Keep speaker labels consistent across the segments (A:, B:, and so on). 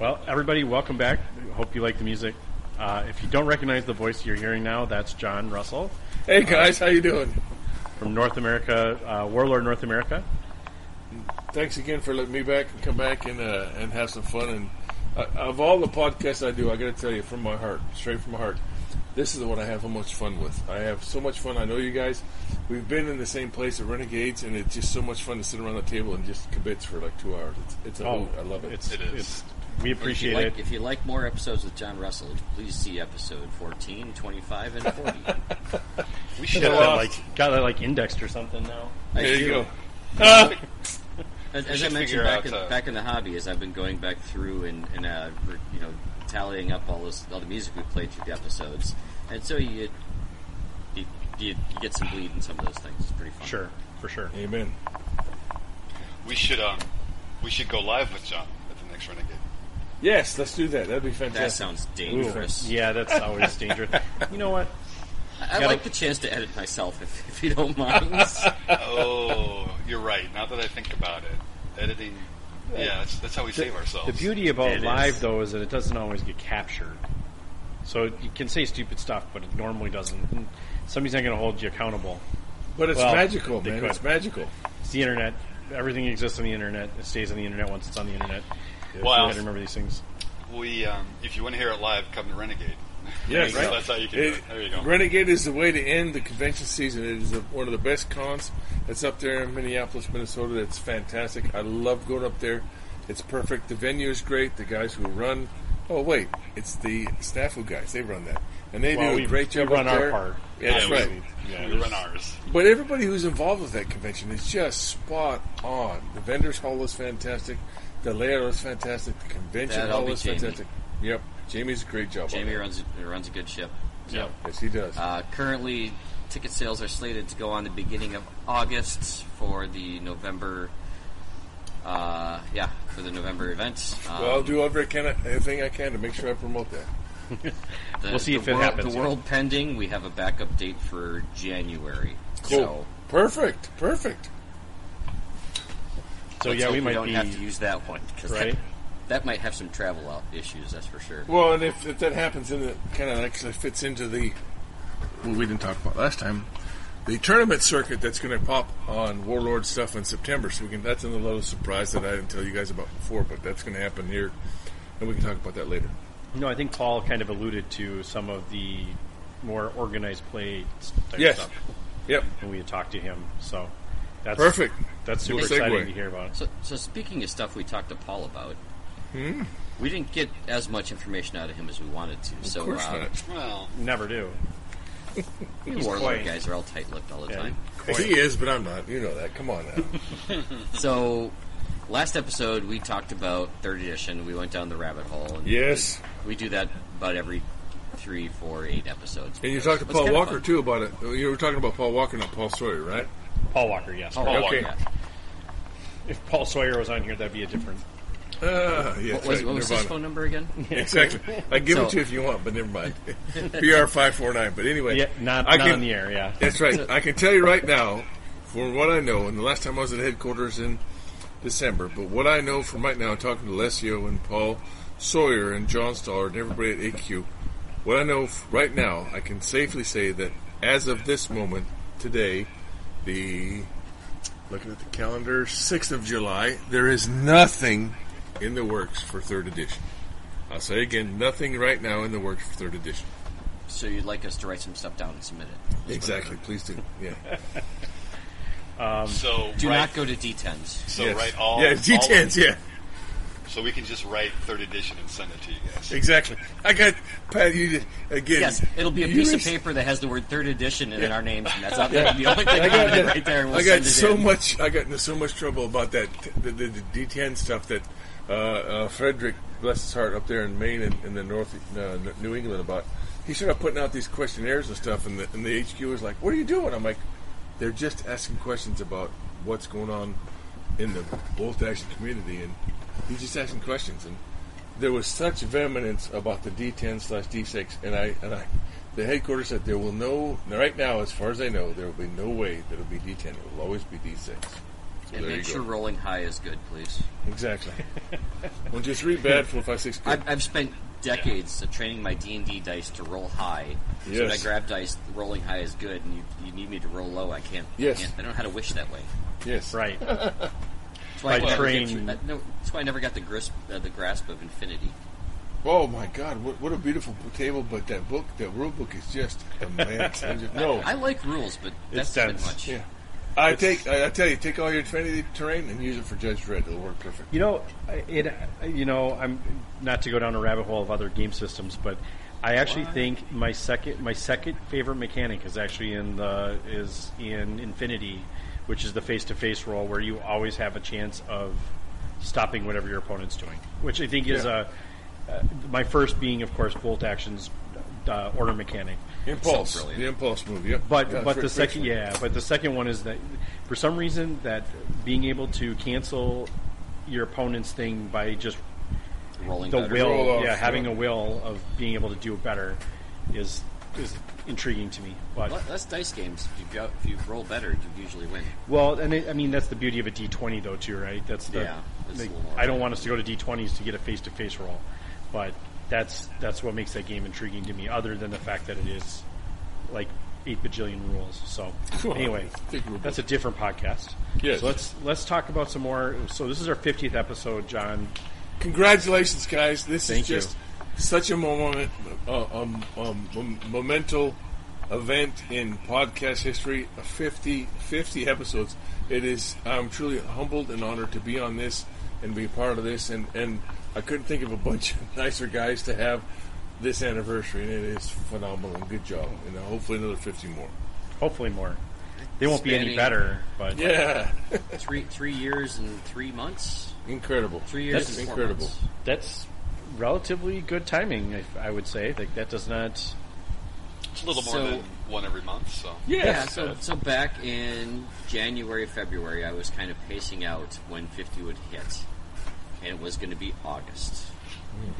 A: Well, everybody, welcome back. Hope you like the music. Uh, if you don't recognize the voice you're hearing now, that's John Russell
B: Hey guys, how you doing?
A: from North America, uh, Warlord North America.
B: Thanks again for letting me back and come back and uh, and have some fun. And uh, of all the podcasts I do, I got to tell you from my heart, straight from my heart, this is the one I have so much fun with. I have so much fun. I know you guys. We've been in the same place at Renegades, and it's just so much fun to sit around the table and just kibitz for like two hours. It's, it's a hoot. Oh, I love it.
A: Oh, It's,
C: It is.
A: It's, we appreciate
D: if you like,
A: it.
D: If you like more episodes with John Russell, please see episode 14, 25, and 40.
C: We should
A: Got
C: have
A: that,
C: lost.
A: like, got that like indexed or something now.
D: I
B: there you
D: do.
B: go.
D: As,
C: We
D: as I
C: should
D: mentioned
C: figure
D: back
C: out,
D: in,
C: uh,
D: back in the hobby, as I've been going back through and, and uh, re- you know tallying up all this all the music we played through the episodes, and so you you, you, you get some bleed in some of those things. It's pretty fun.
A: Sure, for sure.
B: Amen.
C: We should um, we should go live with John at the next Renegade.
B: Yes, let's do that. That'd be
D: That
B: fantastic.
D: sounous dangerous.
A: Yeah, that's always dangerous. You know what?
D: I, I
A: Gotta-
D: like the chance to edit myself if, if you don't mind.
C: Oh, you're right. Now that I think about it, editing. Yeah, that's, that's how we save ourselves.
A: The beauty about
D: It is.
A: live, though, is that it doesn't always get captured. So you can say stupid stuff, but it normally doesn't. And Somebody's not going to hold you accountable.
B: But it's
A: Well,
B: magical,
A: they
B: man.
A: could.
B: It's magical.
A: It's the internet. Everything exists on the internet. It stays on the internet once it's on the internet.
C: Wow.
A: You got to remember these things.
C: We, um, if you want to hear it live, come to Renegade.
B: Yes,
C: There you go. That's how you can do it. There you go.
B: Renegade is the way to end the convention season. It is the, one of the best cons that's up there in Minneapolis, Minnesota. That's fantastic. I love going up there. It's perfect. The venue is great. The guys who run. Oh wait, it's the Snafu guys. They run that, and they
A: Well,
B: do
A: we-
B: a great
A: we
B: job.
A: run
B: up
A: our
B: there.
A: part.
B: Yeah, that's
C: Yeah, we-
B: right.
C: Yeah, we run ours.
B: But everybody who's involved with that convention is just spot on. The vendors hall is fantastic. The layout is fantastic. The convention
D: That'll
B: hall
D: be
B: is
D: Jamie.
B: fantastic. Yep, Jamie's a great job.
D: Jamie
B: on that.
D: runs a- runs a good ship. So.
A: Yeah.
B: Yes, he does.
D: Uh, currently, ticket sales are slated to go on the beginning of August for the November. Uh, yeah, for the November event. Um,
B: Well, I'll do every can everything I can to make sure I promote that.
D: the,
A: we'll see
D: the
A: if it
D: world,
A: happens,
D: The
A: yeah.
D: world pending. We have a backup date for January. So,
B: Perfect. Perfect.
A: So
D: let's
A: yeah,
D: hope
A: we might
D: don't
A: be
D: have to use that one because
A: Right.
D: that, that might have some travel out issues. That's for sure.
B: Well, and if, if that happens, then it kind of actually fits into the what we didn't talk about last time, the tournament circuit that's going to pop on Warlord stuff in September. So we can that's another little surprise that I didn't tell you guys about before, but that's going to happen here, and we can talk about that later.
A: No, I think Paul kind of alluded to some of the more organized play type
B: Yes.
A: stuff
B: Yep.
A: when we had talked to him. So that's
B: Perfect.
A: That's super
B: Good
A: exciting
B: segue.
A: to hear about.
D: So, so speaking of stuff we talked to Paul about,
A: Hmm?
D: we didn't get as much information out of him as we wanted to. so,
B: Of course
D: uh,
B: not.
C: Well,
A: Never do.
D: you
A: He's
D: warlord
A: coy.
D: guys are all tight-lipped all the
A: Yeah.
D: time.
B: He is, but I'm not. You know that. Come on now.
D: So, last episode we talked about third edition. We went down the rabbit hole. And
B: yes.
D: We do that about every three, four, eight episodes.
B: And you talked to
D: It's
B: Paul
D: kinda
B: Walker
D: fun.
B: too about it. You were talking about Paul Walker, not Paul Sawyer, right?
A: Paul Walker, yes.
D: Paul
A: Paul-
D: Walker,
B: Okay.
D: yeah.
A: If Paul Sawyer was on here, that'd be a different.
B: Uh, yeah,
D: What was,
B: right,
D: what was
B: Nirvana.
D: his phone number again?
B: Exactly. I give it
D: So-
B: to you if you want, but never mind. BR five four nine. But anyway,
A: Yeah, not,
B: I
A: not
B: can-
A: on the air. Yeah,
B: That's right. I can tell you right now, from what I know, and the last time I was at headquarters in December, but what I know from right now, talking to Lesio and Paul Sawyer and John Stoller and everybody at AQ, what I know f- right now, I can safely say that as of this moment today, the looking at the calendar, sixth of July, there is nothing in the works for third edition. I'll say again, nothing right now in the works for third edition.
D: So you'd like us to write some stuff down and submit it.
B: Exactly. Please do. Yeah.
C: so
D: Do
C: write,
D: not go to D10s.
C: so
B: Yes.
C: write all.
B: Yeah, G tens.
C: all-
B: Yeah,
C: So we can just write third edition and send it to you guys.
B: exactly. I got Pat. You did- again.
D: Yes, it'll be a
B: you
D: piece of
B: raised-
D: paper that has the word third edition and then our names, and that's not the only thing on it right there. and We'll
B: I got
D: send it
B: so
D: in.
B: much. I got into so much trouble about that the, the, the D ten stuff that uh, uh, Frederick, bless his heart, up there in Maine and in the North uh, N- New England about. He started putting out these questionnaires and stuff, and the, and the HQ was like, "What are you doing?" I'm like, "They're just asking questions about what's going on in the bolt action community, and he's just asking questions." And there was such vehemence about the D10 slash D6, and I and I, the headquarters said there will no right now, as far as I know, there will be no way that it'll be D10. It will always be D6. So
D: And
B: there you
D: make sure
B: go.
D: rolling high is good, please.
B: Exactly. One, two, three, bad, four, five, six, good.
D: I've, I've spent decades of training my D and D dice to roll high. So when I
B: Yes.
D: grab dice, rolling high is good, and you, you need me to roll low. I can't.
B: Yes.
D: I, can't- I don't know how to wish that way.
B: Yes.
A: Right.
D: That's why I
A: By
D: never
A: train-
D: get- that- no, that's why I never got the grasp uh, the grasp of infinity.
B: Oh my God! What, what a beautiful table, but that book, that rule book, is just a man. no,
D: I like rules, but
A: Oh. It's
D: that's not
A: dense.
D: much.
B: yeah. I take. I, I tell you, take all your Trinity terrain and use it for Judge Dredd. It'll work perfect.
A: You know, it. You know, I'm not to go down a rabbit hole of other game systems, but I actually think my second my second favorite mechanic is actually in the is in Infinity, which is the face to face roll where you always have a chance of stopping whatever your opponent's doing, which I think is
B: Yeah.
A: a uh, my first being, of course, bolt actions uh, order mechanic.
B: Impulse,
D: brilliant.
B: the impulse movie. Yep.
A: But
B: Yeah,
A: but
B: Fr-
A: the second
B: Fritzman.
A: yeah, but the second one is that for some reason that being able to cancel your opponent's thing by just
D: Rolling
A: the
D: better.
A: will,
B: Roll off,
A: yeah,
B: yeah.
A: having a will of being able to do better is is intriguing to me. But
D: Well, that's dice games. If you, go, if you roll better, you usually win.
A: well, and it, I mean that's the beauty of a D twenty though too, right? That's the,
D: Yeah, it's a
A: like,
D: little more-
A: I don't want us to go to D twenties to get a face to face roll, but that's that's what makes that game intriguing to me. Other than the fact that it is like eight bajillion rules. So anyway,
B: Think we're
A: that's a different podcast.
B: Yes.
A: So let's let's talk about some more. So this is our fiftieth episode, John.
B: Congratulations, guys! This
A: Thank
B: is just such a moment, uh, um, um, mom- momental event in podcast history. 50, 50 episodes. It is. I'm truly humbled and honored to be on this and be a part of this. And and I couldn't think of a bunch of nicer guys to have this anniversary, and it is phenomenal. And good job. And uh, hopefully another 50 more.
A: Hopefully more. They won't be any
D: Spanning-
A: better, but
B: Yeah,
D: Three three years and three months.
B: incredible.
D: Three years
A: That's
D: and four
B: incredible.
D: months.
A: that's relatively good timing. if- I would say like that does not.
C: It's a little more
D: So-
C: than one every month, so.
D: Yeah,
B: Yes.
D: so so back in January, February, I was kind of pacing out when 50 would hit, and it was going to be August.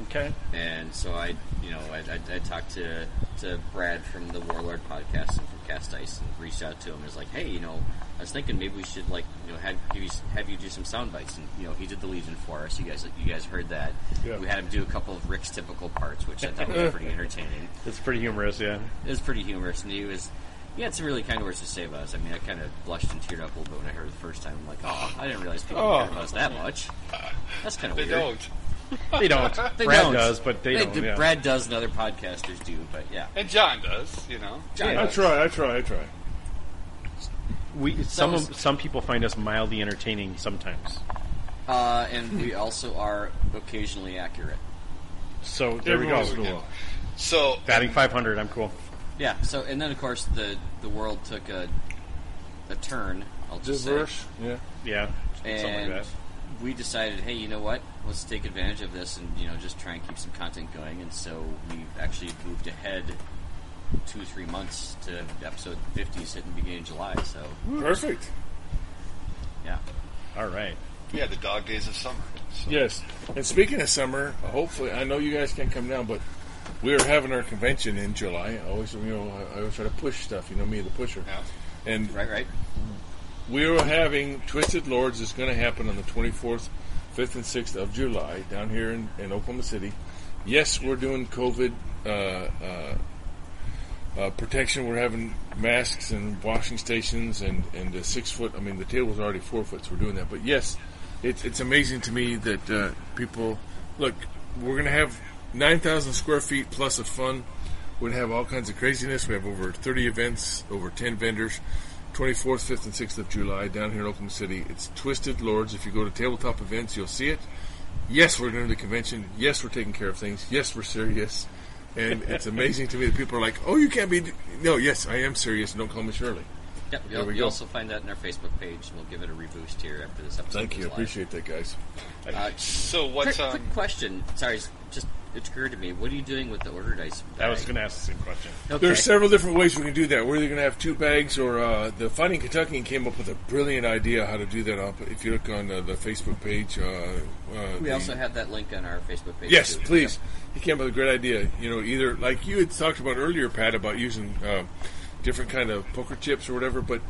A: Okay.
D: And so I, you know, I, I, I talked to to Brad from the Warlord podcast and from Cast Ice, and reached out to him. and was like, hey, you know, I was thinking maybe we should like, you know, have you have you do some sound bites, and you know, he did the Legion for us. You guys, you guys heard that.
B: Yeah.
D: We had him do a couple of Rick's typical parts, which I thought was pretty entertaining
A: It's pretty humorous, yeah.
D: it was pretty humorous, and he was. He had some really kind words to say about us. I mean, I kind of blushed and teared up a little bit when I heard it the first time. I'm like, oh, I didn't realize people
B: Oh.
D: cared about us that much. That's kind of
C: They
D: weird.
C: don't.
A: They don't.
D: They
A: Brad
D: don't.
A: does, but they, don't.
D: do-
A: yeah.
D: Brad does, and other podcasters do, but yeah.
C: And John does, you know.
D: John
B: I
D: does.
B: try. I try. I try.
A: we some
D: was-
A: of- some people find us mildly entertaining sometimes.
D: Uh, and we also are occasionally accurate.
A: So there we
B: Every once in a
A: go.
B: while.
C: So,
A: Batting 500, I'm cool.
D: Yeah. So, and then of course the the world took a a turn. I'll just say.
B: Diverse. Yeah.
A: Yeah, something
D: and
A: like that.
D: we decided, hey, you know what? Let's take advantage of this and you know just try and keep some content going. And so we actually moved ahead two or three months to episode 50 is hitting the beginning of July. So
B: Perfect.
D: yeah,
A: All right.
C: yeah, the dog days of summer. So.
B: Yes. And speaking of summer, hopefully, I know you guys can't come down, but we are having our convention in July. I always, you know, I always try to push stuff. You know me, the pusher.
C: Yeah.
B: And
D: right, right.
B: we are having Twisted Lords. It's going to happen on the 24th, 5th, and 6th of July down here in, in Oklahoma City. Yes, we're doing COVID uh, uh, uh, protection. We're having masks and washing stations and and the six foot. I mean, the table's already four foot, so we're doing that. But yes, it's it's amazing to me that uh, people look. We're going to have 9,000 square feet plus of fun. We'd have all kinds of craziness. We have over 30 events, over 10 vendors. 24th, 5th, and 6th of July down here in Oklahoma City. It's Twisted Lords. If you go to tabletop events, you'll see it. Yes, we're doing the convention. Yes, we're taking care of things. Yes, we're serious. And it's amazing to me that people are like, "Oh, you can't be." d-" No, yes, I am serious. Don't call me Shirley.
D: Yep,
B: There
D: you'll,
B: we
D: you'll
B: go.
D: also find that in our Facebook page, and we'll give it a reboost here after this episode.
B: Thank you. I
D: goes live.
B: appreciate that, guys.
D: Uh,
C: So
D: quick,
C: what's um,
D: quick question. Sorry, it's just it occurred to me. What are you doing with the order dice?
A: I was
D: bag?
A: going to ask the same question.
D: Okay.
B: There are several different ways we can do that. We're either going to have two bags, or uh, the Finding Kentuckian came up with a brilliant idea how to do that. Up, if you look on uh, the Facebook page, uh, uh,
D: we
B: the-
D: also have that link on our Facebook page.
B: Yes,
D: too.
B: please. He came up with a great idea. You know, either like you had talked about earlier, Pat, about using uh, different kind of poker chips or whatever. But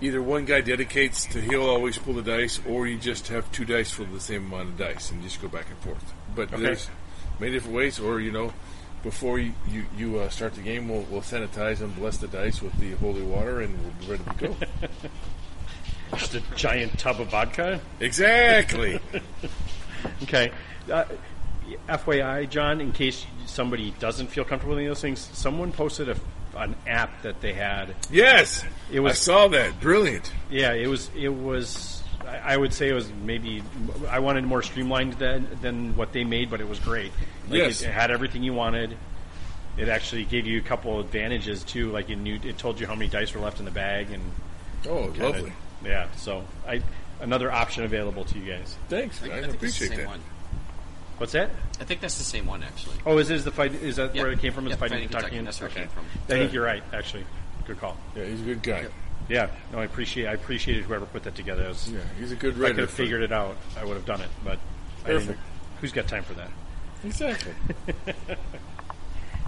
B: either one guy dedicates to he'll always pull the dice, or you just have two dice for the same amount of dice and just go back and forth. But
A: Okay.
B: there's many different ways, or you know, before you you, you uh, start the game, we'll, we'll sanitize and bless the dice with the holy water, and we'll be ready to go.
A: Just a giant tub of vodka.
B: exactly.
A: Okay. Uh, FYI, John, in case somebody doesn't feel comfortable with any of those things, someone posted a, an app that they had.
B: Yes,
A: It was-
B: I saw that. Brilliant.
A: Yeah, it was. It was. I I would say it was maybe. I wanted more streamlined than than what they made, but it was great. Like
B: Yes.
A: it, it had everything you wanted. It actually gave you a couple advantages too. Like you knew it told you how many dice were left in the bag, and
B: Oh, lovely.
A: yeah. So I another option available to you guys.
B: Thanks. I,
D: I, think it's the
B: appreciate
D: same
B: that.
D: one.
A: What's that?
D: I think that's the same one actually.
A: Oh, is this the fight? Is that where
D: Yeah.
A: it came from? Is
D: Yeah,
A: fighting
D: Fighting
A: Kentucky?
D: Kentucky, that's where it
A: Okay.
D: came from.
A: I think you're right. Actually, good call.
B: Yeah, he's a good guy.
A: Yeah. No, I appreciate. I appreciated whoever put that together. It was-
B: Yeah, he's a good
A: if I
B: writer.
A: could have
B: for-
A: figured it out, I would have done it. But I
B: Perfect.
A: didn't- who's got time for that?
B: Exactly.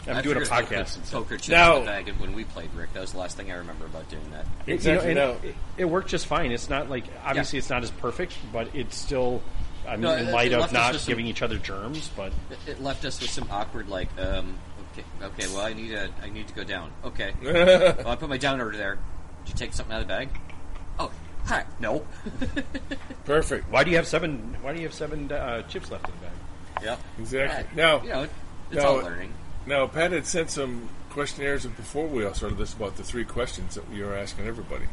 A: I'm
D: I
A: doing a
D: figured if
A: podcast.
D: they put Poker chips
B: Now-
D: in the bag when we played Rick. That was the last thing I remember about doing that.
B: Exactly.
A: You know, and
B: no.
A: it, it worked just fine. It's not like obviously it's not as perfect, but it's still. I mean,
D: No,
A: in
D: it-
A: light
D: it
A: of
D: left us
A: not
D: with some-
A: giving each other germs, but
D: It, it left us with some awkward like, um, okay, okay, well I need a, I need to go down. Okay, well I put my down order there. Did you take something out of the bag? Oh, hi, no.
B: Perfect.
A: why do you have seven? Why do you have seven uh, chips left in the bag?
D: yep.
B: Exactly.
D: Yeah,
B: Now,
D: you know, it- it's
B: now-
D: all learning.
B: now, Pat had sent some questionnaires before we all started this about the three questions that you were asking everybody.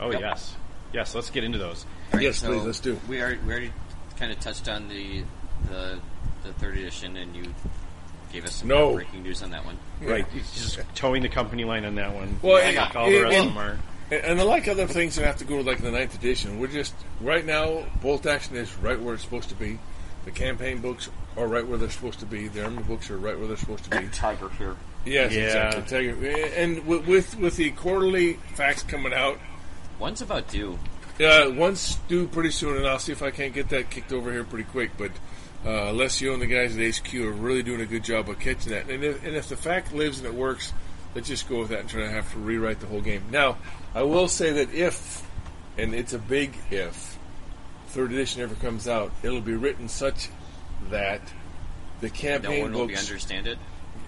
A: Oh
D: Yep.
A: yes, yes. Let's get into those.
D: All right,
B: Yes,
D: so
B: please, let's do.
D: We already, we already kind of touched on the, the the third edition, and you gave us some
B: No.
D: breaking news on that one.
A: Right, it's just towing the company line on that one.
B: Well,
A: I
B: it-
A: all the
B: it-
A: rest
B: it-
A: of them are.
B: And, and like other things that have to go to like the ninth edition, we're just right now. Bolt action is right where it's supposed to be. The campaign books are right where they're supposed to be. The army books are right where they're supposed to be.
D: Tiger here.
B: Yes,
A: Yeah.
B: exactly. Tell you- And wi- with with the quarterly facts coming out,
D: One's about due.
B: uh, one's due pretty soon, and I'll see if I can't get that kicked over here pretty quick. But uh, Alessio and the guys at HQ are really doing a good job of catching that. And if, and if the fact lives and it works, let's just go with that and try to have to rewrite the whole game. Now, I will say that if, and it's a big if, third edition ever comes out, it'll be written such that the
D: No
B: campaign
D: one will be
B: books
D: understand it.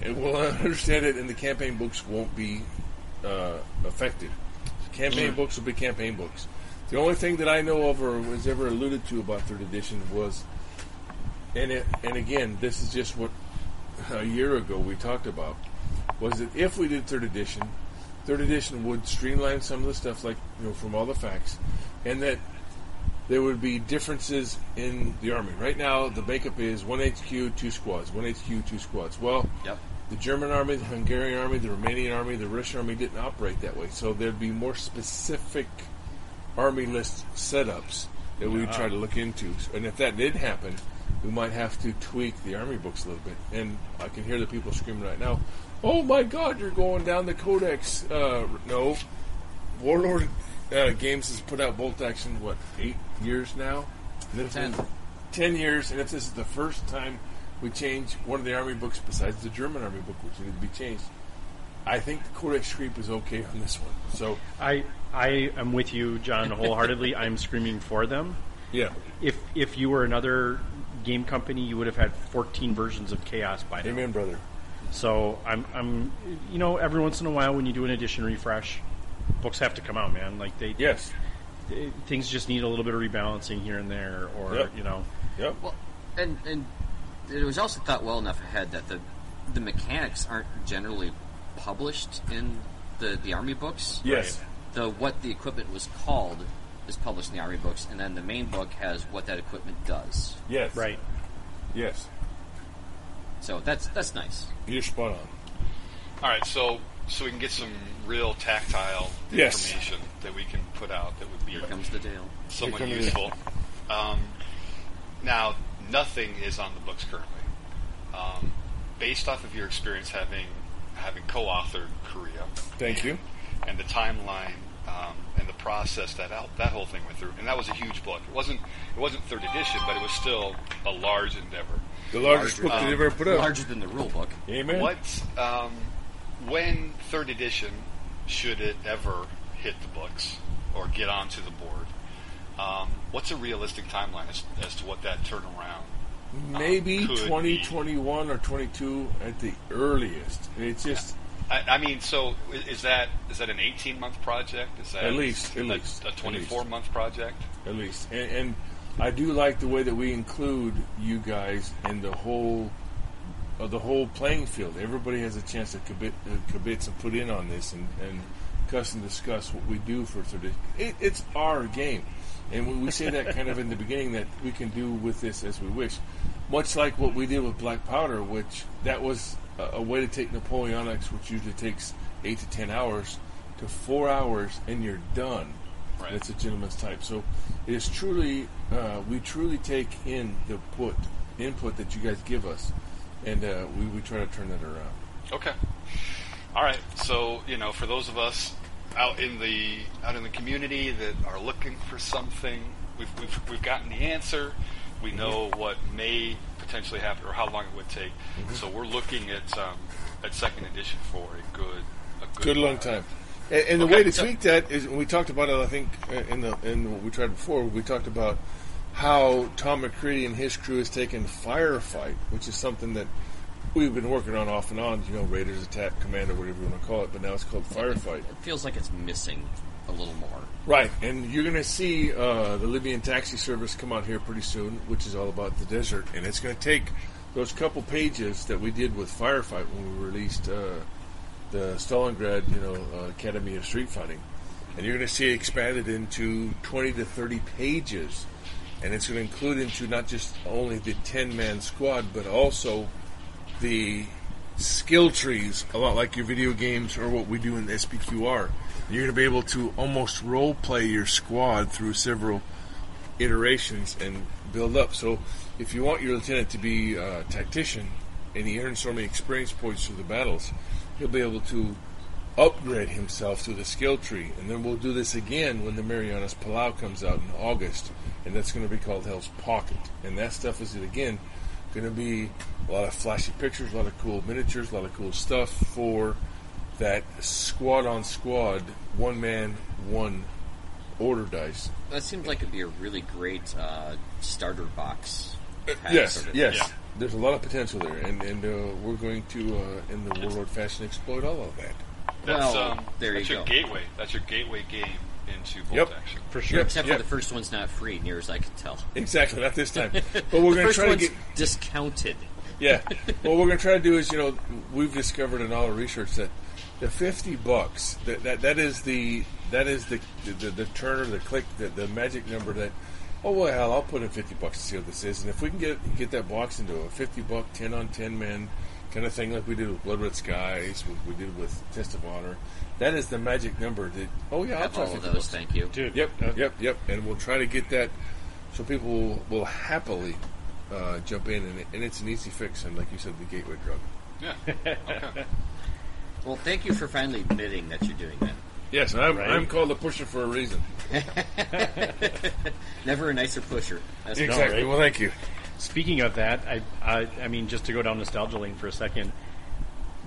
B: it will understand it, and the campaign books won't be uh, affected. Campaign books will be campaign books. The only thing that I know of or was ever alluded to about third edition was, and it, and again, this is just what a year ago we talked about was that if we did third edition, third edition would streamline some of the stuff, like you know, from all the facts, and that there would be differences in the army. Right now, the makeup is one HQ, two squads. One HQ, two squads. Well,
D: Yep.
B: the German army, the Hungarian army, the Romanian army, the Russian army didn't operate that way. So there'd be more specific army list setups that we would try to look into. And if that did happen, we might have to tweak the army books a little bit. And I can hear the people screaming right now, "Oh my God, you're going down the codex!" Uh, no, Warlord uh, Games has put out Bolt Action what eight years now. And if
D: Ten.
B: this- Ten years, and if this is the first time we change one of the army books besides the German army book, which needed to be changed, I think the Codex Creep is okay on this one. So
A: I I am with you, John, wholeheartedly. I'm screaming for them.
B: yeah,
A: If if you were another game company, you would have had 14 versions of Chaos by now.
B: amen, brother.
A: So I'm I'm you know every once in a while when you do an edition refresh, books have to come out, man. Like they
B: Yes.
A: they- things just need a little bit of rebalancing here and there, or
B: Yep.
A: you know
B: Yep.
D: Well, and and it was also thought well enough ahead that the the mechanics aren't generally published in the the army books.
B: Yes.
D: The what the equipment was called is published in the army books, and then the main book has what that equipment does.
B: Yes.
A: right.
B: Yes.
D: So that's that's nice.
B: You're spot on.
C: All right, so so we can get some real tactile
B: Yes.
C: information that we can put out that would be
D: Here comes the Dale.
C: somewhat
B: Here comes-
C: useful. Um, now, nothing is on the books currently. Um, based off of your experience having having co-authored Korea,
B: Thank you.
C: and the timeline um, and the process that out, that whole thing went through, and that was a huge book. It wasn't it wasn't third edition, but it was still a large endeavor.
B: The largest book that
C: um,
B: they've ever put out.
D: Larger than the rule book.
B: Amen.
C: What um, when third edition should it ever hit the books or get onto the board, um, what's a realistic timeline as, as to what that turnaround?
B: Maybe
C: could be.
B: 2021 or 22 at the earliest. And it's just
C: I, I mean, so i- is that is that an eighteen month project? Is that
B: At least, at
C: a,
B: least,
C: a
B: at
C: twenty four
B: least.
C: month project?
B: at least. And, and I do like the way that we include you guys in the whole uh, the whole playing field. Everybody has a chance to commit, uh, commit and put in on this and, and cuss and discuss what we do for today. It, it's our game. And we, we say that kind of in the beginning that we can do with this as we wish. Much like what we did with Black Powder, which that was a, a way to take Napoleonics, which usually takes eight to ten hours, to four hours, and you're done.
C: Right.
B: That's a gentleman's type. So it is truly, uh, we truly take in the put input that you guys give us, and uh, we, we try to turn that around.
C: Okay. All right. So you know, for those of us out in the out in the community that are looking for something, we've we've, we've gotten the answer.
B: Mm-hmm.
C: We know what may potentially happen or how long it would take.
B: Mm-hmm.
C: So we're looking at um, at second edition for a good a good,
B: Good long time. And, and
C: Okay.
B: the way to tweak that is we talked about it. I think uh, in the in what we tried before, we talked about how Tom McCready and his crew has taken firefight, which is something that we've been working on off and on. You know, Raiders Attack Commander, whatever you want to call it, but now it's called firefight.
D: It feels like it's missing a little more.
B: Right, and you're going to see uh, the Libyan taxi service come out here pretty soon, which is all about the desert, and it's going to take those couple pages that we did with Firefight when we released uh, the Stalingrad, you know, uh, Academy of Street Fighting, and you're going to see it expanded into 20 to 30 pages, and it's going to include into not just only the 10 man squad, but also the skill trees, a lot like your video games or what we do in SPQR. You're going to be able to almost role play your squad through several iterations and build up. So, if you want your lieutenant to be a tactician and he earns so many experience points through the battles, he'll be able to upgrade himself through the skill tree. And then we'll do this again when the Marianas Palau comes out in August, and that's going to be called Hell's Pocket. And that stuff is again going to be a lot of flashy pictures, a lot of cool miniatures, a lot of cool stuff for that squad on squad, one man, one order dice.
D: That seems like it'd be a really great uh, starter box. pack
B: Uh, Yes,
D: sort of
B: yes.
C: Yeah.
B: There's a lot of potential there, and and uh, we're going to uh, in the warlord fashion exploit all of that.
C: That's,
D: Well,
C: um,
D: there
C: that's
D: you
C: your
D: go.
C: gateway. That's your gateway game into bolt
B: Yep.
C: action.
A: for sure.
D: Except
B: Yep.
D: for the first one's not free, near as I can tell.
B: Exactly, not this time. But we're
D: the
B: going to
D: first
B: try to
D: one's
B: get
D: discounted.
B: yeah. What we're going to try to do is, you know, we've discovered in all the research that the fifty bucks that that, that is the that is the the, the turner, the click, the, the magic number that. Oh well, hell, I'll put in fifty bucks to see what this is, and if we can get get that box into a fifty buck, ten on ten man kind of thing, like we did with Blood Red Skies, what we did with Test of Honor, that is the magic number. That oh yeah, I'll
D: Have
B: try
D: all of
B: 50
D: those,
B: bucks.
D: thank you.
A: Dude,
B: Yep,
A: uh,
B: yep, yep. And we'll try to get that so people will, will happily uh, jump in, and, it- and it's an easy fix. And like you said, the gateway drug.
C: Yeah.
D: Well, thank you for finally admitting that you're doing that.
B: Yes, I'm,
A: Right.
B: I'm called a pusher for a reason.
D: Never a nicer pusher. That's
A: Ex-
B: Exactly.
A: right?
B: Well, thank you.
A: Speaking of that, I, I, I mean, just to go down nostalgia lane for a second,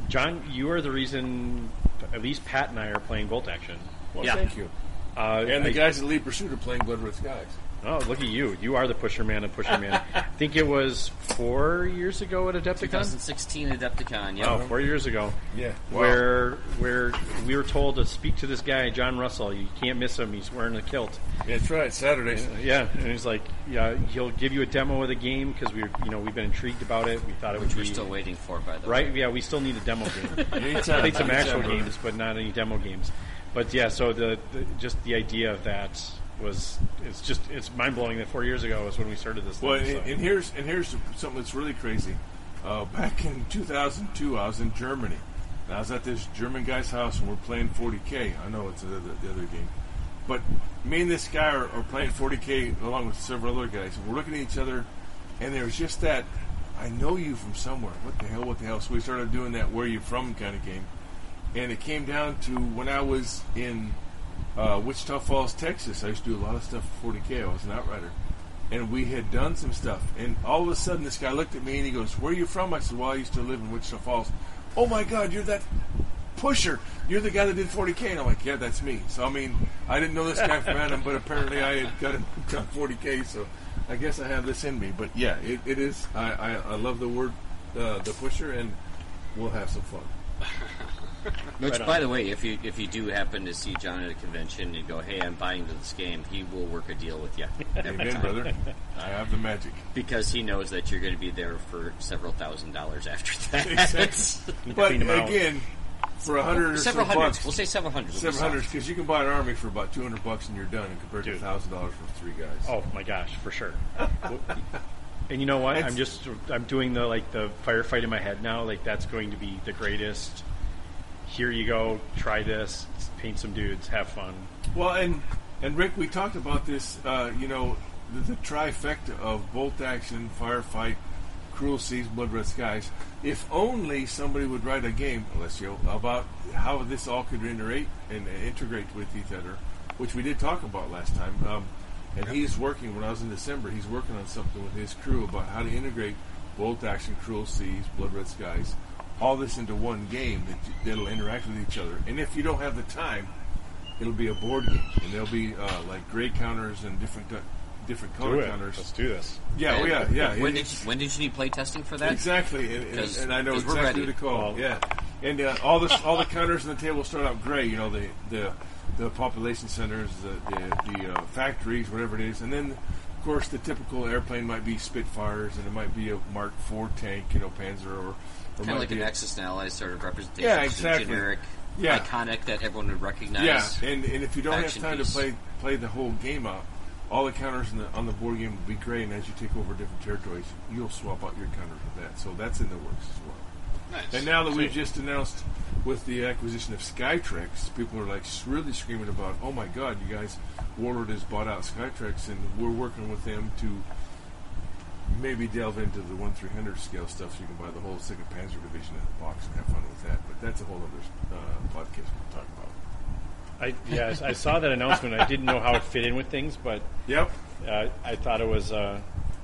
A: John, you are the reason at least Pat and I are playing bolt action.
B: Well,
D: Yeah.
B: thank you.
A: Uh,
B: And the
A: I-
B: guys at Lead Pursuit are playing Blood Red Skies.
A: Oh, look at you! You are the pusher man of pusher man. I think it was four years ago at Adepticon.
D: 2016 Adepticon, yeah.
A: Oh, four years ago.
B: Yeah. Wow.
A: Where where we were told to speak to this guy John Russell. You can't miss him. He's wearing a kilt.
B: That's right. Saturdays.
A: Yeah, and he's like, yeah, he'll give you a demo of the game because we, you know, we've been intrigued about it. We thought it
D: Which
A: would
D: we're
A: be
D: still waiting for, by the way.
A: right. Yeah, we still need a demo game.
B: Anytime,
A: played some
B: anytime,
A: actual
B: brother.
A: games, but not any demo games. But yeah, so the, the just the idea of that was it's just it's mind blowing that four years ago was when we started this.
B: Well,
A: thing,
B: and,
A: so.
B: and here's and here's something that's really crazy. Uh, back in 2002, I was in Germany. And I was at this German guy's house, and we're playing 40k. I know it's the other, the other game, but me and this guy are, are playing 40k along with several other guys. And we're looking at each other, and there was just that. I know you from somewhere. What the hell? What the hell? So we started doing that "Where you from?" kind of game, and it came down to when I was in uh, Wichita Falls, Texas. I used to do a lot of stuff for 40K. I was an outrider. And we had done some stuff. And all of a sudden, this guy looked at me and he goes, Where are you from? I said, Well, I used to live in Wichita Falls. Oh my God, you're that Pusher, you're the guy that did 40K. And I'm like, yeah, that's me. So, I mean, I didn't know this guy from Adam, but apparently I had done, done 40K, so I guess I have this in me. But yeah, it, it is. I, I, I love the word, uh, the pusher, and we'll have some fun.
D: Which,
A: Right on.
D: by the way, if you if you do happen to see John at a convention and go, "Hey, I'm buying into this game," he will work a deal with you every
B: Amen,
D: time
B: brother. I have the magic.
D: because he knows that you're going to be there for several thousand dollars after that.
B: Exactly. But
A: Clean 'em out.
B: again, for a hundred or
D: several
B: so
D: hundreds.
B: bucks,
D: We'll say several hundreds. We'll be
B: several hundreds,
D: soft.
B: because you can buy an army for about 200 bucks and you're done, and compared to
A: Dude.
B: thousand dollars for three guys.
A: Oh my gosh, for sure. and you know what? I'm just I'm doing the like the firefight in my head now. Like that's going to be the greatest. Here you go. Try this. Paint some dudes. Have fun.
B: Well, and and Rick, we talked about this. Uh, you know, the, the trifecta of bolt action, firefight, cruel seas, blood red skies. If only somebody would write a game, Alessio, about how this all could iterate and uh, integrate with each other, which we did talk about last time. Um, and he's working. When I was in December, he's working on something with his crew about how to integrate bolt action, cruel seas, blood red skies, all this into one game that that'll interact with each other. And if you don't have the time, it'll be a board game, and there'll be uh, like gray counters and different different color counters.
A: do this.
B: Yeah, oh, yeah, yeah.
D: When
B: it-
D: did you, when did you need play testing for that?
B: exactly, and, and,
D: 'Cause-
B: and I know
D: 'cause we're
B: exactly
D: ready.
B: who to call.
A: Well-
B: yeah, and uh, all this, all the counters on the table start out gray. You know, the the the population centers, the the, the uh, factories, whatever it is, and then. Of course, the typical airplane might be Spitfires, and it might be a Mark IV tank, you know, Panzer, or, or
D: Kind
B: might
D: of like
B: be
D: an
B: a-
D: Axis and Allies sort of representation.
B: Yeah,
D: just a
B: exactly.
D: Generic,
B: Yeah.
D: iconic that everyone would recognize.
B: Yeah, and, and if you don't have
D: action
B: time
D: piece.
B: to play play the whole game out, all the counters in the, on the board game will be great, and as you take over different territories, you'll swap out your counters with that. So that's in the works as well.
C: Nice.
B: And now that we've just announced with the acquisition of Skytrex, people are like really screaming about, "Oh my God, you guys, Warlord has bought out Skytrex, and we're working with them to." Maybe delve into the one three hundred scale stuff, so you can buy the whole Second Panzer Division in the box and have fun with that. But that's a whole other uh, podcast we'll talk about.
A: I yes, I saw that announcement. I didn't know how it fit in with things, but
B: Yep,
A: uh, I thought it was uh,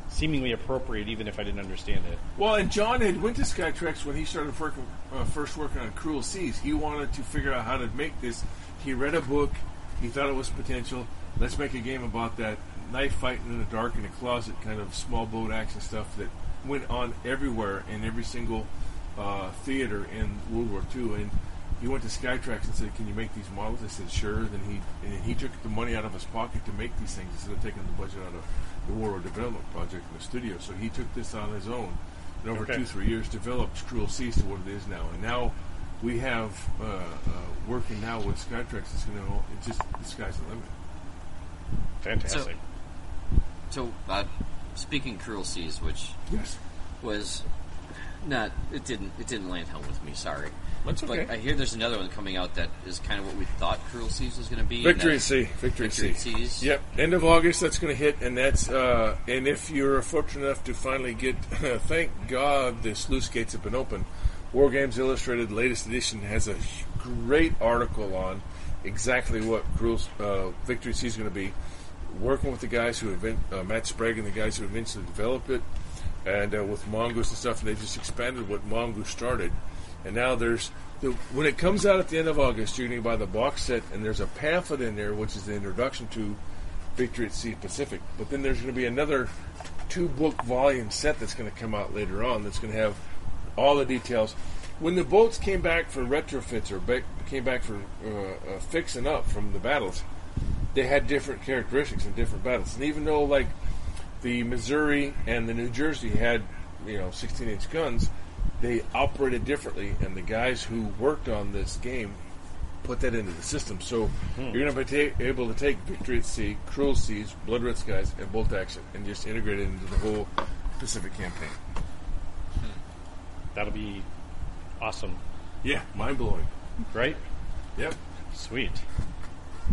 A: seemingly appropriate, even if I didn't understand it.
B: Well, and John had went to Skytrex when he started working, uh, first working on Cruel Seas. He wanted to figure out how to make this. He read a book. He thought it was potential. Let's make a game about that knife fighting in the dark in a closet kind of small boat action stuff that went on everywhere in every single uh, theater in World War II. And he went to Skytrax and said, "Can you make these models?" I said, "Sure." Then he and then he took the money out of his pocket to make these things instead of taking the budget out of the War Development Project in the studio. So he took this on his own, and over
A: Okay.
B: two three years developed Cruel Seas to what it is now. And now we have uh, uh, working now with Skytrax. It's going to it's just the sky's the limit.
A: Fantastic.
D: So, uh, speaking cruel seas, which
B: Yes.
D: was not it didn't it didn't land home with me. Sorry.
B: That's okay.
D: But I hear there's another one coming out that is kind of what we thought Cruel Seas was going to be. and
B: Victory
D: that's
B: Sea. Victory,
D: Victory
B: Sea.
D: Seas.
B: Yep. End of August, that's going to hit, and that's uh, and if you're fortunate enough to finally get, thank God the sluice gates have been open. War Games Illustrated latest edition has a h- great article on exactly what Cruel uh, Victory Sea is going to be. Working with the guys who invent uh, Matt Sprague and the guys who eventually developed it, and uh, with Mongoose and stuff, and they just expanded what Mongoose started. And now there's the, when it comes out at the end of August, you're going to buy the box set, and there's a pamphlet in there which is the introduction to Victory at Sea Pacific. But then there's going to be another two book volume set that's going to come out later on that's going to have all the details. When the boats came back for retrofits or ba- came back for uh, uh, fixing up from the battles, they had different characteristics in different battles. And even though like the Missouri and the New Jersey had you know 16 inch guns, they operated differently. And the guys who worked on this game put that into the system. So
A: Hmm.
B: you're going to be ta- able to take Victory at Sea, Cruel Seas, Blood Red Skies, and Bolt Action, and just integrate it into the whole Pacific campaign.
A: That'll be awesome,
B: Yeah, mind blowing.
A: right?
B: Yep.
A: Sweet.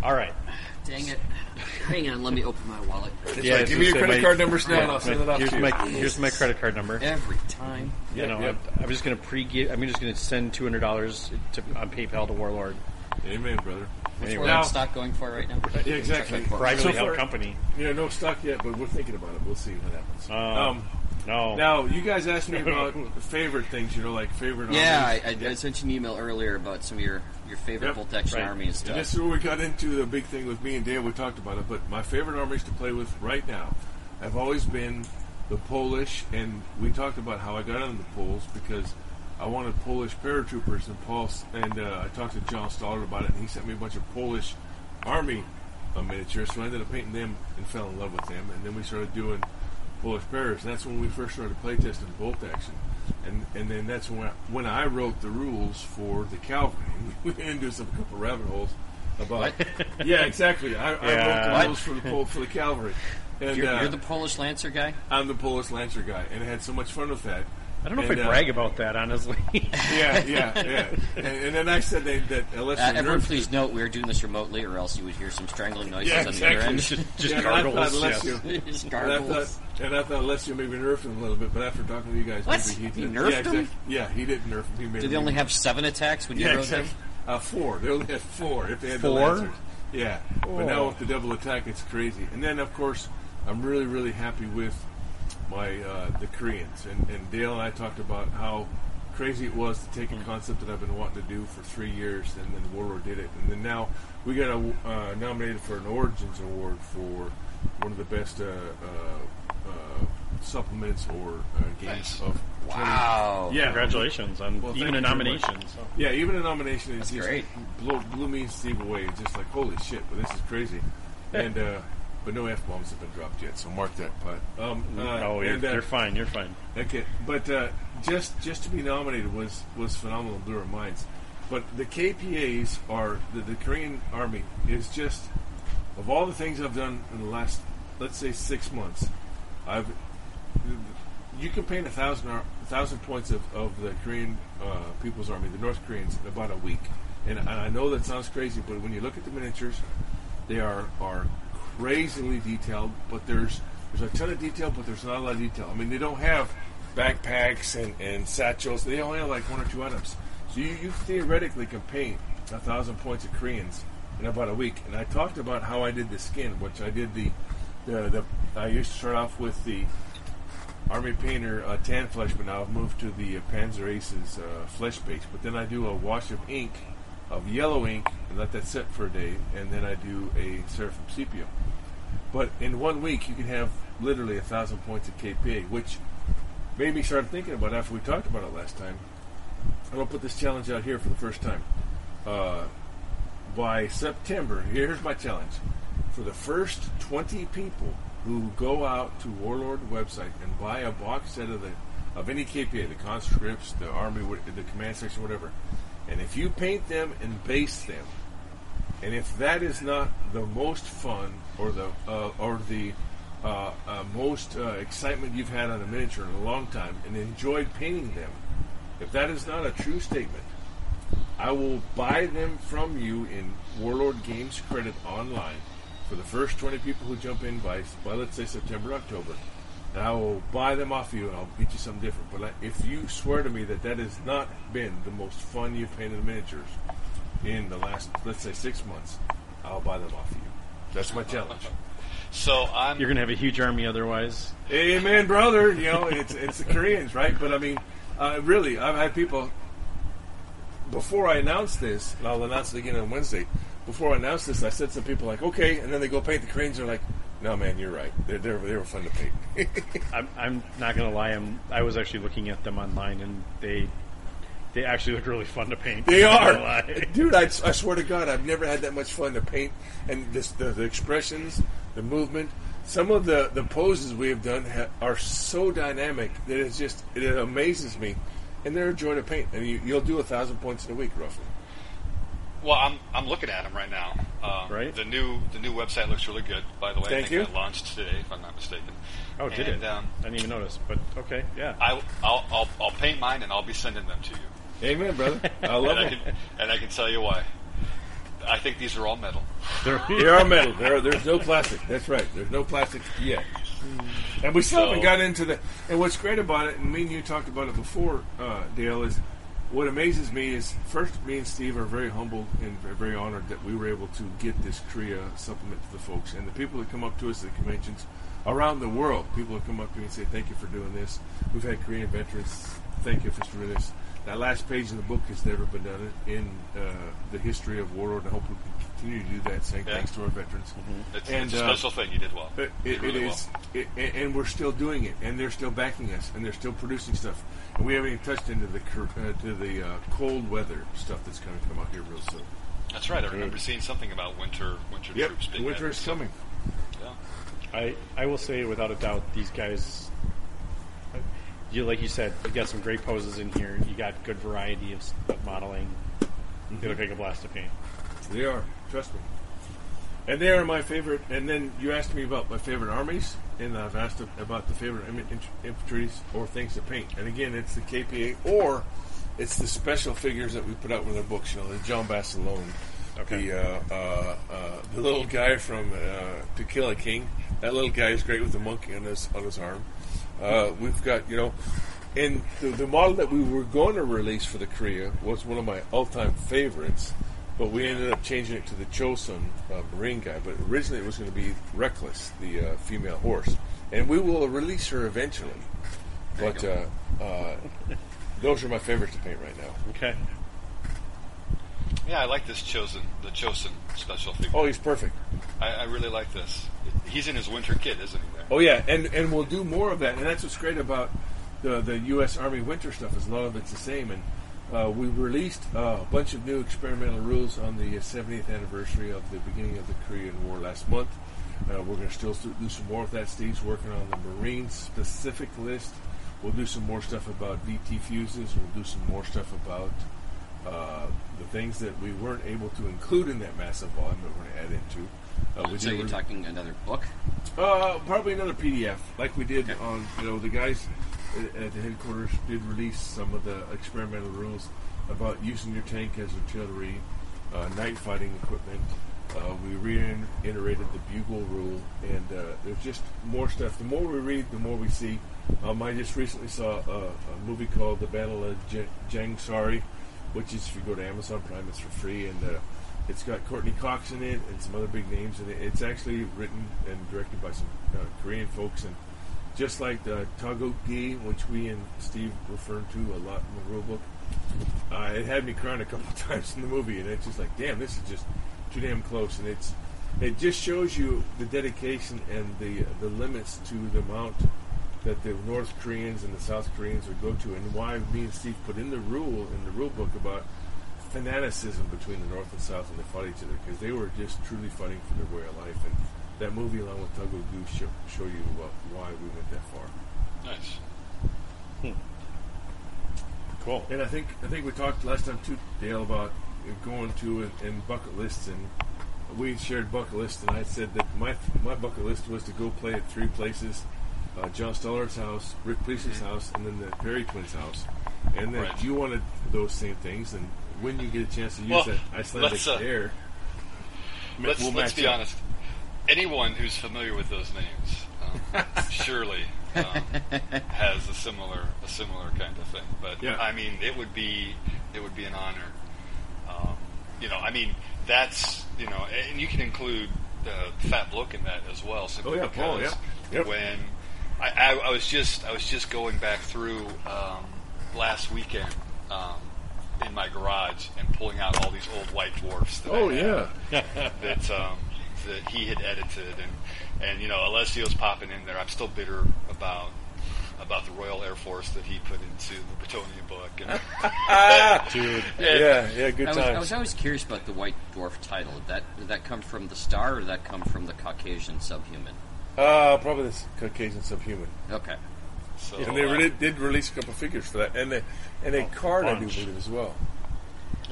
A: All right.
D: Dang it! Hang on, let me open my wallet
A: Yeah,
B: like,
A: it's
B: give me your
A: just
B: credit
A: my-
B: card numbers now,
A: yeah,
B: and I'll
A: my-
B: send it off
A: here's
B: to you.
A: my, Here's my credit card number.
D: every time.
A: You know,
B: Yep,
A: I'm, I'm just going to pre. I'm just going to send two hundred dollars on PayPal to Warlord.
B: Amen, brother.
D: Which
A: Anyway.
D: we're
B: Now-
D: on stock going for right now?
B: Yeah, exactly.
A: Privately
B: So
A: held
B: far-
A: company.
B: Yeah, no stock yet, but we're thinking about it. We'll see what happens.
A: Uh,
B: um,
A: No.
B: Now you guys asked me about favorite things. You know, like favorite.
D: Yeah,
B: armies.
D: I, I, I sent you an email earlier about some of your your favorite
B: Yep.
D: bolt action
A: Right.
D: army and stuff.
B: And this is where we got into the big thing with me and Dan. We talked about it, but my favorite armies to play with right now have always been the Polish, and we talked about how I got into the Poles because I wanted Polish paratroopers, and Paul s- and uh, I talked to John Stoddard about it, and he sent me a bunch of Polish army uh, miniatures. So I ended up painting them and fell in love with them, and then we started doing Polish Bears, and that's when we first started playtesting bolt action, and and then that's when I, when I wrote the rules for the cavalry. We went into some couple rabbit holes about yeah, exactly. I, I wrote
A: Yeah.
B: the rules for the pol- for the cavalry, and
D: you're,
B: uh,
D: you're the Polish Lancer guy. Uh,
B: I'm the Polish Lancer guy, and I had so much fun with that.
A: I don't know
B: And,
A: if I
B: uh,
A: brag about that, honestly.
B: Yeah, yeah, yeah. And, and then I said that, that unless
D: Uh,
B: you're
D: everyone,
B: nerf-
D: please note we are doing this remotely, or else you would hear some strangling noises
B: Yeah,
D: on
B: exactly.
A: just
D: the
A: just
B: Yeah, and I thought
A: gargles. Yes.
B: unless you-
D: other end. Just
B: And I,
D: gargles.
B: thought, and I thought Les, you maybe nerfed him a little bit, but after talking to you guys,
D: What?
B: maybe he
D: He
B: did.
D: nerfed
B: yeah,
D: him?
B: exact- Yeah, he didn't nerf him. He made
D: Did they
B: him
D: only have seven attacks when you
B: yeah,
D: rode
B: except,
D: them?
B: uh, four. They only had four. If they had
A: Four?
B: the Lancers. yeah. But now
A: Oh.
B: with the double attack, it's crazy. And then of course, I'm really really happy with my uh, the Koreans. And, and Dale and I talked about how crazy it was to take a concept that I've been wanting to do for three years, and then Warlord did it. And then now we got a, uh, nominated for an Origins Award for one of the best. Uh, uh, uh, Supplements or uh, games
C: Nice.
B: of 20
D: Wow.
B: yeah,
A: Congratulations on
B: Well,
A: even
B: thank
A: a
B: you very Uh,
A: nomination. So.
B: yeah, even a nomination is
D: That's
B: just
D: great.
B: Blew, blew me and Steve away. It's just like holy shit, but this is crazy. and uh, but no f bombs have been dropped yet, so mark that. But um,
D: Mm-hmm.
B: uh,
A: oh, you're,
B: and, uh,
A: you're fine. You're fine.
B: Okay, but uh, just just to be nominated was was phenomenal. and Blew our minds. But the KPAs are the, the Korean Army is just of all the things I've done in the last let's say six months, I've you can paint a thousand ar- a thousand points of, of the Korean uh, People's Army, the North Koreans, in about a week. And, and I know that sounds crazy, but when you look at the miniatures, they are are crazily detailed. But there's there's a ton of detail, but there's not a lot of detail. I mean, they don't have backpacks and, and satchels. They only have like one or two items. So you, you theoretically can paint a thousand points of Koreans in about a week. And I talked about how I did the skin, which I did the the, the I used to start off with the Army Painter uh, tan flesh, but now I've moved to the uh, Panzer Aces uh, flesh base. But then I do a wash of ink, of yellow ink, and let that set for a day, and then I do a Seraphim Sepia. But in one week, you can have literally a thousand points of KPA, which made me start thinking about it after we talked about it last time. I'm gonna put this challenge out here for the first time. Uh, by September, here's my challenge. For the first 20 people who go out to Warlord website and buy a box set of the of any KPA, the conscripts, the army, wha- the command section, whatever, and if you paint them and base them, and if that is not the most fun or the uh, or the uh, uh, most uh, excitement you've had on a miniature in a long time, and enjoyed painting them, if that is not a true statement, I will buy them from you in Warlord Games credit online for the first 20 people who jump in by, by let's say September, October. And I will buy them off you and I'll get you something different. But like, if you swear to me that that has not been the most fun you've painted miniatures in the last, let's say, six months, I'll buy them off you. That's my challenge.
C: So I'm
A: You're going to have a huge army otherwise.
B: Amen, brother. You know, it's it's the Koreans, right? But I mean, uh, really, I've had people before I announced this, and I'll announce it again on Wednesday. Before I announced this, I said some people like, okay, and then they go paint the Koreans. They're like, no, man, you're right. They're, they're they were fun to paint.
A: I'm, I'm not going to lie. I'm, I was actually looking at them online, and they they actually look really fun to paint.
B: They
A: I'm not
B: are,
A: gonna lie.
B: dude. I, I swear to God, I've never had that much fun to paint and this, the, the expressions, the movement. Some of the, the poses we have done ha- are so dynamic that it's just it, amazes me, and they're a joy to paint. And you, you'll do a thousand points in a week, roughly.
C: well. I'm I'm looking at them right now. Um,
A: Right.
C: The new the new website looks really good. By the way,
B: Thank
C: I think
B: you.
C: that launched today, if I'm not mistaken.
A: Oh, did
C: and,
A: it?
C: Um,
A: I didn't even notice. But okay, yeah.
C: I I'll, I'll I'll paint mine and I'll be sending them to you.
B: Amen, brother. I love
C: and I
B: it.
C: can and I can tell you why. I think these are all metal.
A: They're-
B: They are metal. There, there's no plastic. That's right. There's no plastic yet. And we still
C: So-
B: haven't got into the. And what's great about it, and me and you talked about it before, uh, Dale, is what amazes me is first, me and Steve are very humbled and ve- very honored that we were able to get this Korea supplement to the folks. And the people that come up to us at the conventions around the world, people have come up to me and say, "Thank you for doing this." We've had Korean veterans. Thank you for doing this. That last page in the book has never been done in uh, the history of Warlord, and I hope we can continue to do that. Saying
C: Yeah.
B: thanks to our veterans.
C: It's,
B: And,
C: it's a
B: uh,
C: special thing. You did well.
B: It, it,
C: You did really
B: it
C: well.
B: is, it- and- and we're still doing it, and they're still backing us, and they're still producing stuff. And we haven't even touched into the cur- uh, to the uh, cold weather stuff that's going to come out here real soon.
C: That's right. I remember seeing something about winter winter
B: Yep,
C: troops being
B: winter
C: there.
B: is coming.
C: Yeah.
A: I, I will say without a doubt these guys you like you said you got some great poses in here you got good variety of, s- of modeling
C: Mm-hmm.
A: they look like a blast of paint
B: They are. Trust me. And they are my favorite. And then you asked me about my favorite armies, and I've asked about the favorite im- int- infantries or things to paint. And again, it's the KPA or it's the special figures that we put out with our books. You know, the John Bassalone,
A: Okay.
B: the uh, uh, uh, the little guy from uh, To Kill a King. That little guy is great with the monkey on his on his arm. Uh, we've got you know. And the, the model that we were going to release for the Korea was one of my all-time favorites, but we ended up changing it to the Chosun uh, Marine guy. But originally it was going to be Reckless, the uh, female horse, and we will release her eventually. But uh, uh, those are my favorites to paint right now.
A: okay
C: Yeah, I like this chosen the chosen special figure.
B: Oh, he's perfect.
C: I, I really like this. He's in his winter kit, isn't he? There.
B: Oh yeah, and and we'll do more of that. And that's what's great about the the U.S. Army winter stuff is a lot of it's the same. And uh, we released uh, a bunch of new experimental rules on the 70th anniversary of the beginning of the Korean War last month. Uh, we're going to still do do some more of that. Steve's working on the Marine specific list. We'll do some more stuff about VT fuses. We'll do some more stuff about uh, the things that we weren't able to include in that massive volume that we're going to add into. Uh, we
D: so
B: did
D: you're
B: re-
D: talking another book?
B: uh, probably another PDF, like we did on. You know, the guys at- at the headquarters did release some of the experimental rules about using your tank as artillery, uh, night fighting equipment. Uh, we reiterated the bugle rule, and uh, there's just more stuff. The more we read, the more we see. Um, I just recently saw a, a movie called The Battle of J- Jangsari, which is if you go to Amazon Prime, it's for free, and uh, it's got Courtney Cox in it and some other big names in it. It's actually written and directed by some uh, Korean folks, and just like the Tagokgi, which we and Steve referred to a lot in the rule book, uh, it had me crying a couple times in the movie, and it's just like, damn, this is just too damn close, and it's it just shows you the dedication and the the limits to the amount that the North Koreans and the South Koreans would go to, and why me and Steve put in the rule in the rule book about fanaticism between the North and South when they fought each other because they were just truly fighting for their way of life. And that movie, along with Tuggle Goose, show, show you what, why we went that far.
C: Nice.
A: cool
B: And I think I think we talked last time too, Dale, about going to and, and bucket lists, and we shared bucket lists, and I said that my my bucket list was to go play at three places: uh, John Stoller's house, Rick Police's house, and then the Perry Twins' house. And that
C: Mm-hmm. Right.
B: you wanted those same things, and when you get a chance to use
C: Well,
B: that Icelandic
C: let's, uh,
B: air, ma-
C: Let's,
B: we'll
C: let's
B: match
C: be
B: up.
C: honest. Anyone who's familiar with those names um, surely um, has a similar a similar kind of thing. But
B: Yeah.
C: I mean, it would be it would be an honor. Um, you know, I mean, that's you know, a- and you can include uh, Fat Bloke in that as well. Simply
B: Oh, yeah,
C: because
B: Paul, yeah. Yep.
C: when I, I, I was just I was just going back through um, last weekend. Um, in my garage and pulling out all these old white dwarfs. That I
B: Oh
C: had
B: yeah.
C: that um, that he had edited, and and you know Alessio's popping in there. I'm still bitter about about the Royal Air Force that he put into the Bretonnia book. And, Uh,
B: Dude.
C: Yeah.
B: Yeah, yeah, good
D: I was,
B: times.
D: I was always curious about the White Dwarf title. Did that did that come from the star, or did that come from the Caucasian subhuman?
B: uh, probably this Caucasian subhuman.
D: Okay,
C: so,
B: And they
C: uh,
B: re- did release a couple figures for that, and they, and a card I do
A: bunch.
B: believe as well.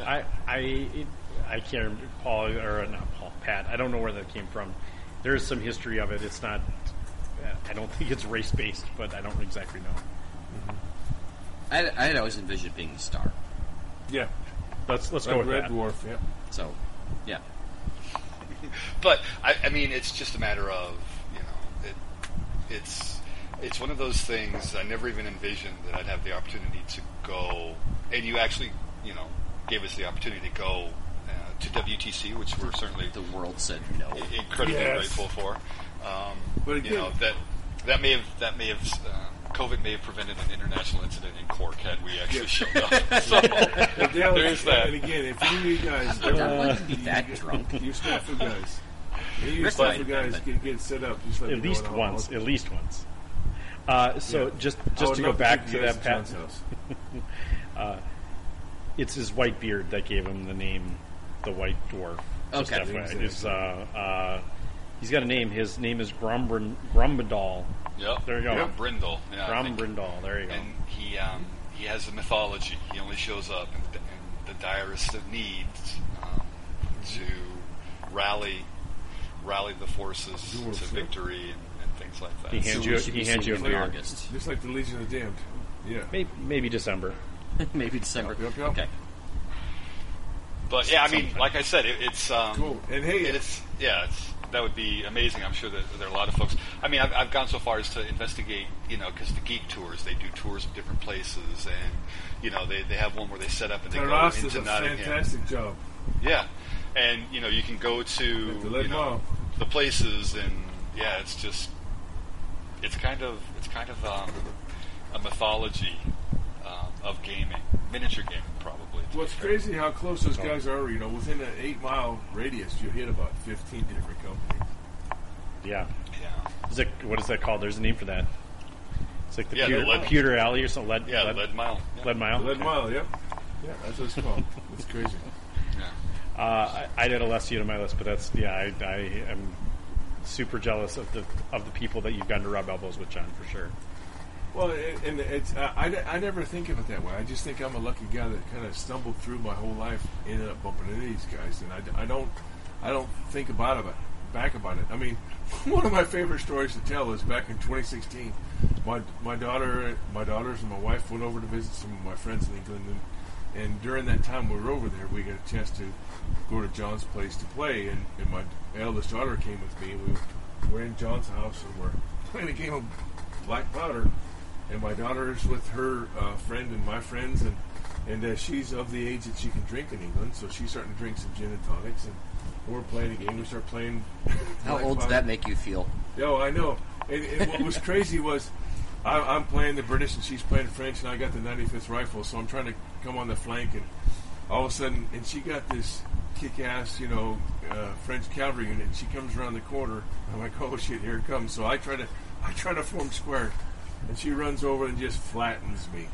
A: I I it, I can't remember Paul or uh, not Paul Pat. I don't know where that came from. There is some history of it. It's not. I don't think it's race based, but I don't exactly know.
D: I, I had always envisioned it being the star.
B: Yeah,
A: Let's let's go
B: Red,
A: with
B: Red
A: that.
B: Dwarf. Yeah,
D: So, yeah,
C: but I, I mean, it's just a matter of you know, it, it's it's one of those things I never even envisioned that I'd have the opportunity to go, and you actually you know gave us the opportunity to go uh, to WTC, which we're certainly
D: the world said no.
C: incredibly
B: Yes.
C: grateful for. Um,
B: But
C: you know
B: again-
C: that that may have that may have uh, COVID may have prevented an international incident in Cork had we actually showed up. So
B: But they always-
C: there's that.
B: And again, if any of you guys,
D: everyone can be that drunk.
B: you staff of guys, any of you
D: Rick
B: staff
D: might
B: of
D: have
B: guys
D: been,
B: get, get set up. Just let me
A: At
B: know
A: least
B: and I'll-
A: once.
B: I'll-
A: At least once. Uh, so
B: Yeah.
A: just
B: I
A: just
B: would
A: to go
B: love
A: back
B: get
A: to
B: Oh, guys
A: that
B: John's
A: Pat,
B: house.
A: it's his white beard that gave him the name, the White Dwarf. Just
D: Okay.
A: FYI. It's, uh, uh, he's got a name. His name is Grumbrin, Grumbadal.
C: Yep.
A: There you go.
C: From Brindle. Yeah,
D: Ah,
C: I think.
A: Grumbrindal. There you go.
C: And he um, he has a mythology. He only shows up in, in the direst of needs um, to rally rally the forces to victory and, and things like that.
A: He
C: So-
A: hands
D: So
A: you.
D: we should
A: He
D: be
A: hands
D: seeing
A: you a
D: him in
A: beer.
D: August,
B: Just like the Legion of the Damned. Yeah.
A: Maybe, maybe December.
D: maybe December.
B: Yup, yup, yup.
D: Okay.
C: But yeah, I mean, like I said, it, it's um,
B: Cool. And hey,
C: it- it's yeah, it's that would be amazing. I'm sure that there are a lot of folks. I mean, I've, I've gone so far as to investigate, you know, because the geek tours they do tours of different places, and you know, they, they have one where they set up and they
B: Ted
C: go
B: Ross does
C: into
B: a
C: Nottingham.
B: fantastic job.
C: Yeah, and you know, you can go to
B: to let
C: you know,
B: go.
C: the places, and yeah, it's just it's kind of it's kind of um, a mythology um, of gaming, miniature gaming, probably. to be
B: What's
C: fair.
B: crazy how close those guys are. You know, within an eight mile radius, you hit about fifteen different companies.
A: Yeah.
C: Yeah.
A: Is it, what is that called? There's a name for that. It's like the
C: Yeah, the
A: pewter,
C: lead-
A: pewter alley or something. Lead,
C: Yeah,
A: lead,
C: lead mile. Yeah.
A: lead mile.
B: Lead mile, yep. Yeah, that's what it's called. it's crazy.
A: Uh,
C: Yeah.
A: I, I did a less you to my list, but that's yeah. I, I am super jealous of the of the people that you've gotten to rub elbows with, John, for sure.
B: Well, it, and it's uh, I, ne- I never think of it that way. I just think I'm a lucky guy that kind of stumbled through my whole life, ended up bumping into these guys, and I, d- I don't I don't think about it back about it. I mean, one of my favorite stories to tell is back in 2016, my my daughter my daughters and my wife went over to visit some of my friends in England, and, and during that time we were over there, we got a chance to go to John's place to play, and, and my eldest daughter came with me. and We were in John's house and we're playing a game of black powder, and my daughter is with her uh, friend and my friends, and and uh, she's of the age that she can drink in England, so she's starting to drink some gin and tonics, and we're playing a game. We start playing.
D: How
B: black
D: old does
B: powder.
D: that make you feel?
B: Yo, I know. And, and what was crazy was I, I'm playing the British and she's playing French, and I got the 95th rifle, so I'm trying to come on the flank, and all of a sudden, and she got this kick-ass, you know, uh, French cavalry unit. She comes around the corner. I'm like, oh shit, here it comes. So I try to, I try to form square, and she runs over and just flattens me,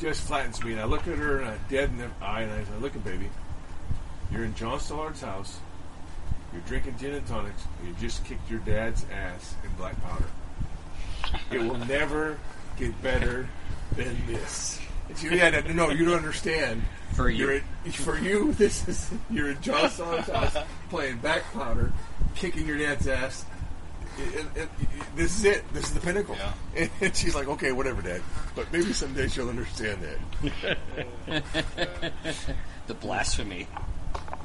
B: just flattens me. And I look at her and I dead in the eye, and I say, look, baby, you're in John Stallard's house. You're drinking gin and tonics. And you just kicked your dad's ass in black powder. It will never get better than this. It's your dad. No, you don't understand.
D: For you.
B: You're in- for you, this is you're in John Stallard's house playing back powder, kicking your dad's ass. It- it- it- it- this is it. This is the pinnacle.
C: Yeah.
B: And she's like, "Okay, whatever, Dad." But maybe someday she'll understand that.
D: The blasphemy.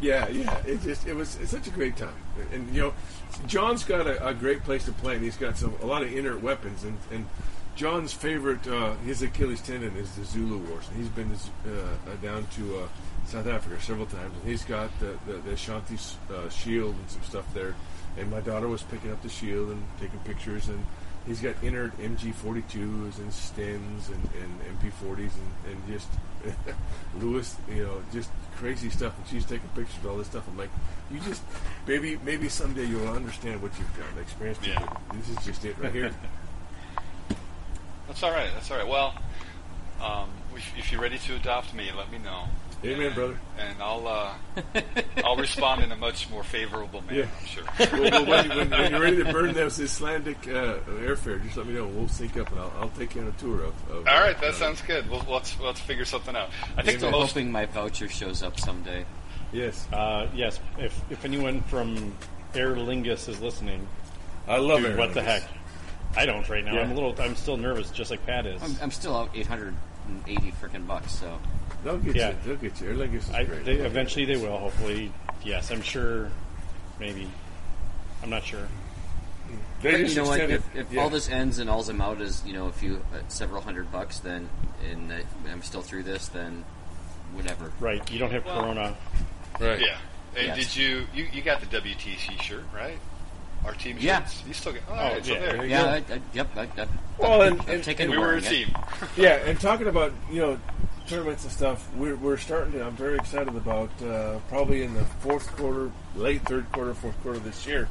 B: Yeah, yeah. It just it was it's such a great time, and you know, John's got a, a great place to play, and he's got some a lot of inert weapons, and and John's favorite uh, his Achilles tendon is the Zulu Wars, and he's been uh, uh, down to uh, South Africa several times, and he's got the the, the Ashanti uh, shield and some stuff there, and my daughter was picking up the shield and taking pictures and. He's got inert MG42s and stems and, and MP40s and, and just Lewis, you know, just crazy stuff. And she's taking pictures of all this stuff. I'm like, you just maybe maybe someday you'll understand what you've done, the experience. you've
C: Yeah.
B: done. This is just it right here.
C: That's all right. That's all right. Well, um, if, if you're ready to adopt me, let me know.
B: Amen,
C: And-
B: brother.
C: And I'll uh, I'll respond in a much more favorable manner.
B: Yeah.
C: I'm sure.
B: well, well, when, when, when you're ready to burn those Icelandic uh, airfare, just let me know. and We'll sync up and I'll, I'll take you on a tour of. of
C: All right, that
B: uh,
C: sounds good. We'll we'll let's, let's figure something out. I think
D: Still
C: the most
D: hoping my voucher shows up someday.
B: Yes,
A: Uh, yes, if if anyone from Aer Lingus is listening,
B: I love
A: dude,
B: it.
A: what the heck? I don't right now. I'm
B: Yeah.
A: a little. I'm still nervous, just like Pat is.
D: I'm, I'm still out 880 freaking bucks, so
B: They'll get
A: Yeah.
B: you. They'll get you. Aer Lingus is
A: I,
B: great.
A: they, eventually, they will. Hopefully, yes. I'm sure. Maybe. I'm not sure.
B: They
D: But
B: just
D: you know what?
B: extended-
D: If, if
B: yeah.
D: all this ends and all I'm out is you know a few uh, several hundred bucks, then and that I'm still through this, then whatever.
A: Right? You don't have
C: Well-
A: Corona.
B: right.
C: yeah. And
D: Yes.
C: did you, you you got the WTC shirt right? our team shirts.
D: Yeah.
C: You still get. All
B: Oh,
C: right, so
A: yeah.
C: there.
D: Yeah, I, I, yep. I, I,
B: Well,
D: I've-
B: and-
D: I've
B: and-
D: taken
B: and
C: We were a
D: wearing it.
C: team.
B: Yeah, and talking about you know tournaments and stuff, we're, we're starting to. I'm very excited about uh, probably in the fourth quarter, late third quarter, fourth quarter this year.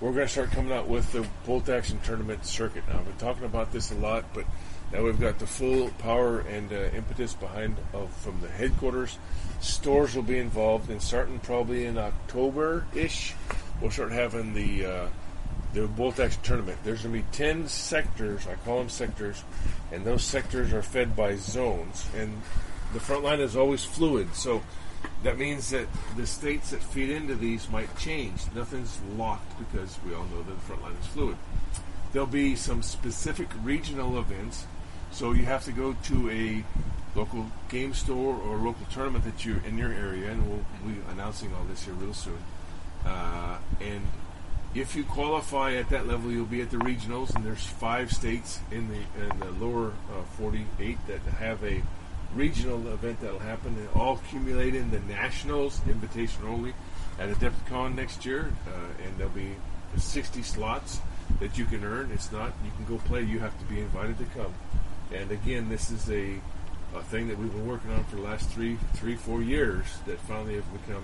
B: We're going to start coming out with the bolt action tournament circuit. Now, I've been talking about this a lot, but now we've got the full power and uh, impetus behind of from the headquarters. Stores will be involved, and starting probably in October ish, we'll start having the uh, the Bolt Action Tournament. There's going to be 10 sectors, I call them sectors, and those sectors are fed by zones. And the front line is always fluid, so that means that the states that feed into these might change. Nothing's locked because we all know that the front line is fluid. There'll be some specific regional events, so you have to go to a local game store or a local tournament that you're in your area, and we'll be announcing all this here real soon. Uh, and if you qualify at that level, you'll be at the regionals, and there's five states in the in the lower uh, 48 that have a regional event that'll happen, and all accumulate in the nationals, invitation only, at AdeptCon next year, uh, and there'll be 60 slots that you can earn. It's not you can go play; you have to be invited to come. And again, this is a a thing that we've been working on for the last three, three, four years that finally have become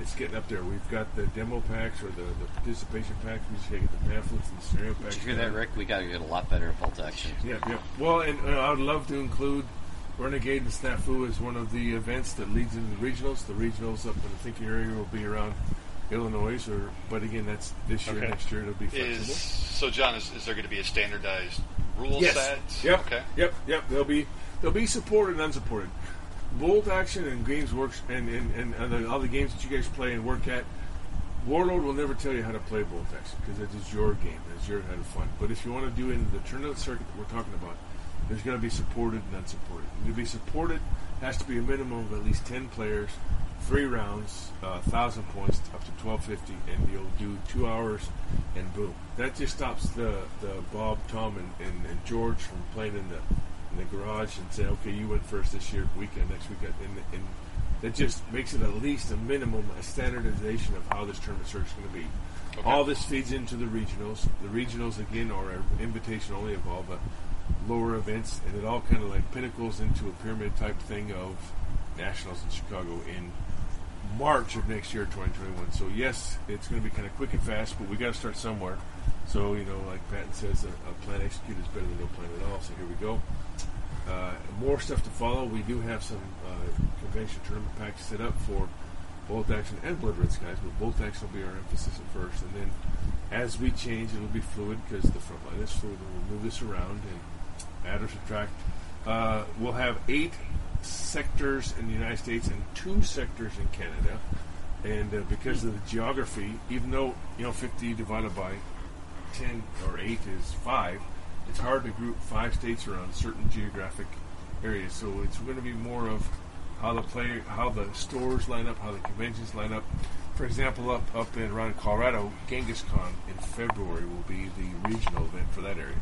B: it's getting up there. We've got the demo packs or the, the participation packs. We just gotta get the pamphlets and the scenario packs.
D: Did you hear that, Rick? We got to get a lot better at bolt action.
B: Yeah, yeah. Well, and uh, I would love to include Renegade and Snafu as one of the events that leads into the regionals. The regionals up in the thinking area will be around Illinois, or but again, that's this year.
A: Okay.
B: Next year it'll be flexible.
C: Is so, John? Is, is there going to be a standardized rule set?
B: Yep.
C: Okay.
B: Yep. Yep. They'll be they'll be supported and unsupported. Bolt action and games works and and, and, and the, all the games that you guys play and work at. Warlord will never tell you how to play bolt action because it is your game. It's your kind of fun. But if you want to do in the tournament circuit that we're talking about, there's going to be supported and unsupported. To be supported has to be a minimum of at least ten players, three rounds, uh, thousand points up to twelve fifty, and you'll do two hours, and boom. That just stops the, the Bob, Tom, and, and, and George from playing in the in the garage and say, okay, you went first this year, weekend next weekend, and, and that just makes it at least a minimum a standardization of how this tournament search is going to be.
C: Okay.
B: All this feeds into the regionals. The regionals again are invitation only of all the lower events, and it all kind of like pinnacles into a pyramid type thing of nationals in Chicago in March of next year, 2021. So yes, it's going to be kind of quick and fast, but we got to start somewhere. So you know, like Patton says, a, a plan executed is better than no plan at all. So here we go. Uh, more stuff to follow. We do have some uh, convention tournament packs set up for bolt action and blood red skies, but bolt action will be our emphasis at first. And then as we change, it'll be fluid because the front line is fluid, and we'll move this around and add or subtract. Uh, we'll have eight sectors in the United States and two sectors in Canada. And uh, because of the geography, even though you know 50 divided by 10 or 8 is 5, it's hard to group five states around certain geographic areas. So it's going to be more of how the play, how the stores line up, how the conventions line up. For example, up up in around Colorado, Genghis Con in February will be the regional event for that area.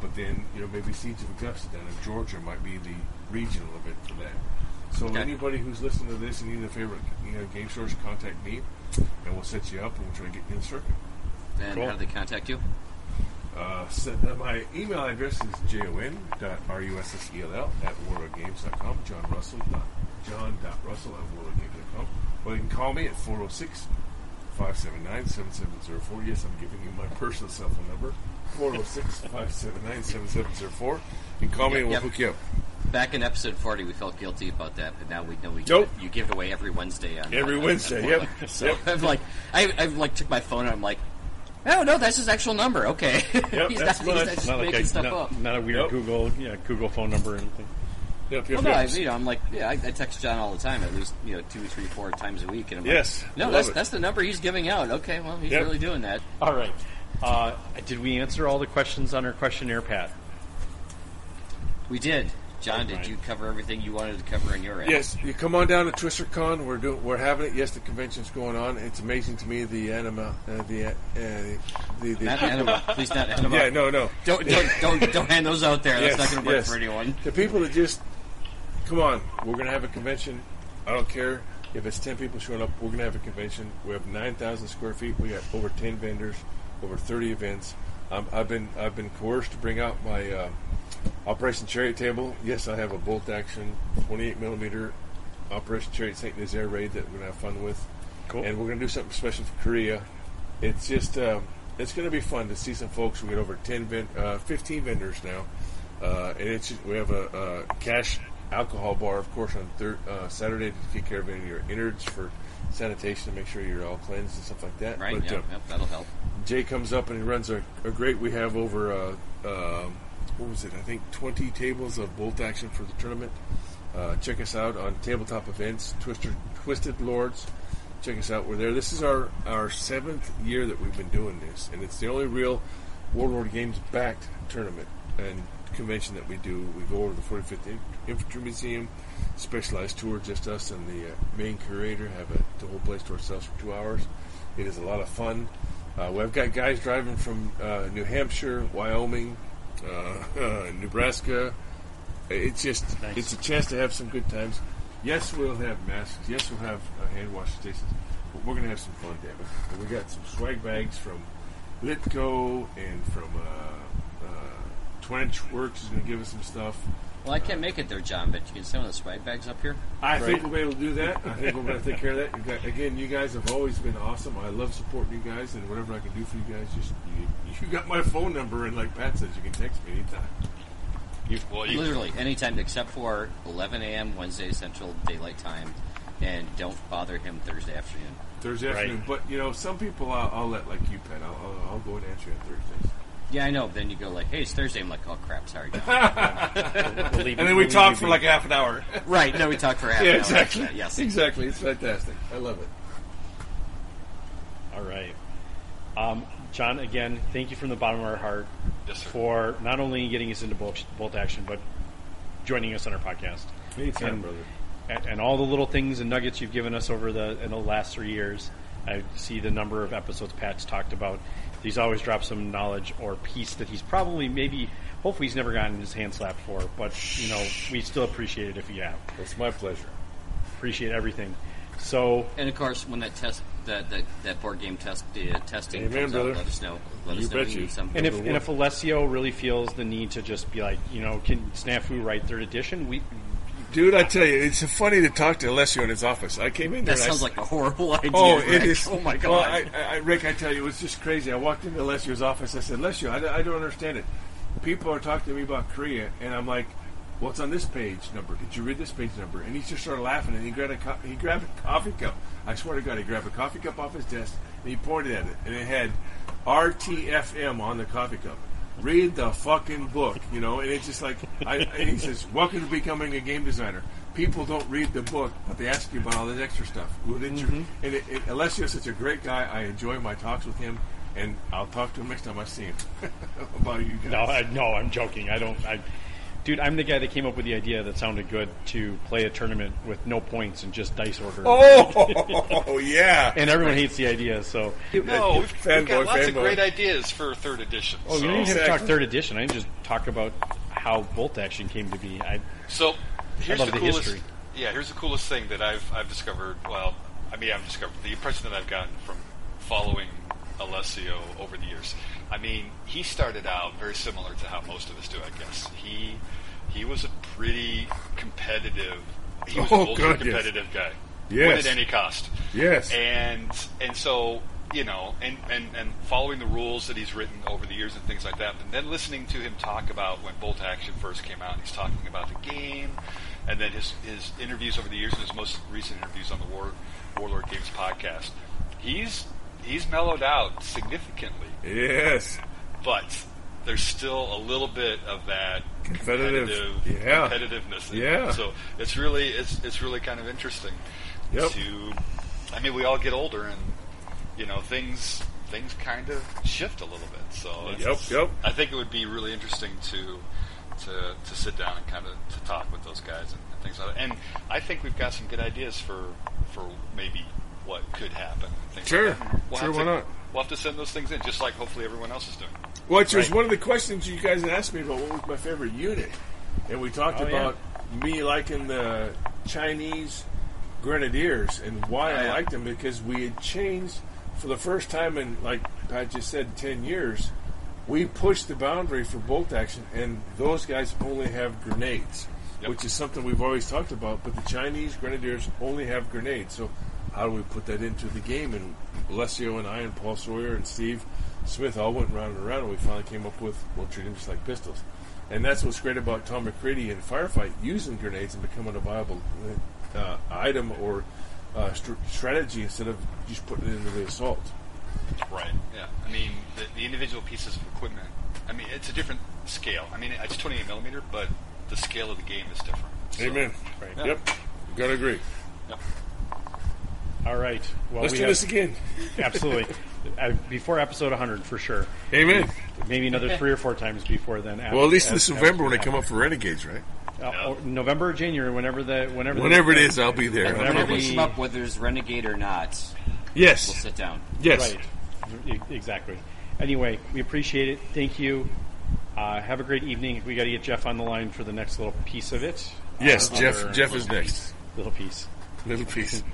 B: But then you know maybe Siege of Augusta down in Georgia might be the regional event for that. So
D: Okay.
B: anybody who's listening to this and need a favorite you know game stores, contact me, and we'll set you up and we'll try to get you in the circuit.
D: And
A: Cool.
D: how do they contact you?
B: Uh, so, uh, my email address is jon.russell E at warlordgames.com, John Russell. Dot, John dot Russell at warlordgames.com. Or you can call me at 406 579 7704. Yes, I'm giving you my personal cell phone number 406 579 7704. You can call me and we'll
D: Yep.
B: hook you up.
D: Back in episode 40, we felt guilty about that, but now we know we
B: Nope.
D: you give it away every Wednesday. On,
B: Every
D: on- on-
B: Wednesday,
D: on
B: yep.
D: Portland. So
B: Yep.
D: I'm like, I, I like took my phone and I'm like, oh, no, no, that's his actual number. Okay,
B: Yep,
D: he's
B: that's
D: not, he's
B: mine.
D: not just
A: Not like
D: making
A: a,
D: stuff
A: not,
D: up.
A: not a weird
B: Nope.
A: Google, yeah, Google phone number or anything.
B: Yep,
D: Well,
B: yep,
D: no, I,
B: yep.
D: you know, I'm like, yeah, I, I text John all the time, at least you know, two, three, four times a week, and I'm
B: Yes,
D: like, no,
B: love
D: that's
B: it.
D: that's the number he's giving out. Okay, well, he's
B: Yep.
D: really doing that.
A: All right. Uh, did we answer all the questions on our questionnaire, Pat?
D: We did, John. Did
A: Right.
D: you cover everything you wanted to cover in your end?
B: Yes, you come on down to TwisterCon. We're doing, we're having it. Yes, the convention's going on. It's amazing to me the anima, uh, the, uh, the the
D: Not animal. Please not animal.
B: Yeah, no, no.
D: Don't don't don't don't hand those out there.
B: Yes,
D: That's not going to work
B: yes.
D: for anyone.
B: The people that just come on, we're gonna have a convention. I don't care If it's ten people showing up, we're going to have a convention. We have nine thousand square feet. We got over ten vendors, over thirty events. Um, I've been I've been coerced to bring out my uh, Operation Chariot table. Yes, I have a bolt action twenty eight millimeter Operation Chariot Saint Niz air raid that we're going to have fun with.
A: Cool.
B: And we're going to do something special for Korea. It's just um, it's going to be fun to see some folks. We got over 10 ven- uh, 15 vendors now, uh, and it's we have a, uh cash alcohol bar, of course, on thir- uh, Saturday to take care of any of your innards for sanitation to make sure you're all cleansed and stuff like that.
D: Right?
B: But,
D: yeah,
B: uh,
D: yep, that'll help.
B: Jay comes up and he runs a, a great. We have over uh, um what was it? I think twenty tables of bolt action for the tournament. Uh, check us out on Tabletop Events, Twister, Twisted Lords. Check us out. We're there. This is our our seventh year that we've been doing this, and it's the only real Warlord Games backed tournament and convention that we do. We go over to the 45th In- Infantry Museum, specialized tour, just us and the uh, main curator have a, the whole place to ourselves for two hours. It is a lot of fun. Uh, we've got guys driving from uh, New Hampshire, Wyoming, uh, Nebraska. It's just
A: Nice.
B: it's a chance to have some good times. Yes, we'll have masks. Yes, we'll have uh, hand wash stations. But we're gonna have some fun, damn it. And we got some swag bags from Litco and from uh, uh, Twench Works is gonna give us some stuff.
D: Well, I can't make it there, John, but you can send one of the swag bags up here.
B: I
A: Right.
B: think we'll be able to do that. I think we're going to take care of that. You got- again, you guys have always been awesome. I love supporting you guys, and whatever I can do for you guys, just you, you got my phone number, and like Pat says, you can text me anytime.
C: Well, you,
D: Literally anytime except for 11 a.m. Wednesday Central Daylight Time, and don't bother him Thursday afternoon.
B: Thursday
A: Right.
B: afternoon, but you know, some people I'll, I'll let like you, Pat. I'll, I'll, I'll go and answer you on Thursdays.
D: Yeah, I know. Then you go like, "Hey, it's Thursday." I'm like, "Oh crap, sorry." John."
A: We'll leave-
B: And then
A: we'll
B: we
A: leave
B: talk
A: you
B: for
A: be.
B: like half an hour.
D: right? No, we talked for half an
B: yeah,
D: hour.
B: exactly.
D: after that, Yes.
B: exactly. It's fantastic. I love it.
A: All right. Um, John, again, thank you from the bottom of our heart
C: Yes, sir.
A: for not only getting us into bolt, bolt action, but joining us on our podcast.
B: Anytime,
A: and,
B: brother.
A: And, and all the little things and nuggets you've given us over the in the last three years. I see the number of episodes Pat's talked about. He's always dropped some knowledge or piece that he's probably maybe, hopefully, he's never gotten his hand slapped for. But you know, we still appreciate it if you have.
B: It's my pleasure.
A: Appreciate everything. So
D: And of course, when that test, that that, that board game test, the uh, testing
B: Amen,
D: comes
B: brother.
D: out, let us know. Let
B: You
D: us know
B: bet
D: we
B: you.
D: need something.
A: And if
B: Number
A: and
B: one.
A: if Alessio really feels the need to just be like, you know, can snafu write third edition? We
B: Dude, I tell you, it's funny to talk to Alessio in his office. I came in there
D: that
B: and I
D: sounds like a horrible idea.
B: Oh,
D: Rick.
B: it is.
D: Oh my god.
B: Well, I, I, I- Rick, I tell you, it was just crazy. I walked into Lesio's office. I said, Lesio, I, I don't understand it. People are talking to me about Korea, and I'm like, "What's on this page number? Did you read this page number?" And he just started laughing, and he grabbed a co- he grabbed a coffee cup. I swear to God, he grabbed a coffee cup off his desk and he pointed at it, and it had RTFM on the coffee cup. Read the fucking book, you know. And it's just like, I, and he says, "Welcome to becoming a game designer." people don't read the book, but they ask you about all this extra stuff. Well, didn't you?
C: Mm-hmm.
B: And it, it, Alessio's such a great guy. I enjoy my talks with him, and I'll talk to him next time I see him about you guys.
A: no, I, no, I'm joking. I don't. I, dude, I'm the guy that came up with the idea that sounded good to play a tournament with no points and just dice order.
B: oh, yeah.
A: and everyone hates the idea. So
C: no, we've, we've
B: Fanboy,
C: got lots of
B: fanboy.
C: great ideas for third edition.
A: oh,
C: so,
A: you didn't even have to talk
B: Exactly.
A: third edition. I just talk about how bolt action came to be. I
C: So here's
A: love
C: the
A: the
C: coolest.
A: history.
C: Yeah, here's the coolest thing that I've I've discovered. Well, I mean, I've discovered the impression that I've gotten from following Alessio over the years. I mean, he started out very similar to how most of us do, I guess. He he was a pretty competitive. He was
B: Oh,
C: an
B: God,
C: ultra
B: yes.
C: competitive guy. Win
B: Yes.
C: at any cost.
B: Yes.
C: And and so you know, and, and, and following the rules that he's written over the years and things like that, and then listening to him talk about when Bolt Action first came out, and he's talking about the game, and then his, his interviews over the years, and his most recent interviews on the War, Warlord Games podcast, he's he's mellowed out significantly,
B: Yes.
C: but there's still a little bit of that
B: Competitive.
C: competitive-
B: Yeah.
C: competitiveness. in it.
B: Yeah.
C: So it's really it's it's really kind of interesting
B: Yep.
C: to I mean we all get older and you know things things kind of shift a little bit. So it's-
B: Yep, yep.
C: I think it would be really interesting to to to sit down and kind of to talk with those guys and, and things like that. And I think we've got some good ideas for for maybe what could happen. and things
B: Sure.
C: Like that.
B: Sure,
C: have
B: why
C: to-
B: not?
C: We'll have to send those things in, just like hopefully everyone else is doing.
B: Which was one of the questions you guys had asked me about what was my favorite unit. And we talked
A: Oh, yeah.
B: about me liking the Chinese Grenadiers and why I
D: Yeah.
B: liked them because we had changed for the first time in, like Pat just said, 10 years. We pushed the boundary for bolt action, and those guys only have grenades,
C: Yep.
B: which is something we've always talked about. But the Chinese Grenadiers only have grenades. So, how do we put that into the game? And Alessio and I, and Paul Sawyer and Steve Smith all went round and round, and we finally came up with we'll treat them just like pistols. And that's what's great about Tom McCready in Firefight using grenades and becoming a viable uh, item or uh, str strategy instead of just putting it into the assault.
C: Right. Yeah. I mean, the, the individual pieces of equipment. I mean, it's a different scale. I mean, it's 28 millimeter, but the scale of the game is different. So-
B: Right.
C: Yeah.
B: Yep. Gotta agree.
C: Yep.
A: All right. Well,
B: Let's
A: we
B: do
A: have,
B: this again.
A: absolutely uh, before episode 100 for sure.
B: Amen.
A: Maybe another three or four times before then. af-
B: Well, at least
A: af-
B: this
A: af-
B: November when I
A: af-
B: come up for Renegades, right?
A: uh, or November, or January, whenever the whenever the-
B: Whenever it is, uh, I'll be there.
A: Whenever
D: Whenever
A: we-
D: we come up, whether it's Renegade or not, we'll
B: Yes.
D: sit down.
B: Yes.
A: Right. E- Exactly. Anyway, we appreciate it. Thank you. Uh, have a great evening. We got to get Jeff on the line for the next little piece of it.
B: Yes.
A: Uh,
B: Jeff.
A: other
B: Jeff is next.
A: Little piece.
B: Little piece.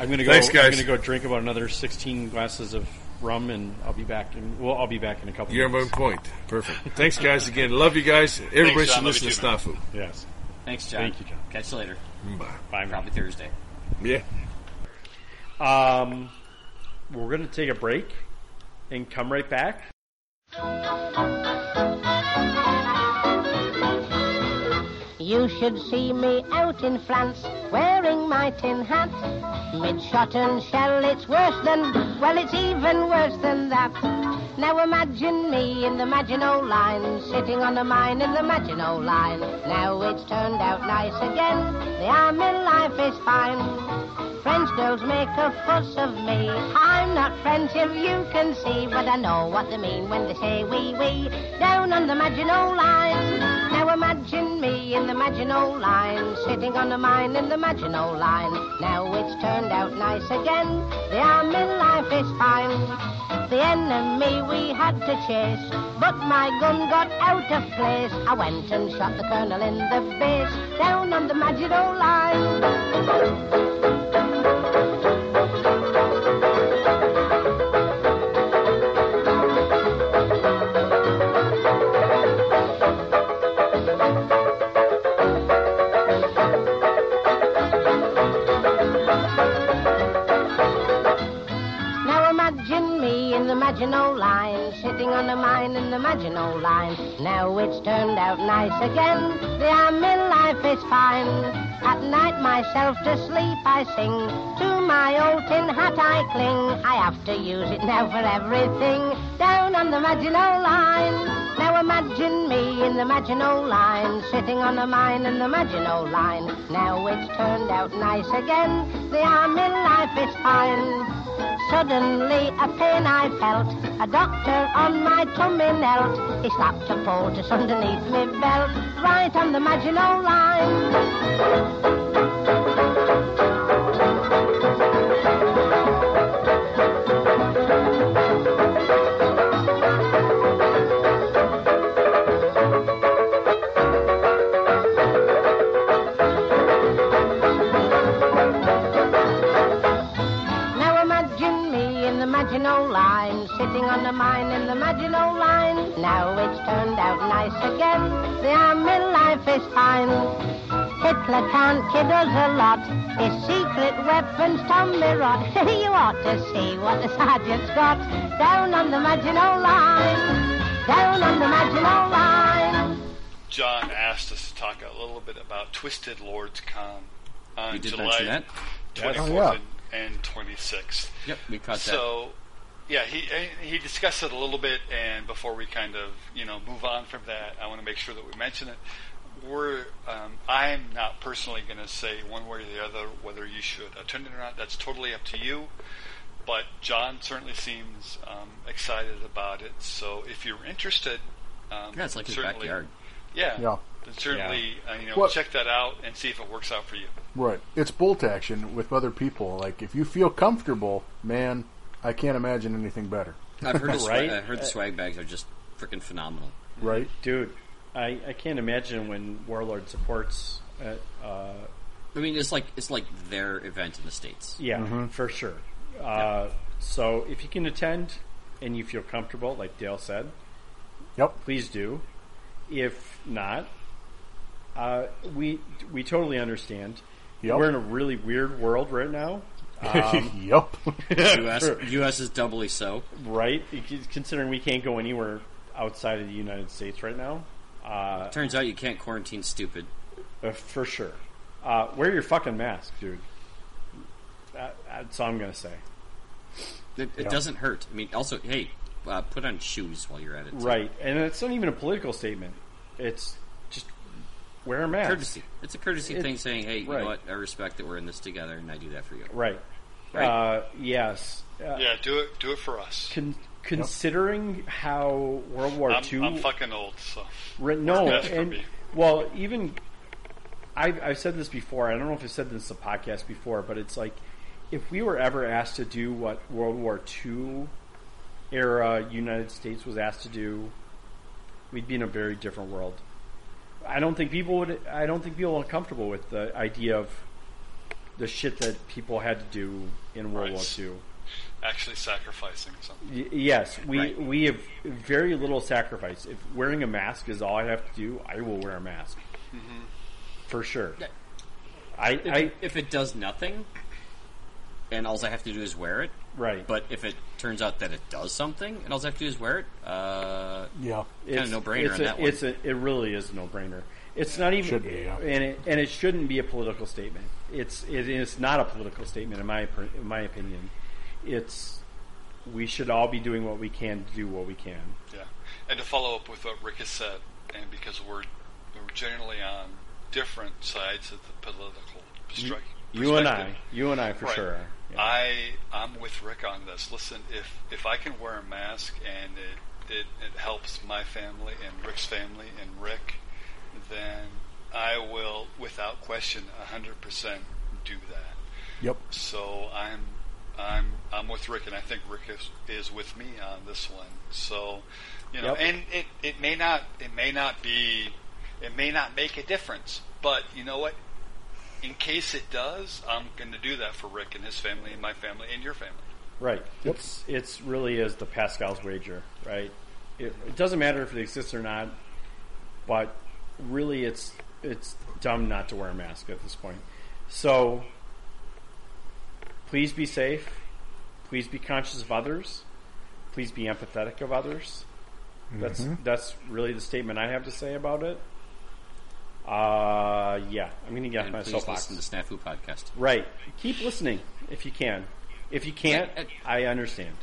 A: I'm gonna go.
B: Thanks, guys.
A: I'm gonna go drink about another 16 glasses of rum, and I'll be back. And well, I'll be back in a couple.
B: You're on
A: minutes.
B: point. Perfect. Thanks, guys. Again, love you guys. Everybody
C: Thanks,
B: should
C: John. Love
B: listen to
C: you
B: Snafu.
A: Yes.
D: Thanks, John.
A: Thank you, John.
D: Catch you later.
B: Bye.
A: Bye, man.
D: Probably Thursday.
B: Yeah.
A: Um, we're gonna take a break and come right back.
E: You should see me out in France wearing my tin hat. Mid shot and shell, it's worse than, well, it's even worse than that. Now imagine me in the Maginot Line, sitting on a mine in the Maginot Line. Now it's turned out nice again, the army life is fine. French girls make a fuss of me. I'm not French if you can see, but I know what they mean when they say wee wee down on the Maginot Line. Now imagine me in the Maginot Line, sitting on a mine in the Maginot Line. Now it's turned out nice again. The army life is fine. The enemy we had to chase, but my gun got out of place. I went and shot the colonel in the face down on the Maginot Line. Now imagine me in the Maginot Line, sitting on a mine in the Maginot Line. Now it's turned out nice again, the army life is fine. At night myself to sleep I sing, to my old tin hat I cling. I have to use it now for everything, down on the Maginot Line. Now imagine me in the Maginot Line, sitting on a mine in the Maginot Line. Now it's turned out nice again, the army life is fine. Suddenly a pain I felt, a doctor on my tummy knelt. He slapped a poultice underneath my belt, right on the Maginot Line. Now imagine me in the Maginot Line, sitting on a mine in the Maginot Line. Now it's turned out nice again, the army life is fine. Hitler can't kid us a lot, his secret weapon's Tommy Rod. you ought to see what the sergeant's got down on the Maginot Line, down on the Maginot Line.
C: John asked us to talk a little bit about Twisted Lords Con on
D: You did mention
C: July
D: that.
C: 24th
F: Oh, yeah.
C: and, and 26th.
D: Yep, we caught
C: So, yeah, he he discussed it a little bit, and before we kind of you know move on from that, I want to make sure that we mention it. We're um, I'm not personally going to say one way or the other whether you should attend it or not. That's totally up to you. But John certainly seems um, excited about it. So if you're interested, um,
D: that. Yeah, it's like his
C: certainly,
D: backyard.
C: Yeah,
F: Yeah.
C: then certainly Uh, you know
F: What-
C: check that out and see if it works out for you.
F: Right. It's bolt action with other people. Like if you feel comfortable, man, I can't imagine anything better.
D: I've heard, the swa-
A: Right? Uh,
D: I heard the swag bags are just freaking phenomenal.
F: Right?
A: Dude, I, I can't imagine when Warlord supports at, uh,
D: I mean, it's like it's like their event in the states.
A: Yeah,
F: Mm-hmm.
A: for sure. Uh, So if you can attend and you feel comfortable, like Dale said,
F: Yep.
A: please do. If not, uh, we we totally understand.
F: Yep.
A: We're in a really weird world right now,
F: yep.
D: U.S. U.S. is doubly so.
A: right? Considering we can't go anywhere outside of the United States right now, uh,
D: Turns out you can't quarantine stupid.
A: uh, for sure. Uh, wear your fucking mask, dude. Uh, that's all I'm gonna say.
D: It, it doesn't hurt. I mean, also, hey, uh, put on shoes while you're at it.
A: Right, and it's not even a political statement. It's just wear a mask.
D: Courtesy. It's a courtesy
A: It-
D: thing saying, hey, you
A: right.
D: know what? I respect that we're in this together, and I do that for you.
A: Right.
D: Right.
A: Uh, yes. Uh,
C: Yeah, do it. Do it for us.
A: con- considering how World War
C: I'm,
A: II
C: I'm fucking old, so
A: Re- no,
C: That's for
A: and
C: me.
A: well, even I've, I've said this before. I don't know if I've said this in the podcast before, but it's like if we were ever asked to do what World War II era United States was asked to do, we'd be in a very different world. I don't think people would. I don't think people are comfortable with the idea of the shit that people had to do in World
C: Right.
A: War II.
C: actually sacrificing something.
A: Y- yes, we
D: Right.
A: we have very little sacrifice. If wearing a mask is all I have to do, I will wear a mask
D: Mm-hmm.
A: for sure.
D: Yeah.
A: I,
D: If,
A: I
D: if it does nothing, and all I have to do is wear it,
A: right,
D: but if it turns out that it does something, and all I have to do is wear it, uh,
F: yeah.
A: it's
D: no-brainer
A: It's
D: on
A: a,
D: that one.
A: it's a, it really is a no brainer. It's not even
F: Should be, yeah.
A: and it, and it shouldn't be a political statement. It's it is not a political statement in my per- in my opinion. It's we should all be doing what we can to do what we can.
C: Yeah, and to follow up with what Rick has said, and because we're we're generally on different sides of the political strike.
A: You and I,
C: perspective.
A: you and I for
C: Right.
A: sure. Yeah.
C: I I'm with Rick on this. Listen, if if I can wear a mask and it it, it helps my family and Rick's family and Rick, then I will, without question, hundred percent do that.
F: Yep.
C: So I'm I'm I'm with Rick, and I think Rick is, is with me on this one. So you
A: Yep.
C: know, and it, it may not it may not be it may not make a difference, but you know what? In case it does, I'm going to do that for Rick and his family, and my family, and your family.
A: Right. It's it's really is the Pascal's wager, right? It, it doesn't matter if it exists or not, but really it's it's dumb not to wear a mask at this point. So please be safe. Please be conscious of others. Please be empathetic of others. That's that's really the statement I have to say about it. Uh, yeah, I'm gonna get off
D: and
A: my
D: please
A: soapbox.
D: listen to Snafu Podcast.
A: Right. Keep listening if you can. If you can't,
D: And-
A: I understand.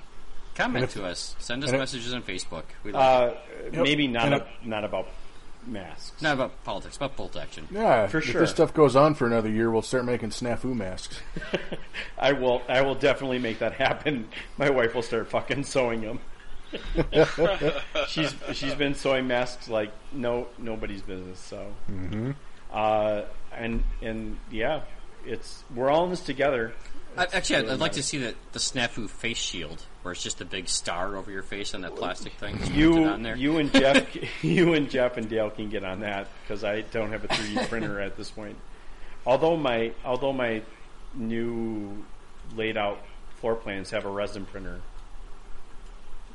D: Comment
F: if-
D: to us. Send us
F: and if-
D: messages on Facebook. We like
A: Uh, Maybe
F: And
A: not
F: if-
A: ab- not about masks.
D: it. Not about politics, about bolt action.
F: Yeah.
A: For
F: If
A: sure.
F: this stuff goes on for another year, we'll start making snafu masks.
A: I will. I will definitely make that happen. My wife will start fucking sewing them. she's she's been sewing masks like no nobody's business. So, uh, and and yeah, it's we're all in this together.
D: I, actually, I'd,
A: really
D: I'd like to see that the Snafu face shield, where it's just a big star over your face on that plastic thing. that's printed
A: You,
D: on there.
A: you and Jeff, you and Jeff and Dale can get on that because I don't have a 3D printer at this point. Although my although my new laid out floor plans have a resin printer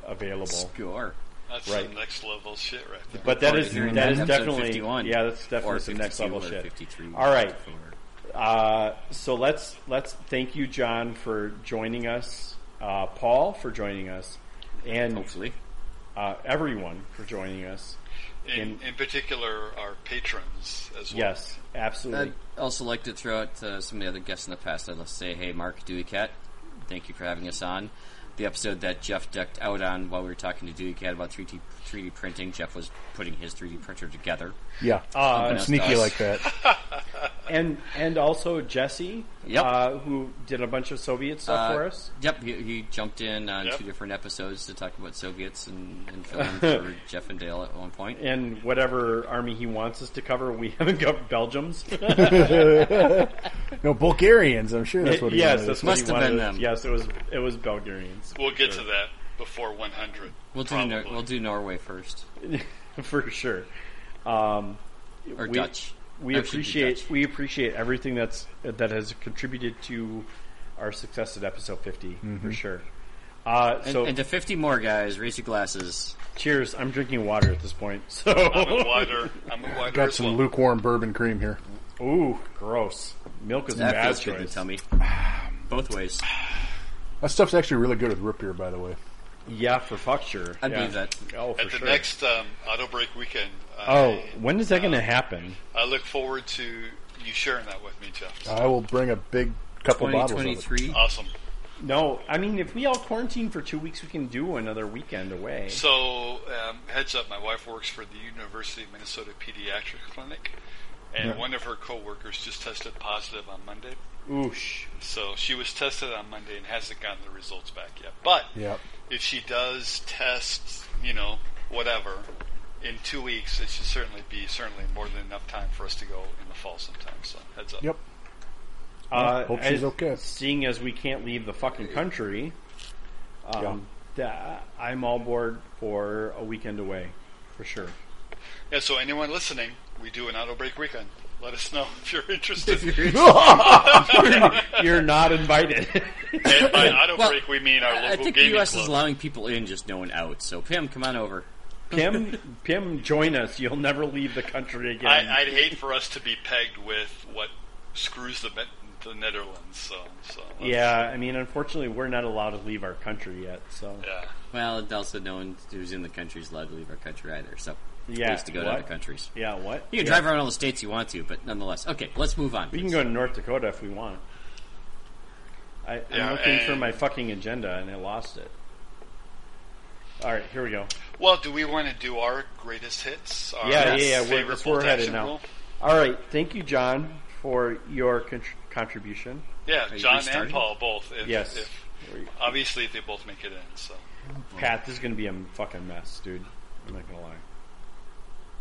A: available,
D: score.
C: That's
A: Right.
C: the next level shit right there.
A: but that
D: Or
A: is
D: if you're in
A: that is
D: episode
A: definitely
D: 51,
A: yeah that's
D: or
A: definitely some next
D: 52,
A: level
D: or
A: shit.
D: 53,
A: All right,
D: 54.
A: uh, so let's let's thank you, John, for joining us, uh, Paul for joining us, and
D: Hopefully.
A: uh, everyone for joining us.
C: in, in particular, our patrons as well.
A: Yes, absolutely.
D: I'd also like to throw out to some of the other guests in the past. I'd like to say, hey, Mark Dewey Cat, thank you for having us on. The episode that Jeff ducked out on while we were talking to Dewey Cat about 3D, 3D printing, Jeff was putting his 3D printer together.
F: Yeah.
A: Uh,
F: I'm sneaky
D: us.
F: like that.
A: and and also Jesse,
D: Yep.
A: uh, who did a bunch of Soviet stuff
D: Uh,
A: for us.
D: Yep, he, he jumped in on
C: Yep.
D: two different episodes to talk about Soviets and, and filmed for Jeff and Dale at one point.
A: And whatever army he wants us to cover, we haven't covered Belgium's.
F: No, Bulgarians. I'm sure that's what he
A: yes,
F: wanted.
A: that's
D: Must
A: what he
D: have been
A: wanted.
D: them.
A: Yes, it was it was Bulgarians
C: We'll get to that before 100.
D: We'll do
C: probably.
D: Nor- we'll do Norway first
A: for sure. Um,
D: or
A: we-
D: Dutch.
A: we
D: That should be
A: appreciate
D: touched.
A: we appreciate everything that's that has contributed to our success at episode 50 for sure. Uh,
D: Mm-hmm. And,
A: so
D: and to 50 more guys, raise your glasses.
A: cheers! I'm drinking water at this point. So
C: I'm a wider. I'm a wider
F: Got
C: as
F: some
C: well.
F: lukewarm bourbon cream here.
A: ooh, gross. Milk is a
D: That
A: bad
D: feels good in the
A: choice.
D: tummy. Both ways.
F: That stuff's actually really good with root beer, by the way.
A: Yeah, for fuck sure.
D: I
A: yeah.
D: believe that.
A: Oh, for
C: At the
A: sure.
C: next Uh, um, auto break weekend. I,
A: oh, when is that going to happen?
C: I look forward to you sharing that with me, Jeff.
F: I will bring a big couple bottles of it.
D: 2023.
C: Awesome.
A: No, I mean, if we all quarantine for two weeks, we can do another weekend away.
C: So, um, heads up, my wife works for the University of Minnesota Pediatric Clinic, and one of her coworkers just tested positive on Monday.
A: Oosh.
C: So she was tested on Monday and hasn't gotten the results back yet. But
F: Yep.
C: if she does test, you know, whatever, in two weeks, it should certainly be certainly more than enough time for us to go in the fall sometime. So heads up.
F: Yep.
A: Uh,
F: hope she's
A: as-
F: okay.
A: Seeing as we can't leave the fucking country,
F: Yeah.
A: um, da- I'm all board for a weekend away, for sure.
C: Yeah. So anyone listening, we do an auto break weekend. Let us know if you're interested.
A: You're not invited.
C: and by auto
D: Well,
C: break, we mean our
D: I I
C: local
D: think the
C: gaming
D: U.S.
C: club.
D: is allowing people in, just no one out. So, Pim, come on over.
A: Pim, Pim, join us. You'll never leave the country again.
C: I, I'd hate for us to be pegged with what screws the, Met- the Netherlands. So, so let's-
A: yeah, I mean, unfortunately, we're not allowed to leave our country yet. So
C: yeah.
D: Well, and also no one who's in the country is allowed to leave our country either. So,
A: Yeah,
D: needs to go to
A: what?
D: other countries.
A: yeah, what?
D: You can
A: Yeah.
D: drive around all the states you want to, but nonetheless. Okay, let's move on.
A: We can
D: please.
A: go to North Dakota if we want. I, I'm
C: Yeah,
A: looking for
C: and-
A: my fucking agenda and I lost it. All right, here we go.
C: Well, do we want to do our greatest hits? Our
A: Yeah, yeah, yeah. We're,
C: Favorite
A: that's where we're headed
C: protection
A: now.
C: rule?
A: All right. Thank you, John, for your con- contribution.
C: Yeah,
D: you
C: John and
D: restarting?
C: Paul both. If,
A: Yes.
C: If, obviously, they both make it in. So
A: Pat, this is going to be a fucking mess, dude. I'm not going to lie.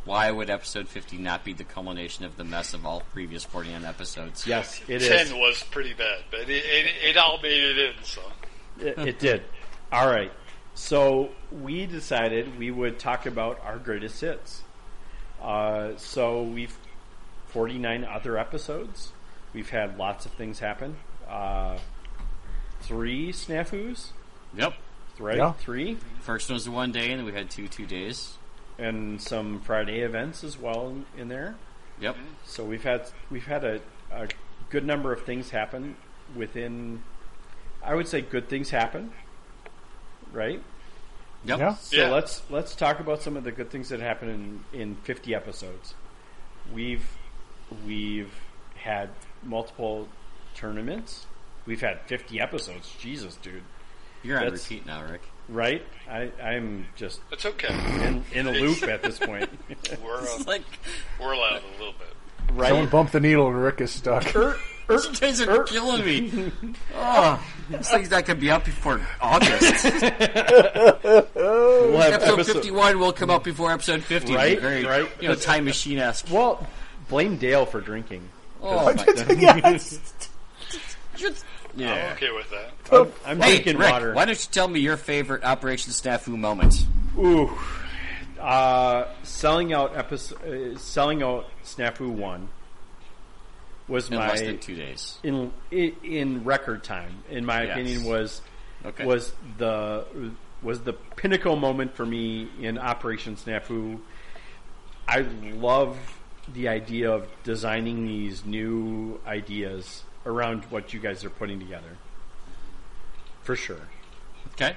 D: Why would episode 50 not be the culmination of the mess of all previous 49 episodes?
A: Yes, it
C: ten
A: is.
C: was pretty bad, but it, it, it all made it in. So
A: It, it did. All right. So we decided we would talk about our greatest hits. Uh, so we've 49 other episodes. We've had lots of things happen. Uh, three snafus,
D: Yep.
A: right?
F: Yeah.
A: Three.
D: First one was the one day, and then we had two two days.
A: And some Friday events as well in, in there.
D: Yep.
A: So we've had we've had a, a good number of things happen within. I would say good things happen, right?
D: Yep.
F: Yeah.
A: So
C: Yeah.
A: let's let's talk about some of the good things that happened in, in 50 episodes. We've we've had multiple tournaments. We've had 50 episodes. Jesus, dude,
D: You're on
A: That's-
D: repeat now, Rick.
A: right? I I'm just
C: it's okay.
A: in, in a loop at this point,
C: We're uh,
D: It's like,
C: we're allowed a little bit.
F: Don't
A: right?
F: bump the needle, Rick is stuck.
D: you guys are
A: Er.
D: killing me. Oh, this thing's not going to be up before August.
A: We'll have
D: episode,
A: episode-
D: 51 will come out before episode 50.
A: Right,
D: Very,
A: right.
D: You know, time machine esque.
A: Well, blame Dale for drinking.
D: Oh, my God.
C: I'm
D: Yeah.
C: okay with that.
A: I'm, I'm
D: Hey,
A: drinking
D: Rick,
A: water.
D: why don't you tell me your favorite Operation Snafu moment?
A: Ooh, uh, selling out episode, uh, selling out Snafu One was
D: In
A: my
D: less than two days.
A: in i- in record time. In my
D: Yes.
A: opinion, was
D: Okay.
A: was the was the pinnacle moment for me in Operation Snafu. I love the idea of designing these new ideas around what you guys are putting together, for sure.
D: Okay.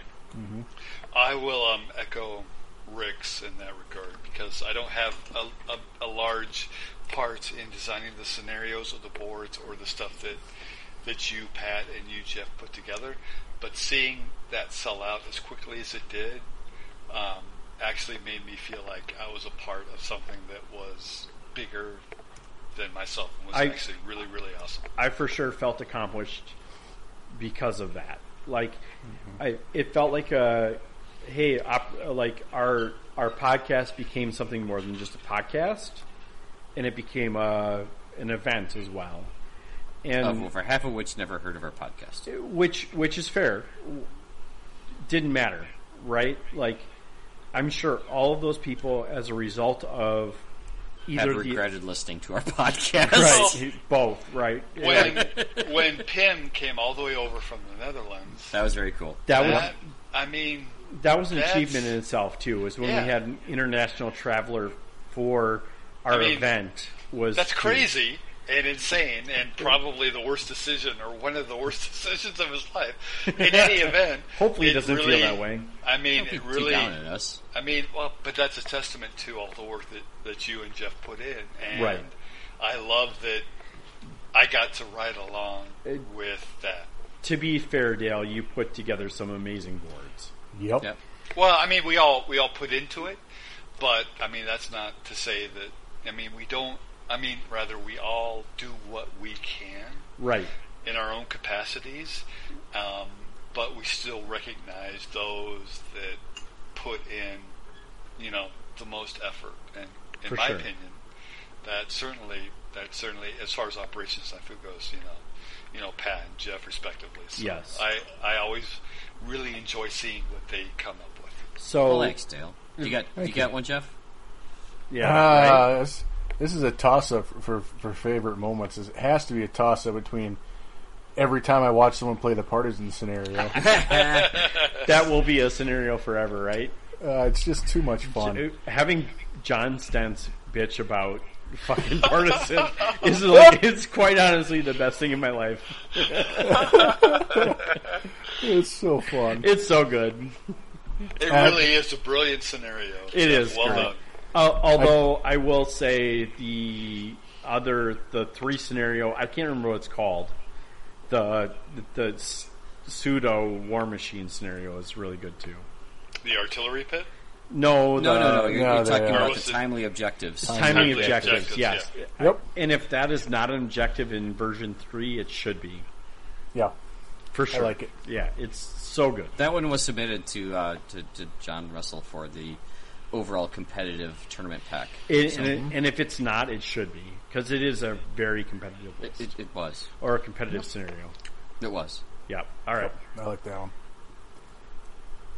C: I will um, echo Rick's in that regard because I don't have a, a, a large part in designing the scenarios or the boards or the stuff that that you, Pat, and you, Jeff, put together. But seeing that sell out as quickly as it did um, actually made me feel like I was a part of something that was bigger than myself and was
A: I-
C: actually really, really awesome.
A: I for sure felt accomplished because of that. Like, I it felt like a hey, op, like our our podcast became something more than just a podcast, and it became a an event as well.
D: Of
A: And
D: Uh, over half of which never heard of our podcast.
A: which which is fair. Didn't matter, right? Like, I'm sure all of those people, as a result of
D: have
A: either the
D: regretted listening to our podcast.
A: right, he- both right.
C: When when Pim came all the way over from the Netherlands,
D: That was very cool.
A: That was
C: that, I mean,
A: that was an
C: That's-
A: achievement in itself too. Was when
C: Yeah.
A: we had an international traveler for our
C: I mean,
A: event. Was
C: that's
A: to-
C: crazy and insane and probably the worst decision or one of the worst decisions of his life. In any event,
A: Hopefully it doesn't feel
C: really-
A: that way.
C: I mean,
D: Don't be
C: it
D: too
C: really.
D: down at us.
C: I mean, well, but that's a testament to all the work that, that you and Jeff put in, and
A: Right.
C: I love that I got to ride along
A: It-
C: with that.
A: To be fair, Dale, you put together some amazing boards.
F: Yep.
D: Yep.
C: Well, I mean, we all we all put into it, but I mean, that's not to say that. I mean, we don't. I mean, rather, we all do what we can
A: Right.
C: in our own capacities, um, but we still recognize those that put in, you know, the most effort. And in
A: For
C: my
A: sure.
C: opinion, that certainly, that certainly, as far as operations I feel goes, you know, you know, Pat and Jeff respectively. So
A: Yes.
C: I, I always really enjoy seeing what they come up with.
A: So
D: Relax, Dale. You got you got one, Jeff?
A: yeah, right?
F: Uh, this, this is a toss up for, for favorite moments. It has to be a toss up between every time I watch someone play the partisan scenario. Uh,
A: that will be a scenario forever, right? Uh,
F: uh, it's just too much fun.
A: Having John Stentz bitch about fucking partisan is like it's quite honestly the best thing in my life.
F: It's so fun.
A: It's so good.
C: It
F: Uh,
C: really is a brilliant scenario.
A: It is
C: well
A: great.
C: done.
A: Uh, although I, will say the other the three scenario I can't remember what it's called. The the, s- pseudo war machine scenario is really good too.
C: The artillery pit.
A: Uh, No,
D: No,
A: the,
D: no, no. You're,
F: no,
D: you're
F: the,
D: talking
F: uh,
D: about
C: Carlos
D: the
C: is-
D: timely objectives.
A: Timing
C: Timely
A: objectives,
C: objectives,
A: yes.
F: Yep.
A: And if that is not an objective in version three, it should be.
F: Yeah.
A: For sure.
F: like it.
A: Yeah, it's so good.
D: That one was submitted to, uh, to to John Russell for the overall competitive tournament pack.
A: It, and, it- and if it's not, it should be. Because it is a very competitive
D: It,
A: list.
D: it, it was.
A: or a competitive scenario.
D: It was.
A: Yeah. All right.
F: I like that one.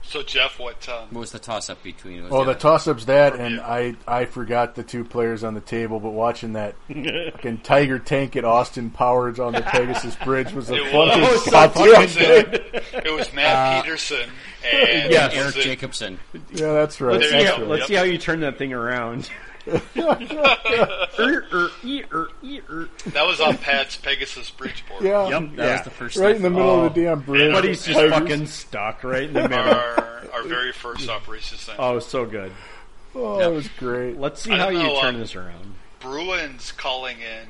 C: So Jeff, what? Um,
D: What was the toss up between? It was
F: Oh, the toss up's that, and
C: Yeah.
F: I I forgot the two players on the table, but watching that fucking Tiger tank at Austin Powers on the Pegasus Bridge was a
C: It
F: fucking
C: was.
F: goddamn thing.
C: it was
D: Uh,
C: Matt Peterson and
A: Yes.
D: Eric
C: was it-
D: Jacobson.
F: Yeah, that's right.
A: Let's,
C: There
A: see
C: you
A: how,
C: go.
A: let's
C: Yep.
A: see how you turn that thing around. er, er, ee, er, ee, er.
C: That was on Pat's Pegasus Bridge board.
F: Yeah,
A: Yep.
D: That
A: yeah.
D: was the first.
F: right in the
D: thing.
F: middle
A: Oh.
F: of the damn bridge.
A: But he's just
F: Tigers.
A: fucking stuck right in the middle.
C: Our, our very first operations center.
A: Oh, so good.
F: Oh, it was great.
A: Let's see
C: I
A: how
C: don't
A: you
C: know,
A: turn
C: um,
A: this around.
C: Bruins calling in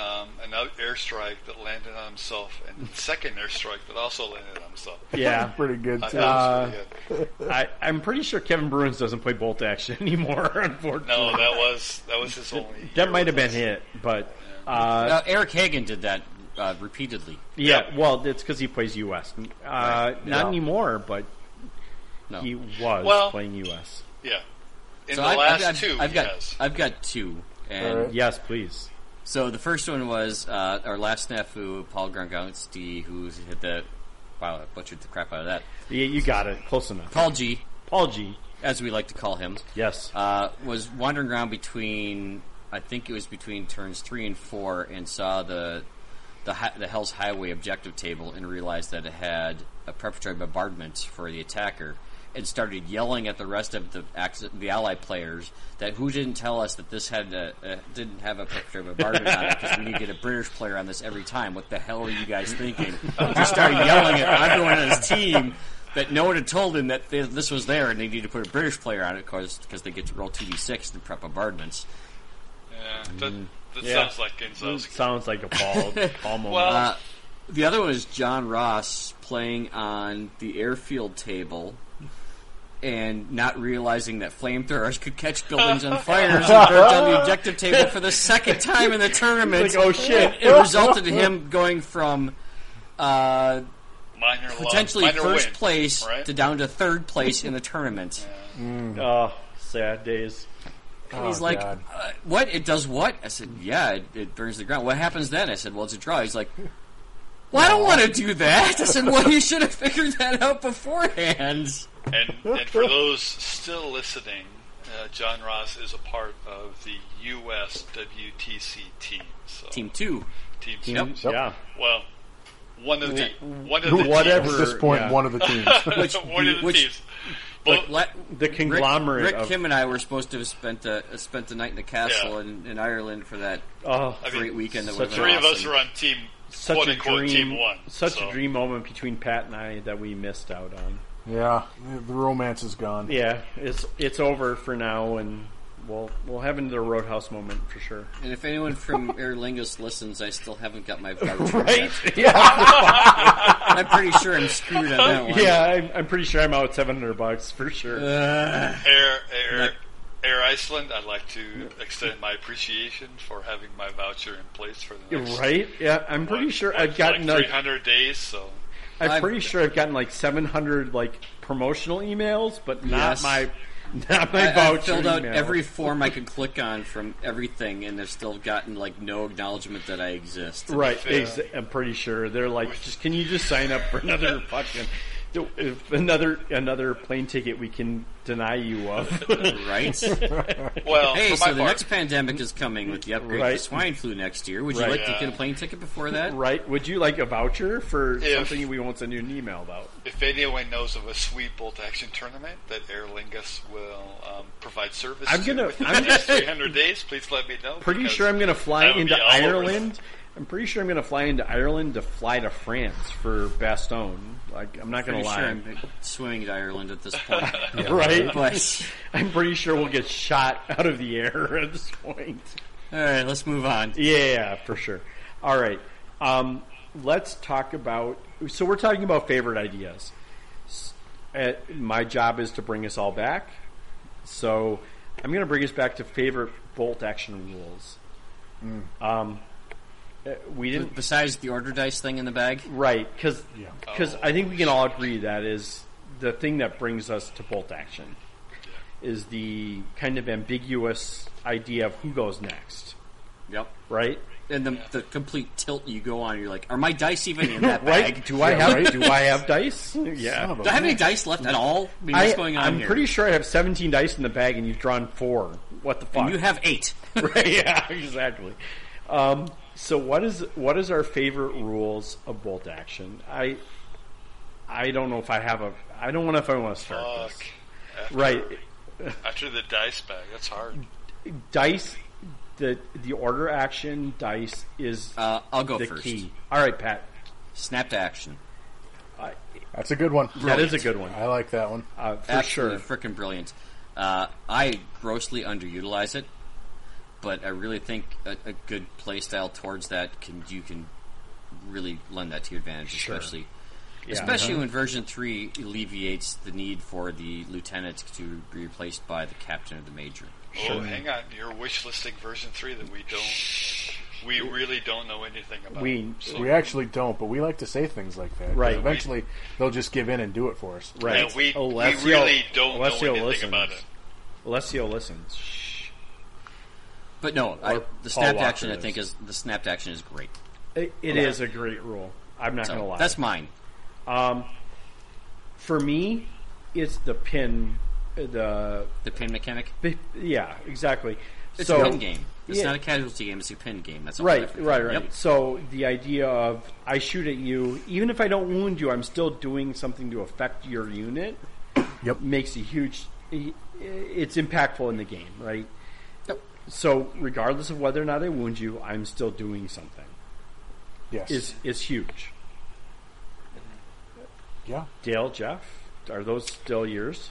C: um, an out- airstrike that landed on himself, and a second airstrike that also landed on himself.
A: Yeah. Uh,
F: Pretty good.
C: I
F: Too.
C: thought it was pretty good.
A: I, I'm pretty sure Kevin Bruins doesn't play bolt action anymore, unfortunately.
C: No, that was that was his only.
A: That might have been hit, but uh,
D: Uh, Eric Hagen did that uh, repeatedly.
A: yeah, well, it's because he plays U.S. Uh, Not
D: Yeah.
A: anymore, but
D: No.
A: he was
C: Well-
A: playing U.S.
C: Yeah. In
D: So
C: the
D: I've,
C: last
D: I've, I've,
C: 2
D: I've got
C: yes.
D: I've got two, and
F: Alright.
A: Yes, please.
D: so the first one was uh, our last snafu, Paul Gronkowski, who hit the wow, I butchered the crap out of that.
A: Yeah, you got it. Close enough.
D: Paul G,
A: Paul G.
D: as we like to call him.
A: Yes.
D: uh, was wandering around between, I think it was between turns three and four, and saw the the, hi- the Hell's Highway objective table and realized that it had a preparatory bombardment for the attacker, and started yelling at the rest of the ax- the ally players that who didn't tell us that this had a, uh, didn't have a preparatory bombardment on it because we need to get a British player on this every time. What the hell are you guys thinking? He started yelling at everyone on his team that no one had told him that th- this was there and they need to put a British player on it because they get to roll 2d6 and prep bombardments.
C: yeah, that, that
A: Yeah.
C: sounds like Gonzalez.
A: Sounds like a Paul, Paul moment.
C: Well,
D: Mm. Uh, the other one is John Ross playing on the airfield table and not realizing that flamethrowers could catch buildings on fire as he burnt on the objective table for the second time in the tournament.
A: Like, oh, shit.
D: It resulted in him going from uh,
C: minor lo-
D: potentially
C: minor
D: first
C: win,
D: place
C: right?
D: to down to third place in the tournament.
A: oh, sad days.
D: And he's
F: Oh,
D: like,
F: God.
D: uh, "What? It does what?" I said, "Yeah, it, it burns the ground." What happens then? I said, "Well, it's a draw." He's like, "Well, I don't want to do that." I said, "Well, you should have figured that out beforehand."
C: And, and for those still listening, Uh, John Ross is a part of the USWTC team. So
D: Team two.
C: Team.
D: Yep.
F: Yep.
A: Yeah.
C: Well, one of the one of the
A: Whatever.
F: At this point,
A: yeah.
F: one of the teams.
C: Teams, one of the
D: which-
C: teams.
D: But
C: Both-
D: let-
A: The conglomerate
D: Rick, Rick
A: of-
D: Kim and I were supposed to have spent the uh, spent the night in the castle
C: Yeah.
D: in, in Ireland for that
A: Oh,
C: I mean,
D: great weekend. That
A: such
D: would have been
C: three
D: awesome.
C: of us were on team
A: such
C: quote
A: a
C: unquote
A: dream,
C: team one.
A: such
C: so.
A: a dream moment between Pat and I that we missed out on.
F: yeah, the, the romance is gone.
A: Yeah, it's it's over for now, and we'll we'll have another Roadhouse moment for sure.
D: And if anyone from Aer Lingus listens, I still haven't got my voucher.
A: Right?
D: yet. I'm pretty sure I'm screwed on that one.
A: yeah, I'm, I'm pretty sure I'm out seven hundred bucks for sure.
D: Uh,
C: Air Air
D: Like-
C: Air Iceland. I'd like to extend my appreciation for having my voucher in place for the next.
A: right? Yeah, I'm pretty
C: like-
A: sure
C: like-
A: I've gotten
C: like
A: like,
C: 300 days. So
A: I'm,
D: I've-
A: pretty sure I've gotten like seven hundred like promotional emails, but not
D: Yes.
A: my not my
D: I, I
A: voucher.
D: filled out
A: email.
D: every form I could click on from everything, and they've still gotten like no acknowledgement that I exist.
A: Right,
C: Yeah.
A: ex- I'm pretty sure they're like, just can you just sign up for another fucking if another another plane ticket we can deny you of.
D: Right?
C: well,
D: hey,
C: for
D: so
C: my
D: the
C: part,
D: next pandemic is coming with the upgrade
A: Right.
D: to swine flu next year. Would you
A: Right.
D: like
C: Yeah.
D: to get a plane ticket before that?
A: right? Would you like a voucher for
C: If-
A: something we won't send you an email about?
C: if anyone knows of a sweet bolt action tournament that Aer Lingus will um, provide service,
A: I'm
C: to
A: gonna-
C: within
A: I'm-
C: the next 300 days, please let me know.
A: Pretty
C: because
A: sure I'm going to fly
C: I would
A: into
C: be all over
A: Ireland. I'm pretty sure I'm going to fly into Ireland to fly to France for Bastogne. Like I'm not going to
D: Pretty sure
A: lie,
D: I'm swimming to Ireland at this point.
A: right?
D: but
A: I'm pretty sure we'll get shot out of the air at this point.
D: all right, let's move on.
A: Yeah, for sure. All right. Um, let's talk about. So we're talking about favorite ideas. S- uh, my job is to bring us all back. So I'm going to bring us back to favorite bolt action rules. Mm. Um, uh, we didn't
D: Besides the order dice thing in the bag,
A: right because I think we can all agree that is the thing that brings us to bolt action is the kind of ambiguous idea of who goes next,
D: yep.
A: right?
D: And the, the complete tilt you go on, you're like, are my dice even in that bag?
A: Right? Do I
F: Yeah,
A: have
F: right?
A: do I have dice? Yeah.
F: Son
D: Do
F: of
D: I
F: a-
D: have any dice left at all? I mean,
A: I,
D: what's going on
A: I'm
D: here?
A: pretty sure I have 17 dice in the bag, and you've drawn four. What the fuck?
D: And you have eight.
A: right? Yeah, exactly. Um, so what is what is our favorite rules of bolt action? I I don't know if I have a. I don't know if I want to start
C: Fuck.
A: this.
C: After,
A: Right,
C: after the dice bag, that's hard.
A: dice. The the order action dice is
D: Uh, I'll go
A: the
D: first.
A: key. All right, Pat.
D: Snap to action.
F: That's a good one.
A: That is a good one
F: I like that one.
A: uh, for
D: Absolutely
A: sure.
D: freaking brilliant. Uh, I grossly underutilize it, but I really think a, a good play style towards that can you can really lend that to your advantage, especially especially
A: Uh-huh.
D: when version three alleviates the need for the lieutenant to be replaced by the captain or the major.
C: Oh, hang on, you're wish listing version three that we don't, we really don't know anything about.
A: We-
C: so,
F: We actually don't, but we like to say things like that. 'cause
A: Right.
F: Eventually, they'll just give in and do it for us.
A: Right.
C: Yeah, we- we
A: Alessio-
C: really don't know
A: Alessio
C: anything
A: listens.
C: about it.
A: Alessio listens. Shh.
D: But no, I,
A: Or
D: the
A: Paul
D: snapped
A: Walker
D: action I
A: is.
D: think is the snapped action is great.
A: It, it is a great rule. I'm not going to
D: So
A: lie.
D: that's mine.
A: for me. It's the pin. The
D: The pin mechanic.
A: yeah, exactly.
D: It's
A: so,
D: a pin game. It's
A: yeah.
D: not a casualty game. It's a pin game. That's all
A: Right,
D: different.
A: right, right.
D: Yep.
A: So the idea of I shoot at you, even if I don't wound you, I'm still doing something to affect your unit.
F: Yep.
A: Makes a huge. It's impactful in the game, right?
D: Yep.
A: So regardless of whether or not I wound you, I'm still doing something.
F: Yes.
A: Is is huge.
F: yeah.
A: Dale, Jeff, are those still yours?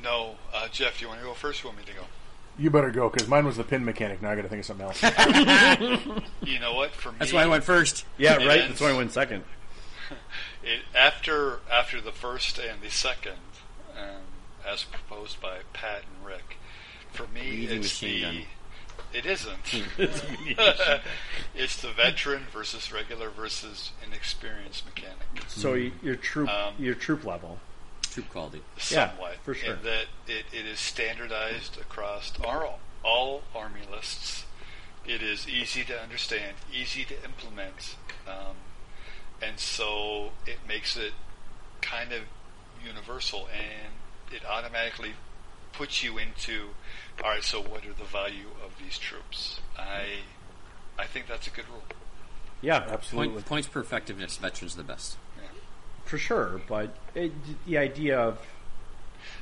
C: no, uh, Jeff, you want to go first? Or you want me to go?
F: You better go because mine was the pin mechanic. Now I got to think of something else.
C: You know what? For me,
D: That's why I went first.
A: Yeah,
C: It
A: right.
C: is.
A: That's why I went second.
C: It, after after the first and the second, um, as proposed by Pat and Rick, for me
D: Breathing
C: it's
D: machine
C: the
D: gun.
C: it isn't. it's the veteran versus regular versus inexperienced mechanic.
A: So y your troop,
C: Um,
A: your troop level,
D: Troop quality.
A: Yeah,
C: somewhat.
A: for sure.
C: In that it, it is standardized across all, all Army lists. It is easy to understand, easy to implement, um, and so it makes it kind of universal and it automatically puts you into, all right, so what are the value of these troops? I, I think that's a good rule.
A: Yeah,
D: Point,
F: Absolutely.
D: points per effectiveness, veterans are the best.
A: for sure. But it, the idea of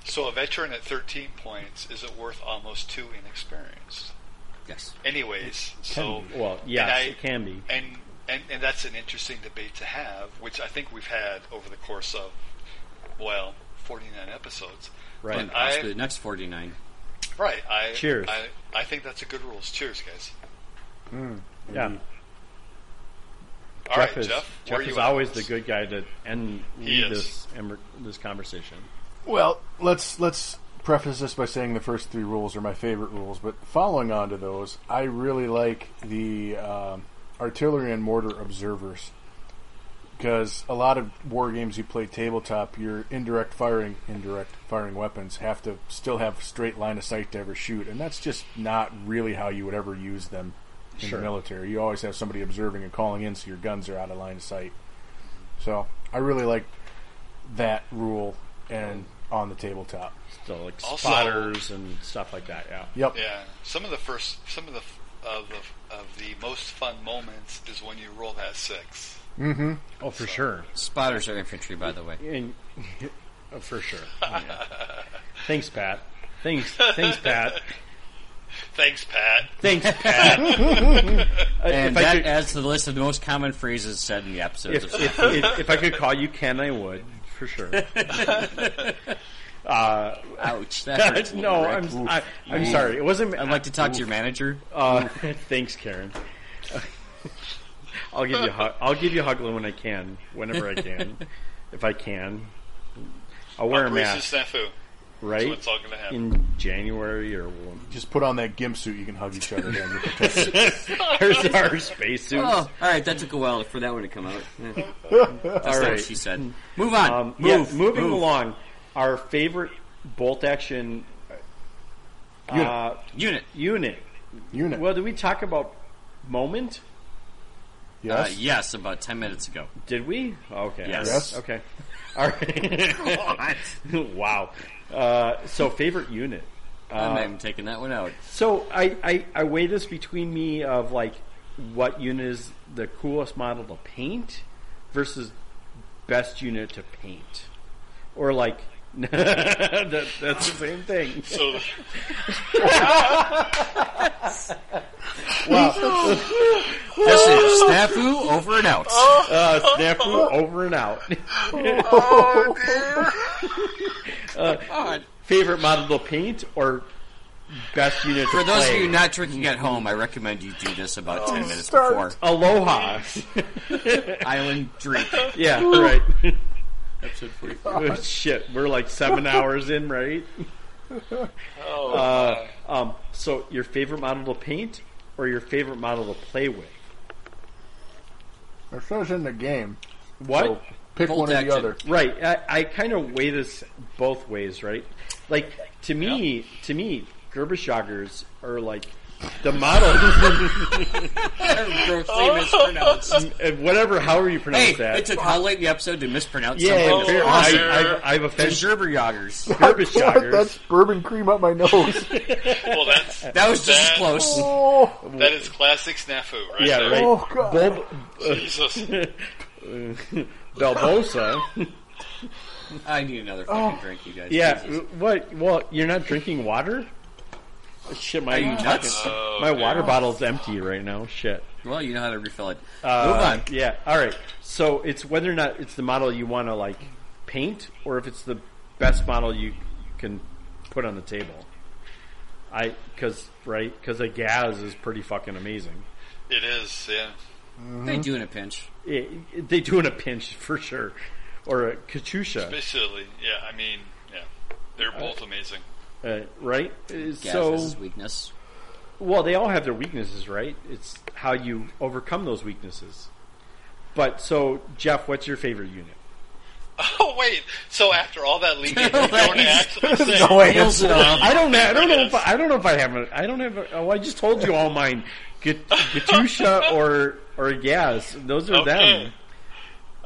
C: So a veteran at 13 points is it worth almost two in experience?
D: Yes.
C: Anyways,
A: can
C: so
A: be. well, yes,
C: and I-
A: it can be.
C: and, and and that's an interesting debate to have, which I think we've had over the course of well, 49 episodes.
A: Right.
D: And
C: But I-
D: possibly the next 49.
C: Right. I,
A: Cheers.
C: I, I think that's a good rule. Cheers, guys.
A: Yeah,
C: All right,
A: is,
C: Jeff.
A: Jeff
C: where you
A: is
C: at?
A: always the good guy to end
C: He
A: lead
C: is.
A: this emer- this conversation.
F: Well, let's let's preface this by saying the first three rules are my favorite rules, but following on to those, I really like the um, artillery and mortar observers because a lot of war games you play tabletop, your indirect firing, indirect firing weapons have to still have straight line of sight to ever shoot, and that's just not really how you would ever use them in
A: Sure.
F: the military. You always have somebody observing and calling in, so your guns are out of line of sight. So I really like that rule and on the tabletop.
A: So like
C: Also-
A: spotters and stuff like that. Yeah.
F: Yep.
C: Yeah. Some of the first, some of the of the of the most fun moments is when you roll that six.
A: Oh, for sure.
D: Spotters are infantry, by the way.
A: And oh, for sure. Yeah. Thanks, Pat. Thanks, thanks, Pat.
C: Thanks, Pat.
A: Thanks, Pat. Uh, if,
D: And
A: I
D: that
A: could,
D: adds to the list of the most common phrases said in the episodes.
A: if,
D: of
A: if, if, if I could call you Ken, I would for sure. Uh,
D: Ouch. That hurts.
A: no,
D: Rick.
A: I'm I, I'm sorry. It wasn't.
D: I'd like to talk to your manager.
A: Uh, thanks, Karen. I'll give you a hug. I'll give you a hug when I can, whenever I can, if I can. I'll wear a
C: Reese's
A: mask,
C: snafu.
A: right?
C: what's all gonna happen.
A: in January or when-
F: Just put on that gimp suit. You can hug each other. Then. You can touch-
A: there's our spacesuits.
D: Oh, all right. That took a while for that one to come out. Yeah. That's
A: all
D: not
A: right.
D: what she said. Move on.
A: Um,
D: move.
A: yeah, moving
D: move.
A: along, our favorite bolt action uh,
D: Unit.
A: unit.
F: Unit.
A: Well, did we talk about moment?
F: yes.
D: Uh, yes, about 10 minutes ago.
A: Did we? Okay.
D: Yes.
F: Yes.
A: Okay. All right.
D: I'm
A: wow. Uh, so favorite unit. Uh,
D: not even taking that one out.
A: So I, I, I weigh this between me of like what unit is the coolest model to paint versus best unit to paint. Or like that, that's the same thing.
C: So
D: This is Snafu over and out.
A: Uh, snafu over and out.
D: Oh,
A: Uh, Favorite model to paint or best unit
D: For
A: to
D: those of
A: play?
D: you not drinking at home, I recommend you do this
A: Oh.
D: about 10 minutes
F: start.
D: before.
A: Aloha.
D: Island drink.
A: yeah, right.
D: Episode 44.
A: Oh, shit, we're like seven hours in, right?
C: oh,
A: Um, so your favorite model to paint or your favorite model to play with?
F: It says in the game.
A: What?
F: So pick
D: Bolt
F: one or
D: action.
F: the other.
A: Right. I, I kind of weigh this both ways, right? Like to me, to me, Gerber joggers are like the model,
D: Grossly mispronounced.
A: whatever, however you
D: Hey,
A: pronounce that.
D: Oh. it took how late in the episode to mispronounce
A: yeah,
D: something?
A: fair-
D: awesome.
A: I, I've, I've
D: The
A: offended
D: Gerber Joggers.
A: Gerber joggers.
F: That's bourbon cream up my nose.
C: well, that's
D: That was just as
C: That-
D: close.
F: oh,
C: that is classic snafu, right?
A: Yeah,
C: there.
A: right.
F: Oh, God.
A: Bulb,
C: Jesus.
A: Belbosa.
D: I need another fucking drink, you guys.
A: Oh. Yeah.
D: Jesus.
A: What? Well, you're not drinking water. Shit, my
D: Are you nuts?
C: Oh,
A: my
C: dear.
A: water bottle's empty right now. Shit.
D: Well, you know how to refill it.
A: Uh,
D: Move on.
A: Yeah. All right. So it's whether or not it's the model you want to like paint, or if it's the best model you can put on the table. I because right because a Gaz is pretty fucking amazing.
C: It is. Yeah.
A: Uh-huh.
D: They do in a pinch.
A: It, it- they do in a pinch for sure, or a Katusha,
C: Basically. Yeah. I mean. Yeah. They're both amazing.
A: uh, right? Uh,
D: Gas
A: so
D: is his weakness.
A: Well, they all have their weaknesses, right? It's how you overcome those weaknesses. But so, Jeff, what's your favorite unit?
C: Oh wait. So after all that leaking, you don't actually say.
F: no way.
D: Fills it up.
A: I don't. I don't know. If I, I don't know if I have. A, I don't have. A, oh, I just told you all mine. Gat- Gatusha or or Gaz. Those are
C: Okay.
A: them.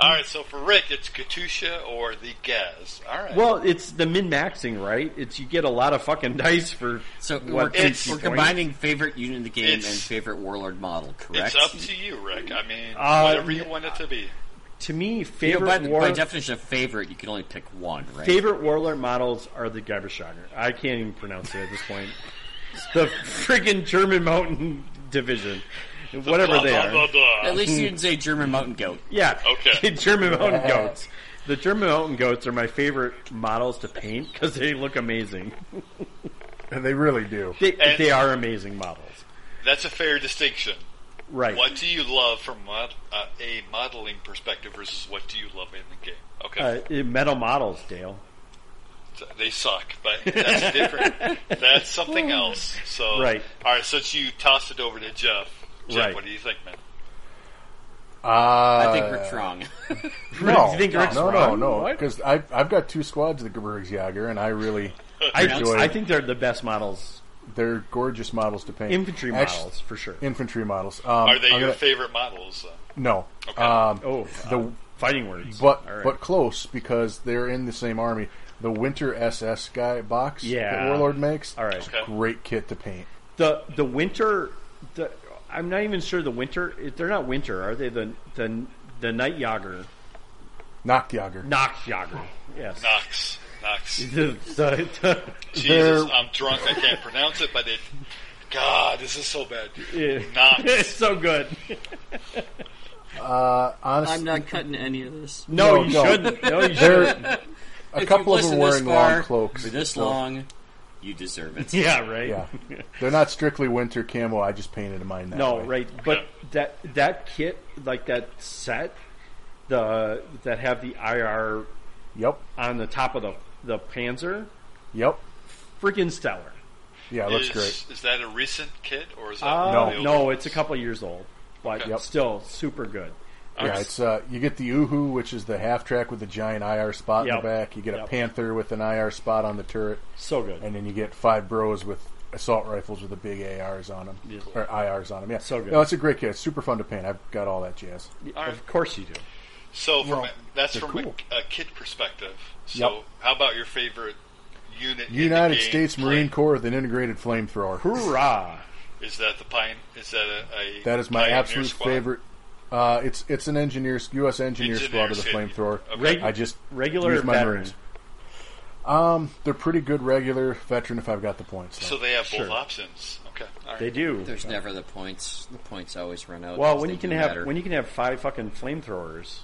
C: All right, so for Rick, it's Katusha or the Gaz. All right.
A: Well, it's the min maxing, right? It's you get a lot of fucking dice for
D: So
A: what,
D: we're,
A: 60
D: we're
A: points?
D: combining favorite unit in the game
C: It's-
D: and favorite warlord model, correct?
C: it's up to you, Rick. I mean,
A: Uh,
C: whatever you want it to be.
A: To me,
D: You know,
A: favorite
D: by, the-
A: war-
D: by definition of favorite, you can only pick one, right?
A: favorite warlord models are the Geibershager. I can't even pronounce it at this point. It's the friggin' German Mountain Division, whatever
C: Blah,
A: they
C: blah,
A: are.
C: blah, blah.
D: At
A: Mm-hmm.
D: least you didn't say German mountain goat.
A: Yeah.
C: Okay.
A: German mountain goats. The German mountain goats are my favorite models to paint because they look amazing.
F: And they really do.
A: They,
C: And-
A: they are amazing models.
C: That's a fair distinction.
A: Right.
C: What do you love from mod- uh, a modeling perspective versus what do you love in the game? Okay.
A: Uh, metal models, Dale.
C: So They suck, but that's different. that's something else. So,
A: Right.
C: All right, since you tossed it over to Jeff, Jeff,
A: Right.
C: what do you think, man?
F: Uh,
D: I think Rick's wrong.
F: No,
A: You think
F: no,
A: Rick's
F: no, no,
A: wrong?
F: no,
A: What?
F: because I've I've got two squads of the Gebirgs Jager, and I really
A: I,
F: Enjoy.
A: I think they're the best models.
F: they're gorgeous models to paint.
A: Infantry
F: Actu-
A: models, for sure.
F: Infantry models. Um,
C: Are they
F: I'm
C: your
F: gonna-
C: favorite models? uh?
F: No.
C: Okay.
F: Um,
A: Oh,
F: the
A: uh, fighting words.
F: but
A: All right.
F: but close because they're in the same army. The Winter SS guy box
A: Yeah.
F: that Warlord makes.
A: All right.
F: it's
C: Okay.
F: a great kit to paint.
A: the the winter. The, I'm not even sure the winter. They're not winter, are they? The the the night yager,
F: Knock Jager.
A: Nox yager. Yes.
C: Knox. Knox.
A: The- the- the-
C: Jesus,
F: They're-
C: I'm drunk. I can't pronounce it, but it. God, this is so bad.
A: Yeah. it's
C: Knox.
A: so good.
F: Uh, honestly,
D: I'm not cutting any of this.
A: No,
F: No,
A: you
F: no.
A: shouldn't. No, you
F: They're-
A: shouldn't.
F: a couple of them wearing long cloaks.
D: For this
F: so-
D: long, you deserve it.
A: yeah, right.
F: Yeah, they're not strictly winter camo. I just painted mine that
A: No,
F: way.
A: right. But that that kit, like that set, the that have the IR
F: Yep,
A: on the top of the the Panzer,
F: yep,
A: freaking stellar.
F: yeah,
C: is,
F: it looks great.
C: Is that a recent kit or is that
A: Uh,
C: one
A: no,
C: of the older-
A: it's a couple years old, but
F: Yep.
A: still super good.
F: Yeah, it's uh, you get the Uhu, which is the half track with the giant IR spot in
A: Yep.
F: the back. You get
A: Yep.
F: a Panther with an IR spot on the turret,
A: So good.
F: and then you get five Bros with assault rifles with the big ARs on them
A: Yeah.
F: or IRs on them. Yeah,
A: So good.
F: No, it's a great kit. It's super fun to paint. I've got all that jazz.
C: All right.
A: Of course you do.
C: So from
F: Well,
C: a- that's
F: they're
C: from
F: cool.
C: a, a kit perspective. So
F: Yep.
C: how about your favorite unit? in the
F: United
C: game
F: States
C: play?
F: Marine Corps with an integrated flamethrower.
A: Hoorah!
C: Is that the pine? Is that a, a
F: That is my
C: Pioneer
F: absolute
C: squad?
F: favorite. Uh, it's it's an engineers U.S. engineer squad
C: Engineers,
F: with a
C: yeah.
F: flamethrower.
C: Okay.
A: Reg-
F: I just
A: regular
F: use my
A: veteran.
F: Marines. Um, they're pretty good regular veteran if I've got the points.
C: So
F: So.
C: they have both
A: Sure.
C: options. Okay. All right.
A: They do.
D: There's never the points. The points always run out.
A: Well,
D: because
A: when
D: they
A: you can
D: do
A: have
D: matter.
A: when you can have five fucking flamethrowers,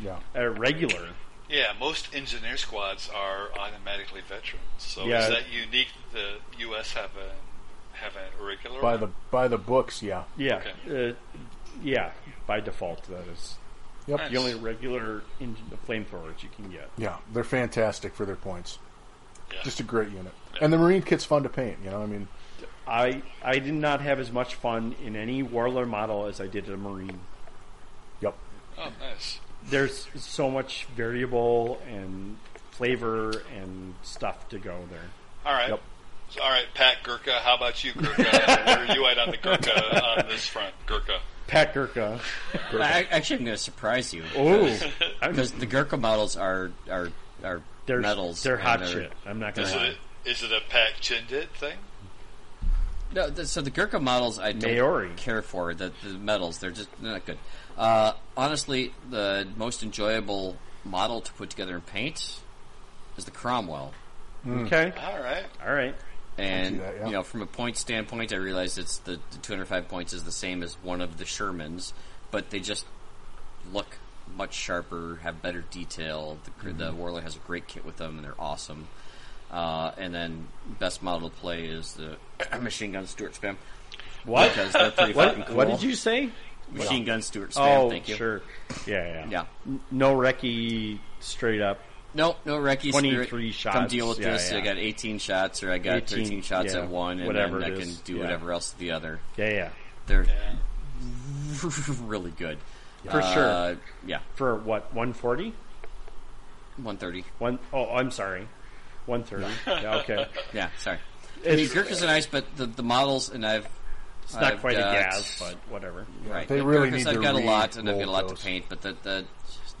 F: Yeah.
A: uh, regular.
C: Yeah, most engineer squads are automatically veterans. So
A: Yeah.
C: is that unique? that The U.S. have a have a regular
F: By
C: one?
F: the by the books, yeah.
A: Yeah, uh, yeah. By default, that is
F: Yep.
C: Nice.
A: the only regular in- flamethrowers you can get.
F: Yeah. They're fantastic for their points.
C: Yeah.
F: Just a great unit. And the Marine kit's fun to paint, you know, I mean
A: I I did not have as much fun in any warlord model as I did in a marine.
F: Yep.
C: Oh, nice.
A: There's so much variable and flavor and stuff to go there.
C: All right.
F: Yep.
C: So, All right, Pat Gurka. How about you, Gurka? Where are you at on the Gurka on this front, Gurka?
A: Pat Gurka.
D: I, actually, I'm going to surprise you.
A: Oh,
D: Because the Gurkha models are are are
A: they're
D: metals.
A: They're
D: and
A: hot shit. I'm not gonna
C: Is
A: lie.
C: it a, is it a Pat Chindit thing?
D: No, th- so the Gurkha models I don't
A: Maori.
D: care for. The, the metals, they're just they're not good. Uh, honestly, the most enjoyable model to put together and paint is the Cromwell.
A: Okay,
C: All right.
A: Mm. all right.
D: And
F: that, yeah.
D: you know, from a point standpoint, I realize it's the, the 205 points is the same as one of the Shermans, but they just look much sharper, have better detail. The, gr
A: Mm-hmm.
D: the Warlord has a great kit with them, and they're awesome. Uh, and then best model to play is the machine gun Stuart spam
A: What?
D: because they're pretty fucking
A: What,
D: cool.
A: what did you say?
D: machine gun Stuart spam?
A: Oh,
D: thank you.
A: sure. Yeah, yeah.
D: Yeah.
A: N- No recce straight up.
D: No, no, Reki.
A: 23
D: Spirit, Come
A: shots.
D: deal with
A: Yeah,
D: this.
A: yeah.
D: I got 18 shots, or I got
A: 18,
D: 13 shots
A: yeah,
D: at one, and
A: whatever
D: then
A: it
D: I
A: is,
D: can do
A: yeah.
D: whatever else at the other.
A: Yeah, yeah.
D: They're
C: Yeah.
D: really good.
A: For
D: Uh,
A: sure.
D: Yeah,
A: For what? One forty?
D: 130.
A: One? Oh, I'm sorry. One thirty. Yeah, okay.
D: Yeah, sorry. I
A: It's-
D: mean, Gurkhas are nice, but the, the models, and I've
A: It's not
G: I've
A: quite
G: got-
A: a gas, but whatever.
D: Right.
F: They
D: But
F: really
D: Kirkus,
F: need
D: I've
F: to
D: got a lot, and I've got a lot
F: remold
D: to
F: those.
D: paint, but the, the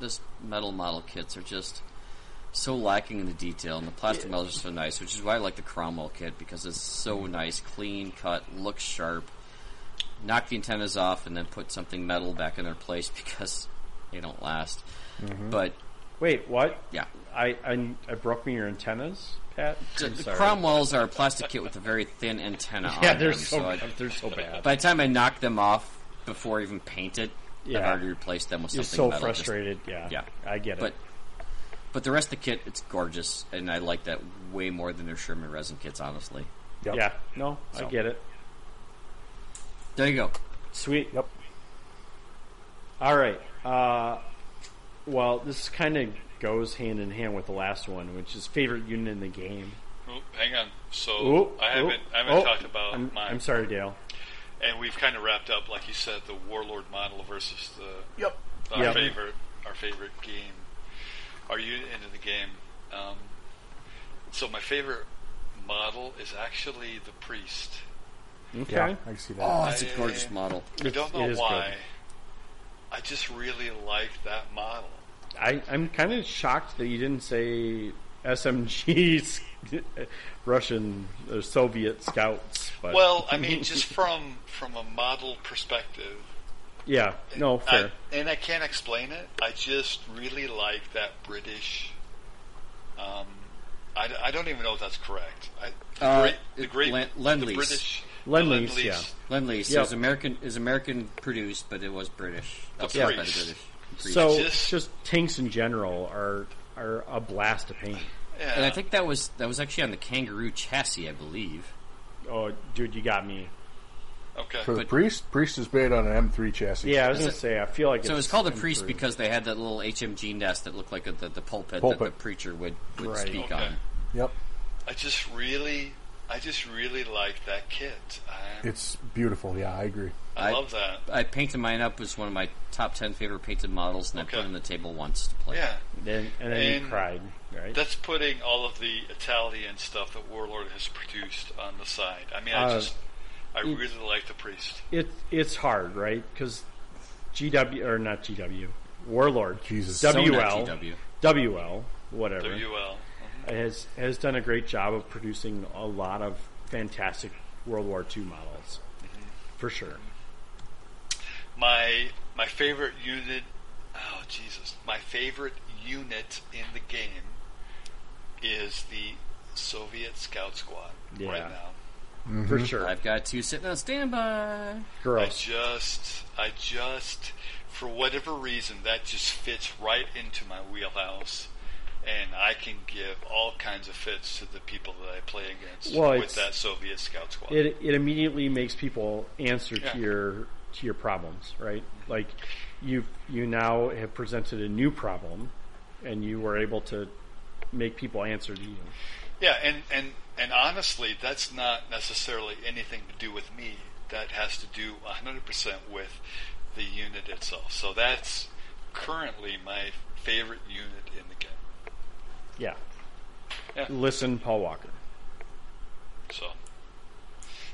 D: this metal model kits are just so lacking in the detail, and the plastic models are so nice, which is why I like the Cromwell kit because it's so
F: Mm-hmm.
D: nice, clean cut, looks sharp. Knock the antennas off, and then put something metal back in their place because they don't last.
F: Mm-hmm.
D: But
A: Wait, what?
D: yeah,
A: I, I, I broke me your antennas, Pat.
D: the,
A: I'm
D: the
A: sorry.
D: Cromwells are a plastic kit with a very thin antenna.
A: Yeah,
D: on
A: they're
D: them,
A: so,
D: I-
A: bad. they're so bad.
D: By the time I knock them off before I even paint it, I've
A: Yeah.
D: already replaced them with
A: You're so
D: something metal. just-
A: frustrated. yeah,
D: yeah,
A: I get it.
D: But but the rest of the kit, it's gorgeous, and I like that way more than their Sherman resin kits. Honestly,
F: Yep.
A: Yeah, no,
D: So.
A: I get it.
D: there you go.
A: Sweet.
F: Yep.
A: All right. Uh, well, this kind of goes hand in hand with the last one, which is favorite unit in the game.
C: Ooh, hang on. So
A: Ooh,
C: I haven't
A: ooh,
C: I haven't
A: oh,
C: talked about
A: I'm,
C: mine.
A: I'm sorry, Dale.
C: And we've kind of wrapped up, like you said, the Warlord model versus the
B: Yep.
C: our
A: Yep.
C: favorite our favorite game. Are you into the game? Um, so my favorite model is actually the priest.
A: Okay.
F: Yeah, I can see that.
D: Oh, it's a gorgeous model.
C: I don't
A: it
C: know
A: is
C: why. I just really like that model.
A: I, I'm kind of shocked that you didn't say SMGs, Russian or Soviet scouts.
D: Uh,
A: But
C: Well, I mean, just from from a model perspective.
A: yeah, no,
C: I-
A: fair.
C: and I can't explain it. I just really like that British. Um, I, d- I don't even know if that's correct. I, the
D: Uh,
C: great, the
D: it-
C: great
D: Len- Lend
C: the
D: Lease.
C: British the
A: Lend Lease,
C: Lease,
A: yeah.
D: Lend-Lease
A: Yep.
D: is American is American produced, but it was British. That's
C: Yeah.
D: by the British.
A: So
C: Just-
A: just, tanks in general are are a blast to paint.
C: Yeah.
D: and I think that was that was actually on the Kangaroo chassis, I believe.
A: Oh, dude, you got me.
C: okay.
F: For the
D: but-
F: priest, priest is made on an M3 chassis.
A: Yeah, I was gonna say. I feel like
D: So it
A: it's
D: was called the priest because they had that little HMG nest that looked like a, the, the pulpit, that the
F: Pulpit.
D: preacher would, would
A: Right.
D: speak
C: Okay.
D: on.
F: Yep.
C: I just really, I just really like that kit. I,
F: It's beautiful. Yeah, I agree.
C: I,
D: I-
C: love that.
D: I painted mine up as one of my top ten favorite painted models, and I
C: Okay.
D: put it on the table once to play.
C: Yeah,
A: Then, and then
C: And-
A: you cried, right?
C: that's putting all of the Italian stuff that Warlord has produced on the side. I mean, I
A: Uh,
C: just, I really like the priest.
A: It it's hard, right? Because GW or not GW, Warlord,
F: Jesus. So
D: not
A: WL,
D: GW.
A: WL, whatever.
C: The UL.
A: has has done a great job of producing a lot of fantastic World War II models,
D: Mm-hmm.
A: for sure.
C: My my favorite unit. Oh Jesus! My favorite unit in the game is the Soviet Scout Squad
A: Yeah.
C: right now.
A: For sure,
D: I've got two sitting on standby.
C: I
A: gross.
C: just, I just, for whatever reason, that just fits right into my wheelhouse, and I can give all kinds of fits to the people that I play against
A: Well,
C: with
A: it's-
C: that Soviet Scout Squad.
A: It it immediately makes people answer
C: Yeah.
A: to your to your problems, right? Like you you now have presented a new problem, and you were able to make people answer to you.
C: Yeah, and, and and honestly, that's not necessarily anything to do with me. That has to do 100% with the unit itself. So that's currently my favorite unit in the game.
A: Yeah.
C: Yeah.
A: Listen, Paul Walker.
C: So,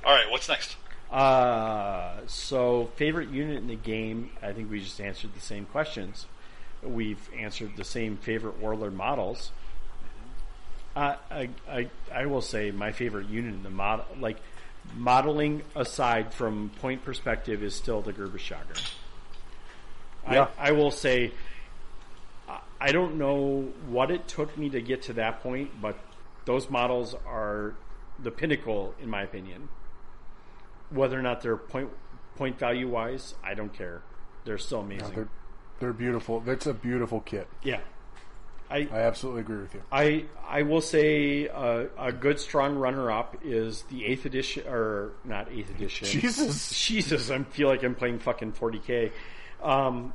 C: all right, what's next?
A: Uh, so favorite unit in the game, I think we just answered the same questions. We've answered the same favorite warlord models. Uh, I, I, I will say my favorite unit in the model, like modeling aside from point perspective is still the Gerber Shocker.
F: Yeah.
A: I, I will say, I- I don't know what it took me to get to that point, but those models are the pinnacle in my opinion whether or not they're point point value wise, I don't care. They're still amazing.
F: They're they're beautiful. That's a beautiful kit.
A: yeah, I
F: I absolutely agree with you.
A: I I will say uh, a good strong runner up is the eighth edition or not eighth edition.
F: Jesus.
A: Jesus, I feel like I'm playing fucking 40k. Um,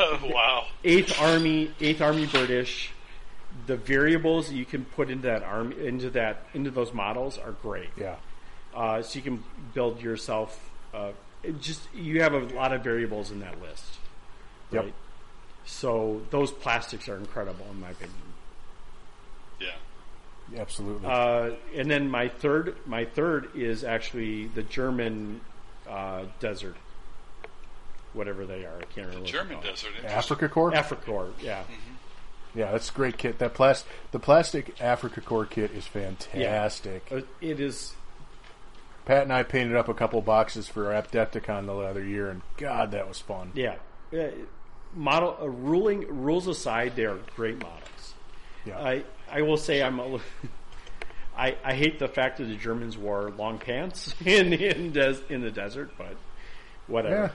C: wow.
A: eighth army, eighth army British. The variables that you can put into that army, into that, into those models are great.
F: Yeah.
A: uh, so you can build yourself. Uh, it just you have a lot of variables in that list,
F: Yep.
A: right? So those plastics are incredible in my opinion.
C: Yeah.
F: Absolutely.
A: Uh, and then my third, my third is actually the German uh, desert, whatever they are. I can't remember. what they're
C: German
A: called.
C: desert. interesting.
F: Africa Corps.
A: Africor, yeah.
F: yeah, that's a great kit. That plas- the plastic Africa Corps kit is fantastic.
A: Uh, It is
F: Pat and I painted up a couple boxes for Apdepticon the other year, and God, that was fun.
A: Yeah, Yeah, model uh, ruling rules aside, they are great models.
F: Yeah.
A: I I will say I'm a li- I I hate the fact that the Germans wore long pants in in des- in the desert, but whatever.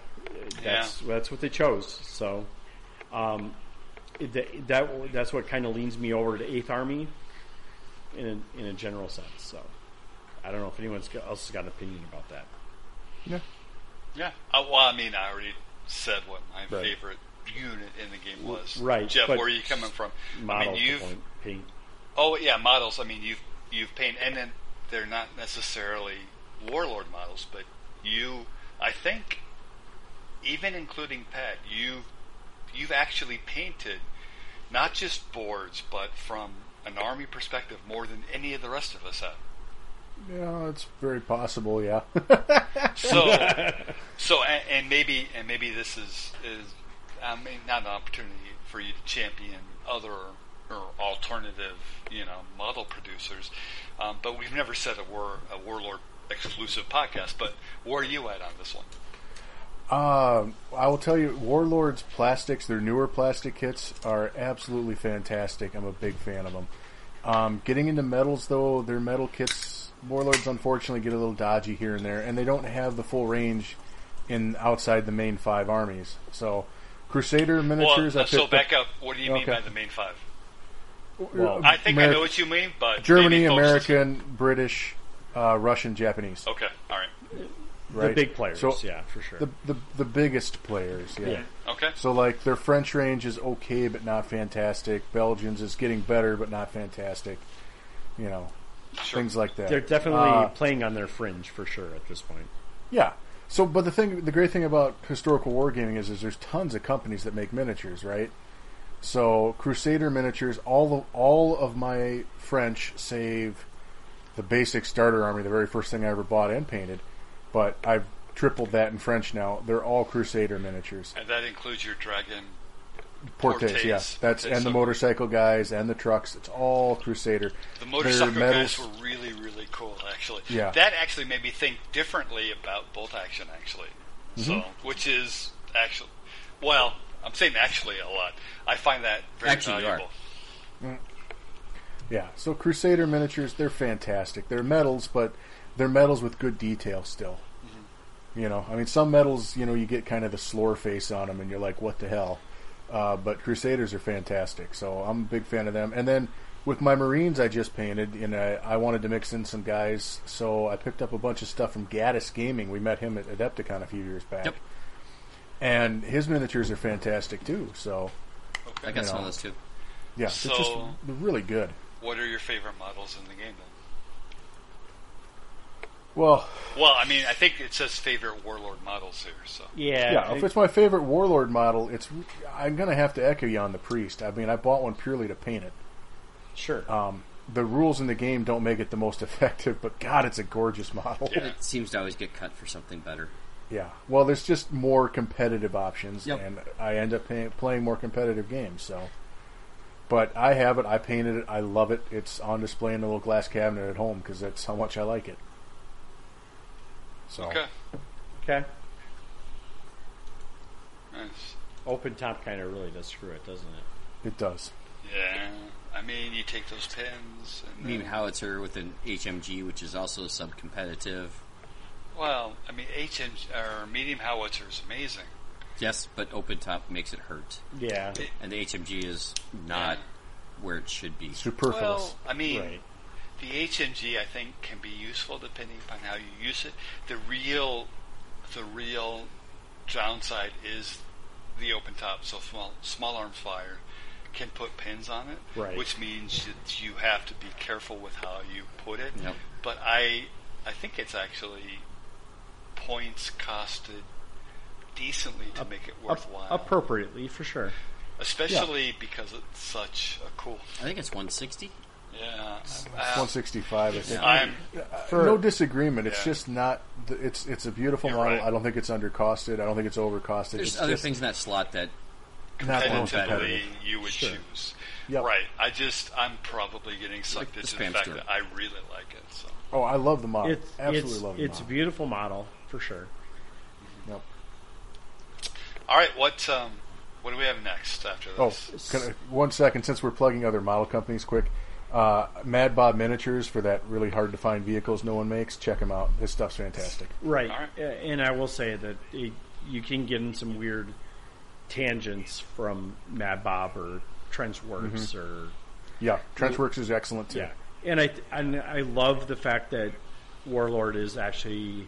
A: That's that's what they chose. So, um, it- that that- that's what kind of leans me over to Eighth Army, in a, in a general sense. So, I don't know if anyone else has got an opinion about that.
F: Yeah.
C: Yeah. Uh, well, I mean, I already said what my
A: Right.
C: favorite unit in the game was.
A: Right,
C: Jeff,
A: but
C: where are you coming from? I
A: Model
C: mean, you've
A: point, paint.
C: oh yeah, models. I mean, you've you've painted, and then they're not necessarily warlord models, but you, I think, even including Pat, you you've actually painted not just boards, but from an army perspective more than any of the rest of us have.
F: Yeah, it's very possible. Yeah,
C: So, so, and, and maybe, and maybe this is is, I mean, not an opportunity for you to champion other or alternative, you know, model producers. Um, but we've never said a war a warlord exclusive podcast. But where are you at on this one?
F: um, I will tell you, Warlords plastics, their newer plastic kits are absolutely fantastic. I'm a big fan of them. Um, getting into metals though, their metal kits, Warlords unfortunately get a little dodgy here and there, and they don't have the full range in outside the main five armies. So, Crusader
C: Well, uh,
F: miniatures. I
C: so
F: picked
C: back up. What do you mean
F: Okay.
C: by the main five?
F: well,
C: I think I
F: Ameri-
C: know what you mean, but maybe
F: Germany,
C: folks-
F: American, British, uh, Russian, Japanese.
C: Okay, all right.
F: Right?
A: The big players,
F: So,
A: yeah, for sure.
F: The, the the biggest players. Yeah.
A: Yeah.
C: Okay,
F: So like their French range is okay but not fantastic. Belgians is getting better but not fantastic. You know,
C: sure.
F: things like that.
A: They're definitely
F: Uh,
A: playing on their fringe for sure at this point.
F: yeah. So, but the thing, the great thing about historical wargaming is, is there's tons of companies that make miniatures, right? So, Crusader miniatures, all of, all of my French, save the basic starter army, the very first thing I ever bought and painted, but I've tripled that in French now. They're all Crusader miniatures,
C: and that includes your dragon.
F: Portes,
C: Portes.
F: yes, that's
C: Okay,
F: and the
C: so-
F: motorcycle guys and the trucks. It's all Crusader.
C: The
F: Their
C: motorcycle
F: medals-
C: guys were really, really cool, actually.
F: Yeah.
C: That actually made me think differently about bolt action, actually. So, which is actually, well, I'm saying actually a lot. I find that very
D: Actually, you are.
C: valuable.
F: Yeah, so Crusader miniatures, they're fantastic. They're metals, but they're metals with good detail still. You know, I mean, some metals, you know, you get kind of the slore face on them, and you're like, what the hell? Uh, but Crusaders are fantastic, so I'm a big fan of them. And then with my Marines, I just painted, and I, I wanted to mix in some guys, so I picked up a bunch of stuff from Gaddis Gaming. We met him at Adepticon a few years back.
D: Yep.
F: And his miniatures are fantastic too, so
D: I got some of those too.
F: yeah, it's just
C: So-
F: they're really good.
C: What are your favorite models in the game, then?
F: Well,
C: Well, I mean, I think it says favorite warlord models here, so.
A: Yeah,
F: Yeah, if it's my favorite warlord model, it's I'm gonna have to echo you on the priest. I mean, I bought one purely to paint it.
A: sure.
F: Um, The rules in the game don't make it the most effective, but God, it's a gorgeous model. Yeah.
D: It seems to always get cut for something better.
F: Well, there's just more competitive options,
D: Yep.
F: and I end up pay- playing more competitive games. So, but I have it. I painted it. I love it. It's on display in a little glass cabinet at home because that's how much I like it. So,
C: Okay.
A: okay,
C: Nice.
A: open top kind of really does screw it, doesn't it?
F: it does.
C: Yeah. I mean, you take those pins,
D: I
C: and
D: mean,
C: then,
D: howitzer with an HMG, which is also sub-competitive.
C: well, I mean, HM, or medium howitzer is amazing.
D: Yes, but open top makes it hurt,
A: Yeah,
D: and the HMG is not where it should be.
F: Superfluous.
C: Well, I mean,
A: right.
C: the HMG I think can be useful depending upon how you use it. The real, the real downside is the open top. So small small arms fire can put pins on it,
A: Right.
C: which means that you have to be careful with how you put it.
D: Yep.
C: But I, I think it's actually points costed decently to make it
A: Up-
C: worthwhile,
A: appropriately for sure.
C: especially because it's such a cool
D: I think it's 160.
C: Yeah. Uh,
F: 165. I think.
C: I'm,
A: For-
F: no disagreement. It's
C: Yeah.
F: just not. The, it's it's a beautiful
C: You're
F: model.
C: right.
F: I don't think it's undercosted. I don't think it's overcosted.
D: There's
F: it's
D: other
F: just
D: things in that slot that
F: not the most
C: competitively
F: competitive.
C: you would choose.
F: Yep.
C: Right. I just I'm probably getting
D: Like
C: sucked
D: the
C: into the
D: spam
C: fact
D: store.
C: that I really like it. So
F: Oh, I love the model.
A: It's
F: Absolutely
A: it's,
F: love the
A: it's a
F: model.
A: beautiful model for sure.
F: Yep.
C: all right, what um what do we have next after
F: Oh,
C: this?
F: can I, one second. Since we're plugging other model companies, quick. Uh, Mad Bob Miniatures for that really hard to find vehicles no one makes. Check him out. His stuff's fantastic.
A: Right.
C: All right.
A: Uh, And I will say that it, you can get in some weird tangents from Mad Bob or Trent's Works or
F: Yeah, Trenchworks is excellent too.
A: yeah. And I and I love the fact that Warlord is actually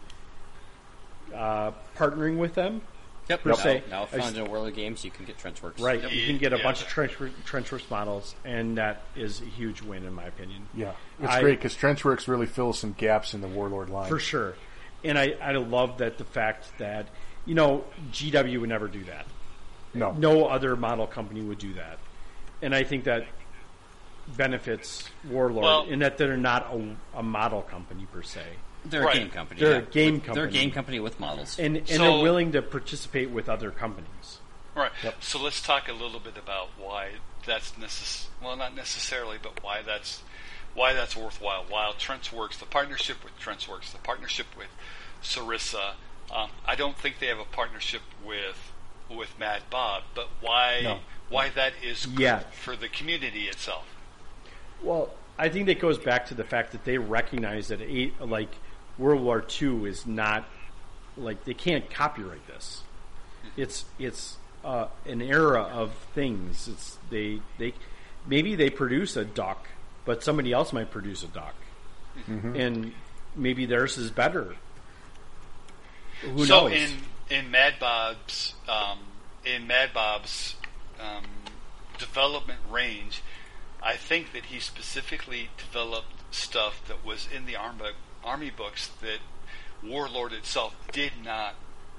A: uh, partnering with them.
D: Yep.
A: Per
D: now,
A: se.
D: now
A: I
D: found in a world of games, you can get Trent's works.
A: Right.
C: Yep.
A: You can get a
C: Yeah.
A: bunch of trench trenchworks models, and that is a huge win in my opinion.
F: Yeah, it's
A: I-
F: great 'cause great because Trenchworks really fills some gaps in the Warlord line.
A: for sure. And I I love that the fact that you know GW would never do that.
F: No,
A: no other model company would do that. And I think that benefits Warlord
C: Well-
A: in that they're not a, a model company per se.
D: They're
C: Right.
D: a game company.
A: They're
D: yeah.
A: a game
D: They're
A: company.
D: a game company with models.
A: And, and
C: So-
A: they're willing to participate with other companies.
C: All right. So let's talk a little bit about why that's necess- well not necessarily, but why that's why that's worthwhile. While Trent's Works, the partnership with Trent's Works, the partnership with Sarissa, um, I don't think they have a partnership with with Mad Bob, but why
A: No.
C: why that is good
A: Yeah.
C: for the community itself.
A: Well, I think that goes back to the fact that they recognize that eight, like World War II is not like they can't copyright this. It's it's uh, an era of things. It's they they maybe they produce a duck, but somebody else might produce a duck, and maybe theirs is better. Who
C: so
A: knows?
C: in in Mad Bob's um, in Mad Bob's um, development range, I think that he specifically developed stuff that was in the arm book, army books that Warlord itself did not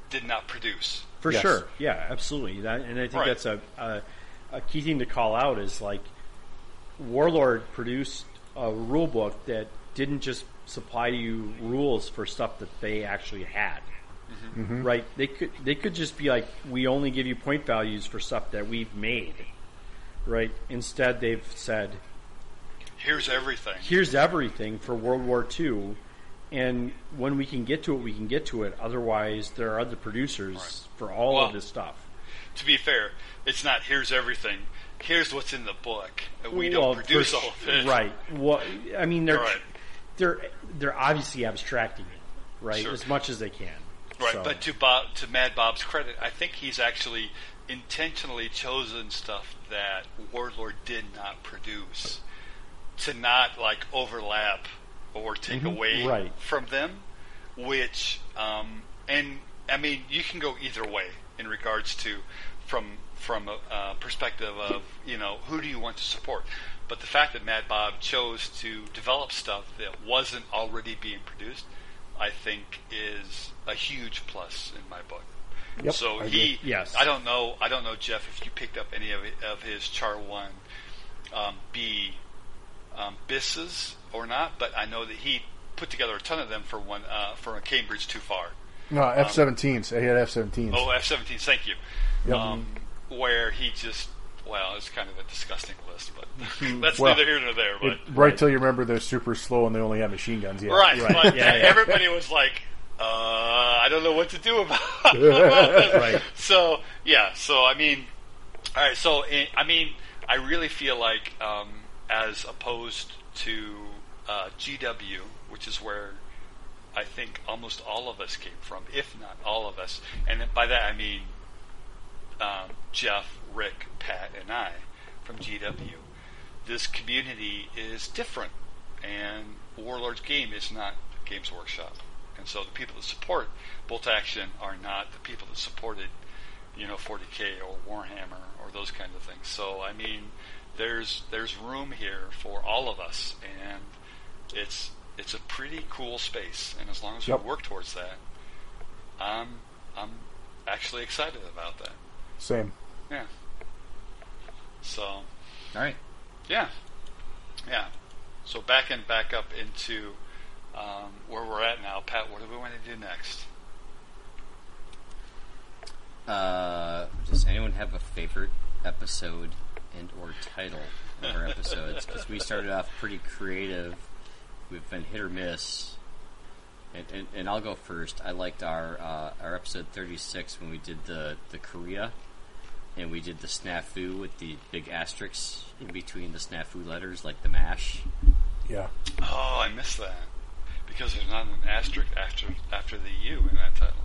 C: did not produce.
A: For
F: Yes.
A: sure, yeah, absolutely. That, and I think
C: Right.
A: that's a, a a key thing to call out is like Warlord produced a rule book that didn't just supply you rules for stuff that they actually had.
C: Mm-hmm.
A: Right? They could they could just be like, we only give you point values for stuff that we've made. Right? Instead, they've said,
C: Here's everything.
A: here's everything for World War II, and when we can get to it, we can get to it. Otherwise, there are other producers for all
C: Well,
A: of this stuff.
C: To be fair, it's not here's everything. Here's what's in the book. We don't
A: Well,
C: produce
A: for-
C: all of it.
A: Right. Well, I mean, they're
C: Right.
A: they're they're obviously abstracting it, right,
C: Sure.
A: as much as they can.
C: Right,
A: So-
C: but to Bob, to Mad Bob's credit, I think he's actually intentionally chosen stuff that Warlord did not produce to not like overlap or take away
A: Mm-hmm. right.
C: from them. Which, um, and I mean, you can go either way in regards to from from a uh, perspective of you know who do you want to support. But the fact that Mad Bob chose to develop stuff that wasn't already being produced, I think is a huge plus in my book.
F: Yep,
C: so
F: I
C: he,
A: agree. Yes.
C: I don't know, I don't know, Jeff, if you picked up any of of his Char One um, B um, bisses or not, but I know that he put together a ton of them for one uh, for Cambridge Too Far.
F: no F-17s. I had F-17s.
C: Oh, F seventeen. Thank you.
F: Yep.
C: Um, where he just well, it's kind of a disgusting list, but that's
F: Well,
C: neither here nor there. But
F: It- right, till you remember they're super slow and they only have machine guns. Yeah,
C: right,
A: right.
C: but
A: Yeah, yeah.
C: everybody was like, uh, I don't know what to do about. about this.
A: Right.
C: So yeah, so I mean, all right. So eh, i I mean, I really feel like um, as opposed to uh, GW, which is where I think almost all of us came from, if not all of us, and by that I mean um, Jeff, Rick, Pat, and I from GW. This community is different, and Warlord's Game is not Games Workshop. And so the people that support Bolt Action are not the people that supported, you know, 40K or Warhammer or those kind of things. So I mean, there's there's room here for all of us, and it's it's a pretty cool space. And as long as
F: Yep.
C: we work towards that, I'm I'm actually excited about that.
F: Same.
C: Yeah. So,
D: All right.
C: yeah. Yeah. So back and back up into um, where we're at now. Pat, what do we want to do next?
D: Uh, does anyone have a favorite episode and or title of our episodes? Because we started off pretty creative. We've been hit or miss. And, and, and I'll go first. I liked our uh, our episode 36 when we did the, the Korea. And we did the snafu with the big asterisks in between the snafu letters, like the mash.
F: Yeah.
C: Oh, I missed that because there's not an asterisk after after the U in that title.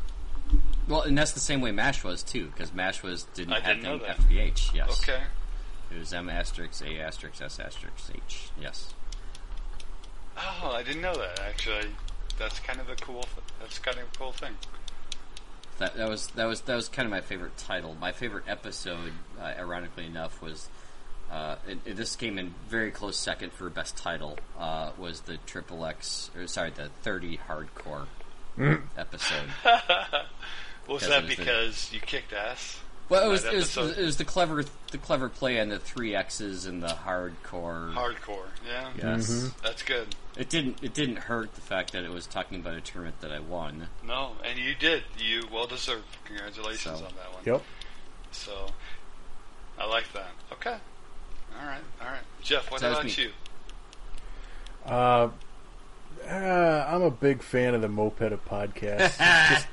D: Well, and that's the same way Mash was too, because Mash was didn't
C: I
D: have
C: didn't know
D: the
C: that.
D: after the H. Yes.
C: Okay.
D: It was M asterisk A asterisk S asterisk H. Yes.
C: Oh, I didn't know that actually. That's kind of a cool. Th- that's kind of a cool thing.
D: That, that was that was that was kind of my favorite title. My favorite episode, uh, ironically enough, was uh, it, it- this came in very close second for best title. Uh, was the triple X or sorry the thirty hardcore episode.
C: Was
D: Yes,
C: that
D: it was the-
C: because you kicked ass?
D: Well, it
C: on
D: was,
C: that
D: it was
C: episode?
D: it was the clever the clever play on the three X's and the hardcore.
C: hardcore. Yeah,
D: Yes.
C: that's good.
D: It didn't. It didn't hurt the fact that it was talking about a tournament that I won.
C: No, and you did. You well deserved. Congratulations
D: So.
C: on that one.
F: Yep.
C: So, I like that. Okay. All right. All right. Jeff, what
D: So that's
C: about
D: me.
C: you?
F: Uh, uh, I'm a big fan of the Moped of podcasts. It's just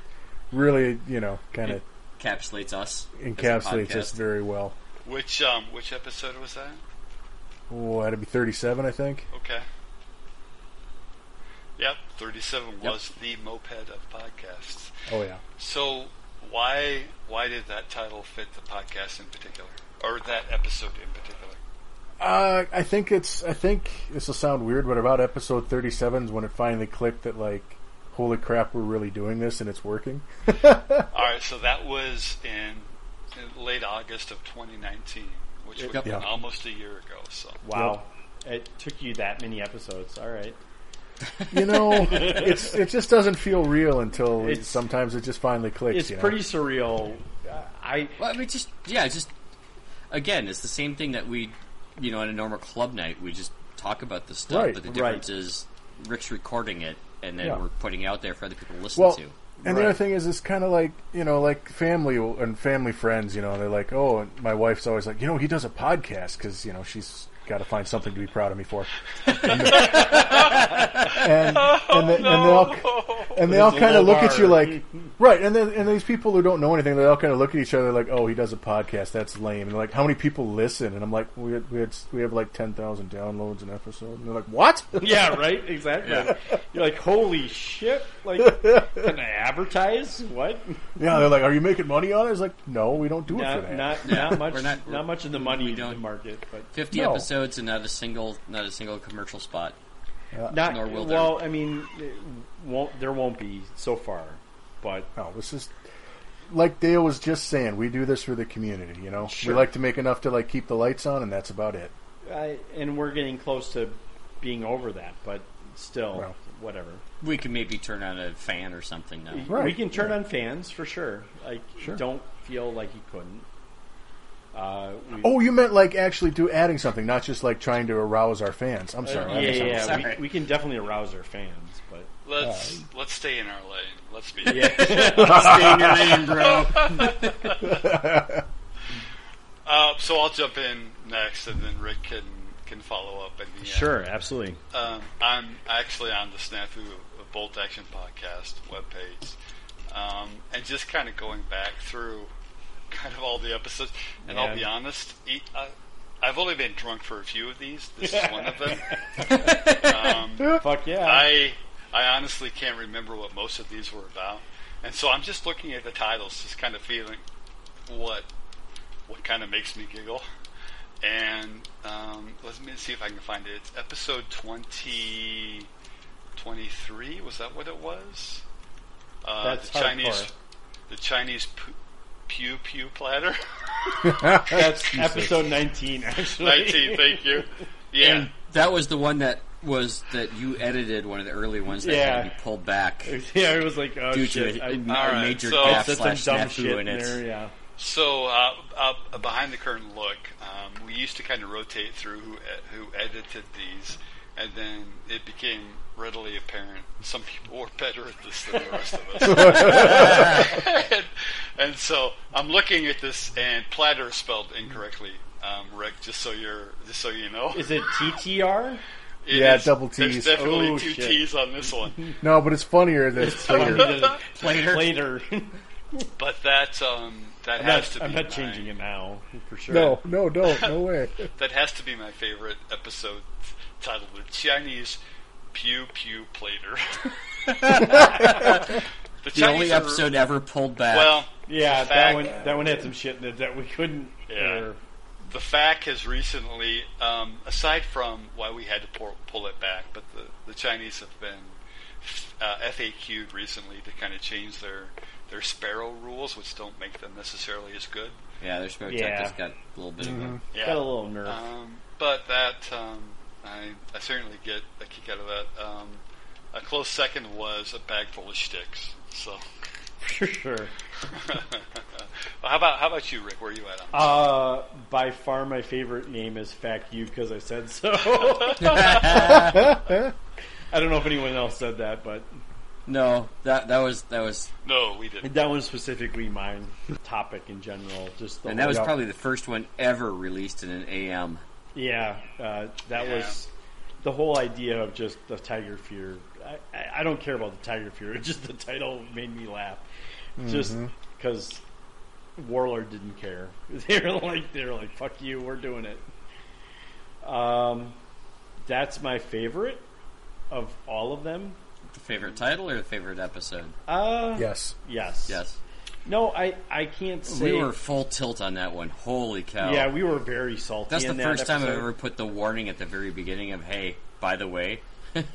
F: really, you know, kind of
D: Encapsulates us. as a
F: encapsulates us
D: podcast.
F: very well.
C: Which um which episode was that?
F: Oh, that'd be 37, I think.
C: Okay. Yep, 37
D: Yep.
C: was the moped of podcasts.
F: Oh yeah.
C: So why why did that title fit the podcast in particular, or that episode in particular?
F: Uh, I think it's. I think this will sound weird, but about episode 37 is when it finally clicked that like, holy crap, we're really doing this and it's working.
C: All right, so that was in, in late August of 2019, which would have been
F: Yeah.
C: almost a year ago. So
A: Wow. It took you that many episodes. All right.
F: You know, it's it just doesn't feel real until
A: It's-
F: sometimes it just finally clicks.
A: It's
F: you know?
A: pretty surreal. Uh, I
D: Well, I mean, just yeah, just again, it's the same thing that we, you know, on a normal club night, we just talk about this stuff.
F: Right,
D: but the
A: right.
D: difference is Rick's recording it, and then
F: Yeah.
D: we're putting out there for other people to listen
F: Well,
D: to.
F: and the other
A: Right.
F: thing is, it's kind of like you know, like family and family friends. You know, they're like, oh, and my wife's always like, you know, he does a podcast because you know she's got to find something to be proud of me for. and and, they, and they
C: Oh,
F: all and they all
A: There's a
F: kind of
A: low
F: look at you
A: bar.
F: like, right? And then and these people who don't know anything, they all kind of look at each other like, oh, he does a podcast. That's lame. And they're like, how many people listen? And I'm like, we had, we had, we have like ten thousand downloads an episode. And they're like, what?
A: yeah, right, exactly. You're like, holy shit! Like, can I advertise? What?
F: yeah, they're like, are you making money on it? It's like, no, we don't do it for
A: Not,
F: that.
A: not, not much.
D: We're not-
A: Not, much in the money
D: don't-
A: market, but
D: Fifty
F: No.
D: episodes and not a single, not a single commercial spot.
A: not.
D: Nor will there.
A: well, I mean, it won't, there won't be so far, but
F: No, this is like Dale was just saying. We do this for the community, you know.
A: Sure.
F: We like to make enough to like keep the lights on, and that's about it.
A: I, and we're getting close to being over that, but still,
F: Well.
A: whatever.
D: We could maybe turn on a fan or something now.
F: Right.
A: We can turn on fans for sure. I
F: Sure.
A: don't feel like you couldn't. Uh, we,
F: Oh, you meant like actually do adding something, not just like trying to arouse our fans. I'm sorry.
A: yeah,
F: I'm
A: yeah,
F: sorry.
A: Uh, yeah.
D: sorry.
A: We, we can definitely arouse our fans, but
C: let's let's stay in our lane. Let's be.
D: Stay in your lane, bro.
C: Uh, so I'll jump in next, and then Rick can can follow up. And the end.
A: sure, absolutely.
C: Um, I'm actually on the Snafu Bolt Action Podcast webpage, um, and just kind of going back through kind of all the episodes. And I'll
A: Yeah.
C: be honest, e- I, I've only been drunk for a few of these. This is one of them.
A: Fuck yeah.
C: I I honestly can't remember what most of these were about, and so I'm just looking at the titles, just kind of feeling what what kind of makes me giggle. And um, let me see if I can find it. It's episode 20, 23? Was that what it was? Uh,
A: That's
C: the Chinese
A: hardcore.
C: the Chinese pu- pew pew platter.
A: That's episode 19, actually.
C: Nineteen. Thank you. Yeah.
D: And that was the one that was that you edited one of the early ones that had to
A: Yeah.
D: be pulled back
A: yeah, it was like, oh
D: due to
A: shit.
D: a,
A: I-
D: a
C: right,
D: major
C: so-
A: I
D: gap
A: said
D: slash
A: some dumb
D: snafu
A: shit
D: in
A: in
D: it.
A: there, yeah.
C: So, uh, uh, a behind the curtain look. Um, we used to kind of rotate through who e- who edited these, and then it became readily apparent some people were better at this than the rest of us. and, and so I'm looking at this, and platter is spelled incorrectly. Um, Rick, just so you're, just so you know,
A: Is it TTR?
C: It
F: Yeah, double Ts.
C: There's definitely
A: Oh,
C: two
A: shit.
C: T's on this one,
F: No, but it's funnier than it's
A: Telling me
F: later.
A: to- Later.
C: but that um, that
A: I'm
C: has
A: not,
C: to be
A: I'm not
C: my,
A: changing it now, for sure.
F: No, no, don't, no way.
C: That has to be my favorite episode titled "The Chinese Pew Pew Plater." the
G: The only
C: are-
G: episode ever pulled back.
C: well,
A: Yeah, that
C: the fact-
A: one that one had some shit in it that we couldn't.
C: Yeah.
A: or-
C: the fact has recently, um, aside from why we had to pour, pull it back, but the, the Chinese have been uh, FAQ'd recently to kind of change their their sparrow rules, which don't make them necessarily as good.
D: Yeah, their smoke
A: Yeah.
D: has got a little bit of a.
C: Yeah.
A: Got a little nerve.
C: Um, but that um, I, I certainly get a kick out of that. Um, a close second was a bag full of shticks. So,
A: for sure.
C: how about how about you, Rick? Where are you at? On?
A: Uh, by far, my favorite name is "Fact You" because I said so. I don't know if anyone else said that, but
G: no, that that was that was,
C: no, we didn't.
A: that one's specifically mine. Topic in general, just the
D: And that was
A: whole-
D: probably the first one ever released in an AM.
A: Yeah, uh, that
C: Yeah.
A: was the whole idea of just the tiger fear. I, I, I don't care about the tiger fear. Just the title made me laugh, just
D: Mm-hmm.
A: because Warlord didn't care. They were like, they were like, "Fuck you, we're doing it." Um, that's my favorite of all of them.
D: The favorite title or the favorite episode?
A: Uh,
F: Yes.
A: yes,
D: Yes.
A: No, I, I can't say.
D: We were full tilt on that one. Holy cow.
A: yeah, we were very salty.
D: That's the
A: in that
D: first time I've
A: episode.
D: ever put the warning at the very beginning of, hey, by the way,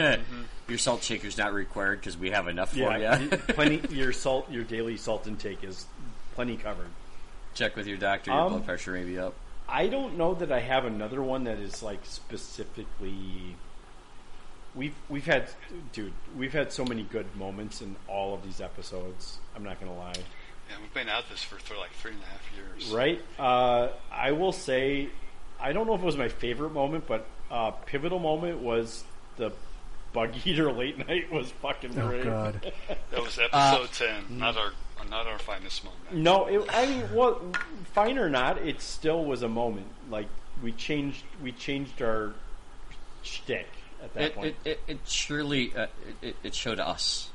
D: your salt shaker's not required because we have enough for
A: Mm-hmm. Yeah,
D: you.
A: plenty. Your salt, your daily salt intake is plenty covered.
D: Check with your doctor, your
A: Um,
D: blood pressure may be up.
A: I don't know that I have another one that is like specifically. We've we've had, dude, we've had so many good moments in all of these episodes. I'm not gonna lie,
C: Yeah, we've been at this for th- like three and a half years.
A: right? Uh, I will say, I don't know if it was my favorite moment, but uh, pivotal moment was the bug eater late night was fucking
F: Oh
A: great.
F: God.
C: That was episode ten. Not our not our finest moment.
A: No, it, I mean, well, fine or not, it still was a moment. Like we changed, we changed our shtick at that
D: It,
A: point.
D: it, it, it surely uh, it- it, it showed us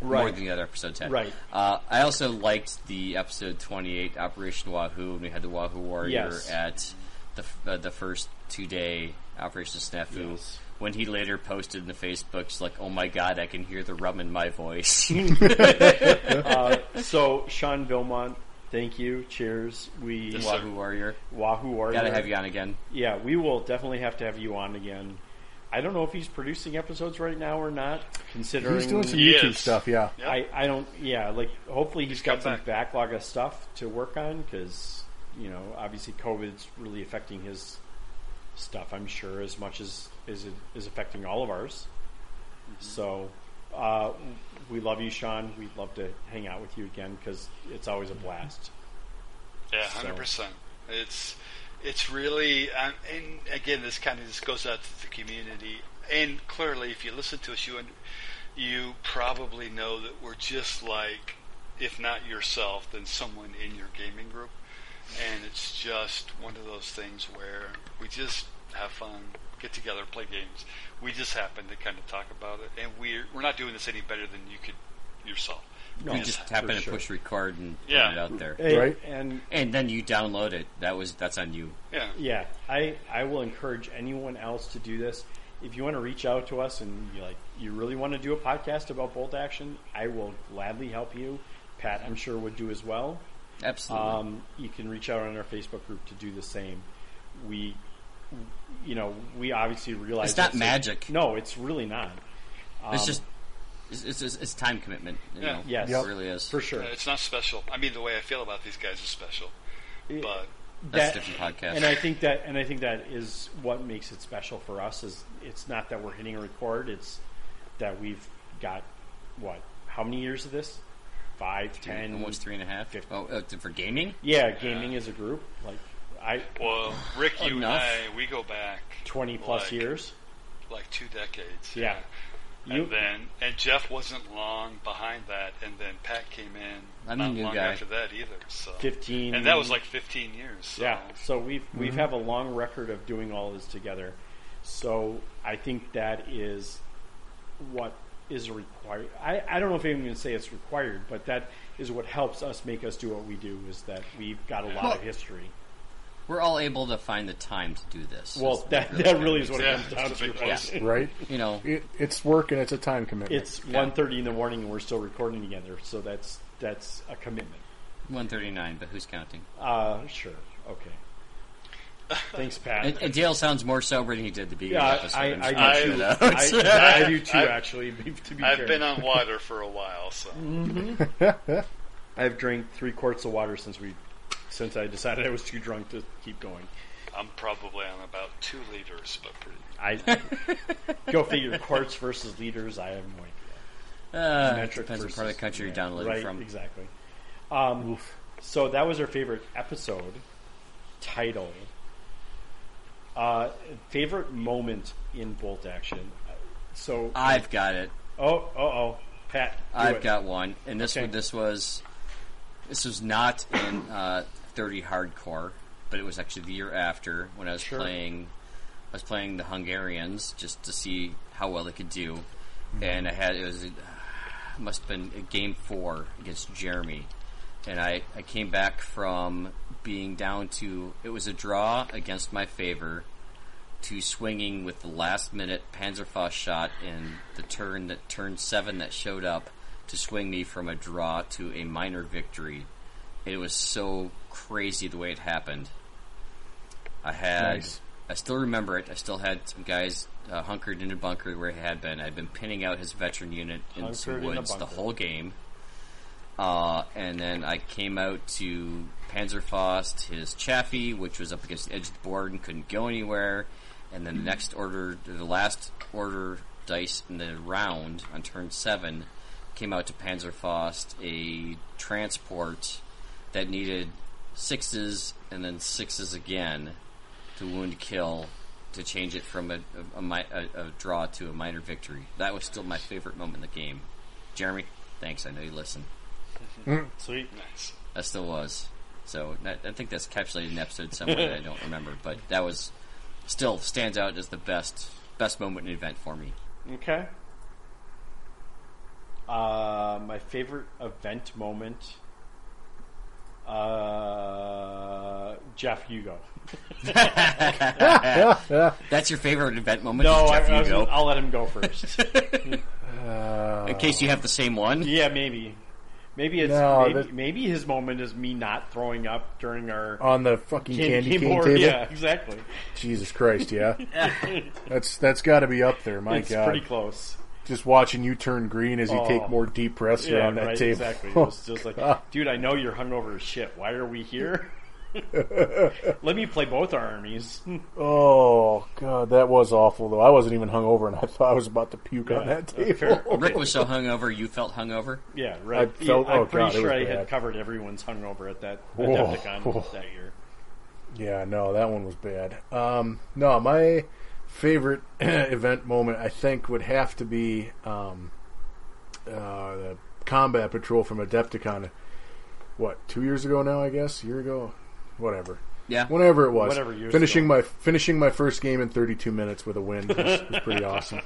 D: more
A: right.
D: than the other episodes had.
A: Right.
D: Uh, I also liked the episode 28, Operation Wahoo, and we had the Wahoo Warrior
A: Yes.
D: at the, f- uh, the first two day Operation Snafu.
A: Yes.
D: When he later posted in the Facebooks, like, oh my god, I can hear the rum in my voice.
A: Uh, So Sean Vilmont, thank you. Cheers. We
D: Wahoo Warrior.
A: Wahoo Warrior.
D: Gotta have you on again.
A: Yeah, we will definitely have to have you on again. I don't know if he's producing episodes right now or not. Considering
F: He's doing some
C: He
F: YouTube
C: is.
F: stuff, yeah.
C: Yeah.
A: I, I don't. Yeah, like hopefully he's got
C: come
A: some
C: back.
A: backlog of stuff to work on because you know obviously COVID's really affecting his stuff. I'm sure as much as is it is affecting all of ours. So uh, we love you, Sean. We'd love to hang out with you again because it's always a blast.
C: Yeah, hundred percent. It's it's really um, and again, this kind of just goes out to the community. And clearly, if you listen to us, you und- you probably know that we're just like, if not yourself, then someone in your gaming group. And it's just one of those things where we just have fun, get together, play games. We just happen to kind of talk about it, and we're we're not doing this any better than you could yourself.
A: No,
D: You just happen to
A: sure.
D: push record and
C: Yeah.
D: put it out there.
A: Hey,
F: Right.
A: And
D: And then you download it. That was that's on you.
C: Yeah.
A: yeah, I I will encourage anyone else to do this. If you want to reach out to us and you like you really want to do a podcast about bolt action, I will gladly help you. Pat, I'm sure would do as well.
D: Absolutely.
A: Um, you can reach out on our Facebook group to do the same. We, you know, we obviously realize
D: It's not
A: that's a-
D: magic.
A: no, it's really not
D: it's just it's, it's, it's, it's time commitment. You
C: Yeah.
D: know?
A: Yes.
D: it really is.
A: for sure.
C: Uh, It's not special. I mean, the way I feel about these guys is special, but
D: That's
A: that-
D: a different podcast.
A: And I think that and I think that is what makes it special for us is it's not that we're hitting record, it's that we've got what, how many years of this? Five, ten
D: almost three and a half.
A: fifty.
D: Oh, uh, t- for gaming?
A: Yeah, gaming as a group. Like I
C: well, Rick, you and
D: Enough.
C: I, we go back
A: twenty plus
C: like,
A: years.
C: like two decades.
A: Yeah.
C: And
A: You-
C: then and Jeff wasn't long behind that, and then Pat came in
D: I'm
C: not
D: a new
C: long
D: guy.
C: after that either. So
A: 15
C: and that was like 15 years. So.
A: Yeah, so we've we've have a long record of doing all this together. So I think that is what is required. I, I don't know if anyone can say it's required, but that is what helps us make us do what we do. Is that we've got a lot of history.
D: We're all able to find the time to do this.
A: Well, that
D: That's really
A: that
D: good.
A: really is what it
C: Yeah,
A: comes down
C: that's the
A: to.
C: big plus.
A: right?
F: right?
D: you know.
F: It, it's work and it's a time commitment.
A: It's 1.30 in the morning and we're still recording together, so that's that's a commitment.
D: 139, but who's counting?
A: Uh, sure, okay. Thanks, Pat.
D: And, and Dale sounds more sober than he did the beginning
A: yeah,
D: of the episode.
A: I,
D: I'm
A: I,
D: just
A: I,
D: gonna shoot
A: do,
D: out. uh,
A: I, I do too.
C: I've-
A: actually, to be
C: I've
A: fair.
C: been on water for a while, so
D: Mm-hmm.
A: I've drank three quarts of water since we, since I decided I was too drunk to keep going.
C: I'm probably on about two liters, but pretty.
A: I go figure quarts versus liters. I have no idea.
D: Uh,
A: Metric
D: depends on
A: versus-
D: part of the country you're downloading
A: right,
D: from.
A: exactly. Um, So that was our favorite episode title. Uh, favorite moment in bolt action. Uh, So
D: I've got it.
A: oh oh oh, Pat, do
D: Uh, I've
A: it.
D: got one, and this
A: Okay.
D: one, this was this was not in uh, 30 hardcore, but it was actually the year after when I was
A: Sure.
D: playing. I was playing the Hungarians just to see how well they could do,
A: Mm-hmm.
D: and I had it was uh, must have been game four against Jeremy, and I I came back from being down to it was a draw against my favor. To swinging with the last minute Panzerfaust shot in the turn that turn seven that showed up to swing me from a draw to a minor victory. It was so crazy the way it happened. I had,
F: Nice.
D: I still remember it. I still had some guys uh, hunkered in a bunker where he had been. I'd been pinning out his veteran unit in some
A: Hunkered in a
D: woods the
A: bunker.
D: whole game. Uh, and then I came out to Panzerfaust, his Chaffee, which was up against the edge of the board and couldn't go anywhere. And then the next order, the last order dice in the round on turn seven came out to Panzerfaust, a transport that needed sixes and then sixes again to wound kill to change it from a, a, a, mi- a, a draw to a minor victory. That was still my favorite moment in the game. Jeremy, thanks. I know you listen.
A: Sweet.
C: Nice.
D: I still was. So I, I think that's capsulated in an episode somewhere that I don't remember, but that was still stands out as the best best moment in the event for me.
A: Okay. Uh, my favorite event moment. Uh, Jeff, you go.
D: That's your favorite event moment.
A: No,
D: is
A: I,
D: Jeff
A: I was,
D: Hugo?
A: I'll let him go first.
D: in case you have the same one.
A: yeah, maybe. Maybe it's
F: No,
A: maybe,
F: that-
A: maybe his moment is me not throwing up during our
F: on the fucking
A: candy
F: candy,
A: cane
F: cane
A: board.
F: table.
A: Yeah, exactly.
F: Jesus Christ, yeah. that's that's got to be up there. My
A: it's
F: God,
A: pretty close.
F: just watching you turn green as you
A: Oh.
F: take more deep breaths
A: Yeah,
F: around that
A: right,
F: table. Oh,
A: exactly. It was just like,
F: God.
A: dude, I know you're hungover as shit. Why are we here? Let me play both our armies.
F: Oh God, that was awful though. I wasn't even hungover, and I thought I was about to puke on that table.
D: Rick was so hungover, you felt hungover.
A: Yeah, right.
F: I felt-
A: Yeah, I'm
F: oh,
A: pretty
F: God, it
A: sure I
F: was
A: had
F: bad.
A: covered everyone's hungover at that
F: Whoa.
A: Adepticon
F: Whoa.
A: that year.
F: Yeah, no, that one was bad. Um, no, my favorite event moment, I think, would have to be um, uh, the combat patrol from Adepticon. What, two years ago now? I guess year ago, whatever.
D: Yeah.
F: Whenever it was,
A: Whatever years
F: finishing
A: ago.
F: my finishing my first game in 32 minutes with a win was, was pretty awesome.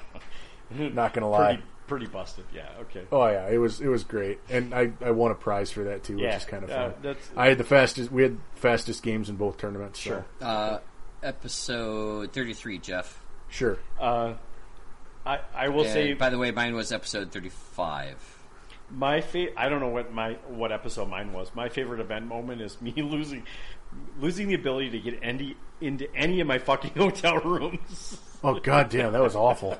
F: Not gonna lie,
A: Pretty, pretty busted. Yeah. Okay.
F: Oh yeah, it was it was great, and I, I won a prize for that too,
A: Yeah,
F: which is kind of
A: uh,
F: fun.
A: that's-
F: I had the fastest. We had fastest games in both tournaments.
A: Sure.
F: so,
D: Uh, episode thirty-three, Jeff.
F: sure.
A: Uh, I I will
G: Uh,
D: And
A: say
D: by the way, mine was episode thirty-five.
A: my fa- I don't know what my what episode mine was. My favorite event moment is me losing losing the ability to get any into any of my fucking hotel rooms.
F: Oh goddamn, that was awful.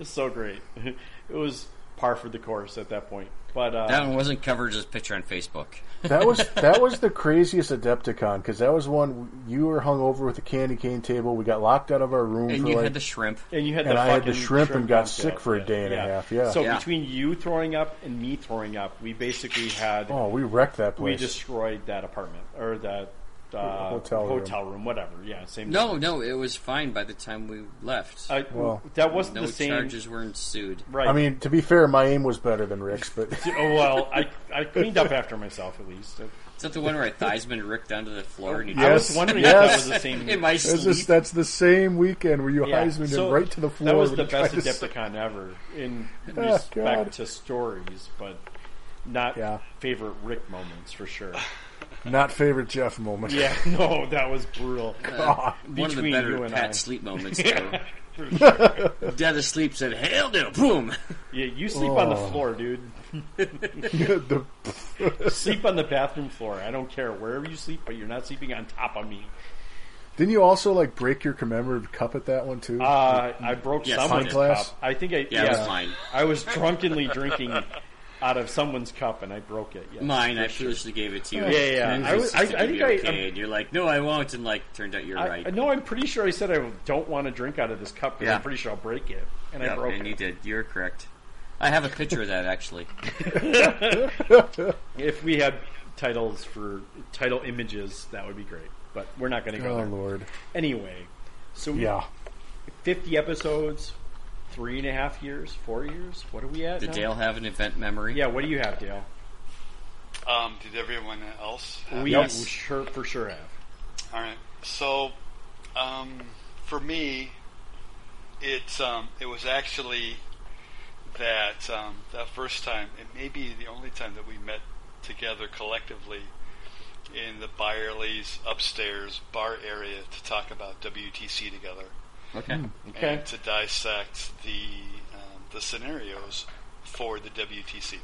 A: it's so great. It was par for the course at that point. But uh,
D: That one wasn't covered as a picture on Facebook.
F: That was that was the craziest Adepticon because that was one you were hung over with a candy cane table. We got locked out of our room
D: And
F: for
D: you
F: like
D: had the shrimp.
A: And you had
F: And
A: the
F: I had the
A: fucking
F: shrimp and got
A: cocktail.
F: sick for a day and a half, yeah.
A: So
D: Yeah.
A: between you throwing up and me throwing up, we basically had
F: oh we wrecked that
A: we
F: place.
A: destroyed that apartment or that uh,
F: Hotel room.
A: room, whatever. Yeah, same.
G: No, no, it was fine by the time we left.
A: uh,
F: Well-
A: that wasn't
G: no
A: the same.
G: charges were ensued.
A: Right.
F: I mean, to be fair, my aim was better than Rick's, but
A: Oh, well, I I cleaned up after myself at least.
G: Is that the one where I thighs been ripped down to the floor and you
A: I
F: Yes.
A: was wondering if
F: Yes.
A: that was the same.
G: in my
F: that's,
G: sleep?
F: just, that's the same weekend where you
A: Yeah,
F: Heisman
A: so
F: right to the floor.
A: That was
F: when
A: the
F: you tried
A: best
F: to s-
A: Adepticon ever in
F: Oh,
A: respect
F: God.
A: to stories, but not
F: Yeah.
A: favorite Rick moments for sure.
F: Not favorite Jeff moment.
A: Yeah, no, that was brutal.
F: God.
G: one of the
A: between you
G: better
A: and I.
G: Pat sleep moments. Though. Dead asleep said, "Hell no!" Boom.
A: Yeah, you sleep on the
F: Oh.
A: floor, dude.
F: the,
A: sleep on the bathroom floor. I don't care wherever you sleep, but you're not sleeping on top of me.
F: didn't you also like break your commemorative cup at that one too?
A: Uh, I broke
G: Yes,
A: someone's
G: fine.
F: Glass?
A: cup. I think I
G: Yeah,
A: yeah,
G: it was mine.
A: I was drunkenly drinking out of someone's cup and I broke it. Yes.
G: Mine. I foolishly gave it to you.
A: Yeah, yeah, yeah. I was-
G: insisted
A: I- I
G: it'd
A: think
G: be
A: I-
G: okay,
A: I'm-
G: and you're like, "No, I won't," and like, turned out you're
A: I,
G: right.
A: I- no, I'm pretty sure I said I don't want to drink out of this cup because
G: Yeah.
A: I'm pretty sure I'll break it, and I
G: Yep,
A: broke
G: and
A: it.
G: you did. You're correct. I have a picture of that actually.
A: If we had titles for title images, that would be great. But we're not going to go
F: oh
A: there.
F: lord.
A: Anyway, so
F: Yeah.
A: 50 episodes, three and a half years, four years. What are we at?
G: Did
A: now?
G: Dale have an event memory?
A: Yeah. What do you have, Dale?
C: Um, did everyone else? Have
A: We
G: Yes.
A: sure for sure have.
C: All right. So, um, for me, it's um, it was actually that um, that first time, it may be the only time that we met together collectively in the Byerly's upstairs bar area to talk about WTC together
G: Okay.
A: Okay.
C: and to dissect the um, the scenarios for the WTC.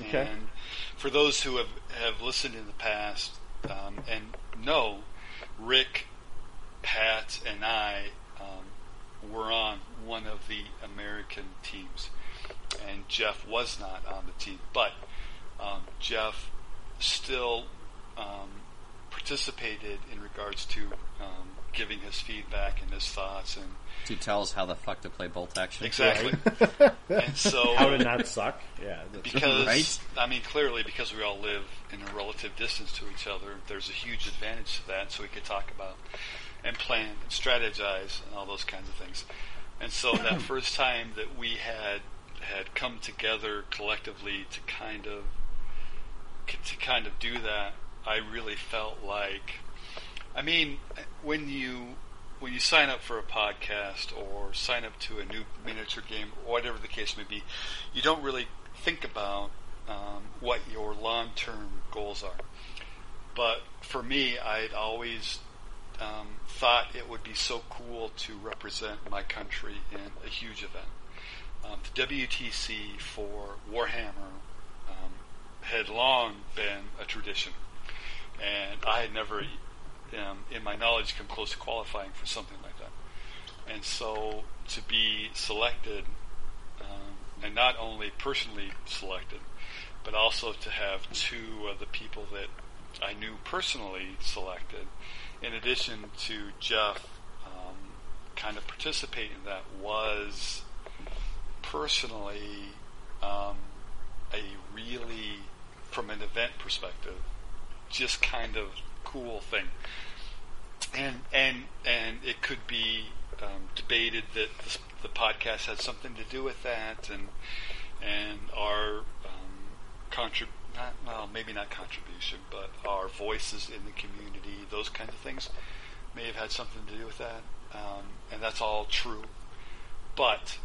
A: Okay.
C: And for those who have, have listened in the past um, and know, Rick, Pat, and I um, were on one of the American teams, and Jeff was not on the team, but um, Jeff still um, participated in regards to um, giving his feedback and his thoughts and
G: To tell us how the fuck to play bolt action.
C: Exactly. and so,
A: How to not suck? Yeah. that's-
C: because
G: Right?
C: I mean, clearly, because we all live in a relative distance to each other, there's a huge advantage to that. So we could talk about and plan and strategize and all those kinds of things. And so that first time that we had had come together collectively to kind of to kind of do that, I really felt like I mean, when you when you sign up for a podcast or sign up to a new miniature game, whatever the case may be, you don't really think about um, what your long term goals are. But for me, I'd always um, thought it would be so cool to represent my country in a huge event. Um, the WTC for Warhammer um, had long been a tradition, and I had never um, in my knowledge come close to qualifying for something like that. And so to be selected, um, and not only personally selected, but also to have two of the people that I knew personally selected, in addition to Jeff, um, kind of participate in that was personally um, a really, from an event perspective, just kind of cool thing and and and it could be um, debated that the, the podcast had something to do with that, and and our um, contrib not well maybe not contribution, but our voices in the community, those kinds of things, may have had something to do with that, um, and that's all true. But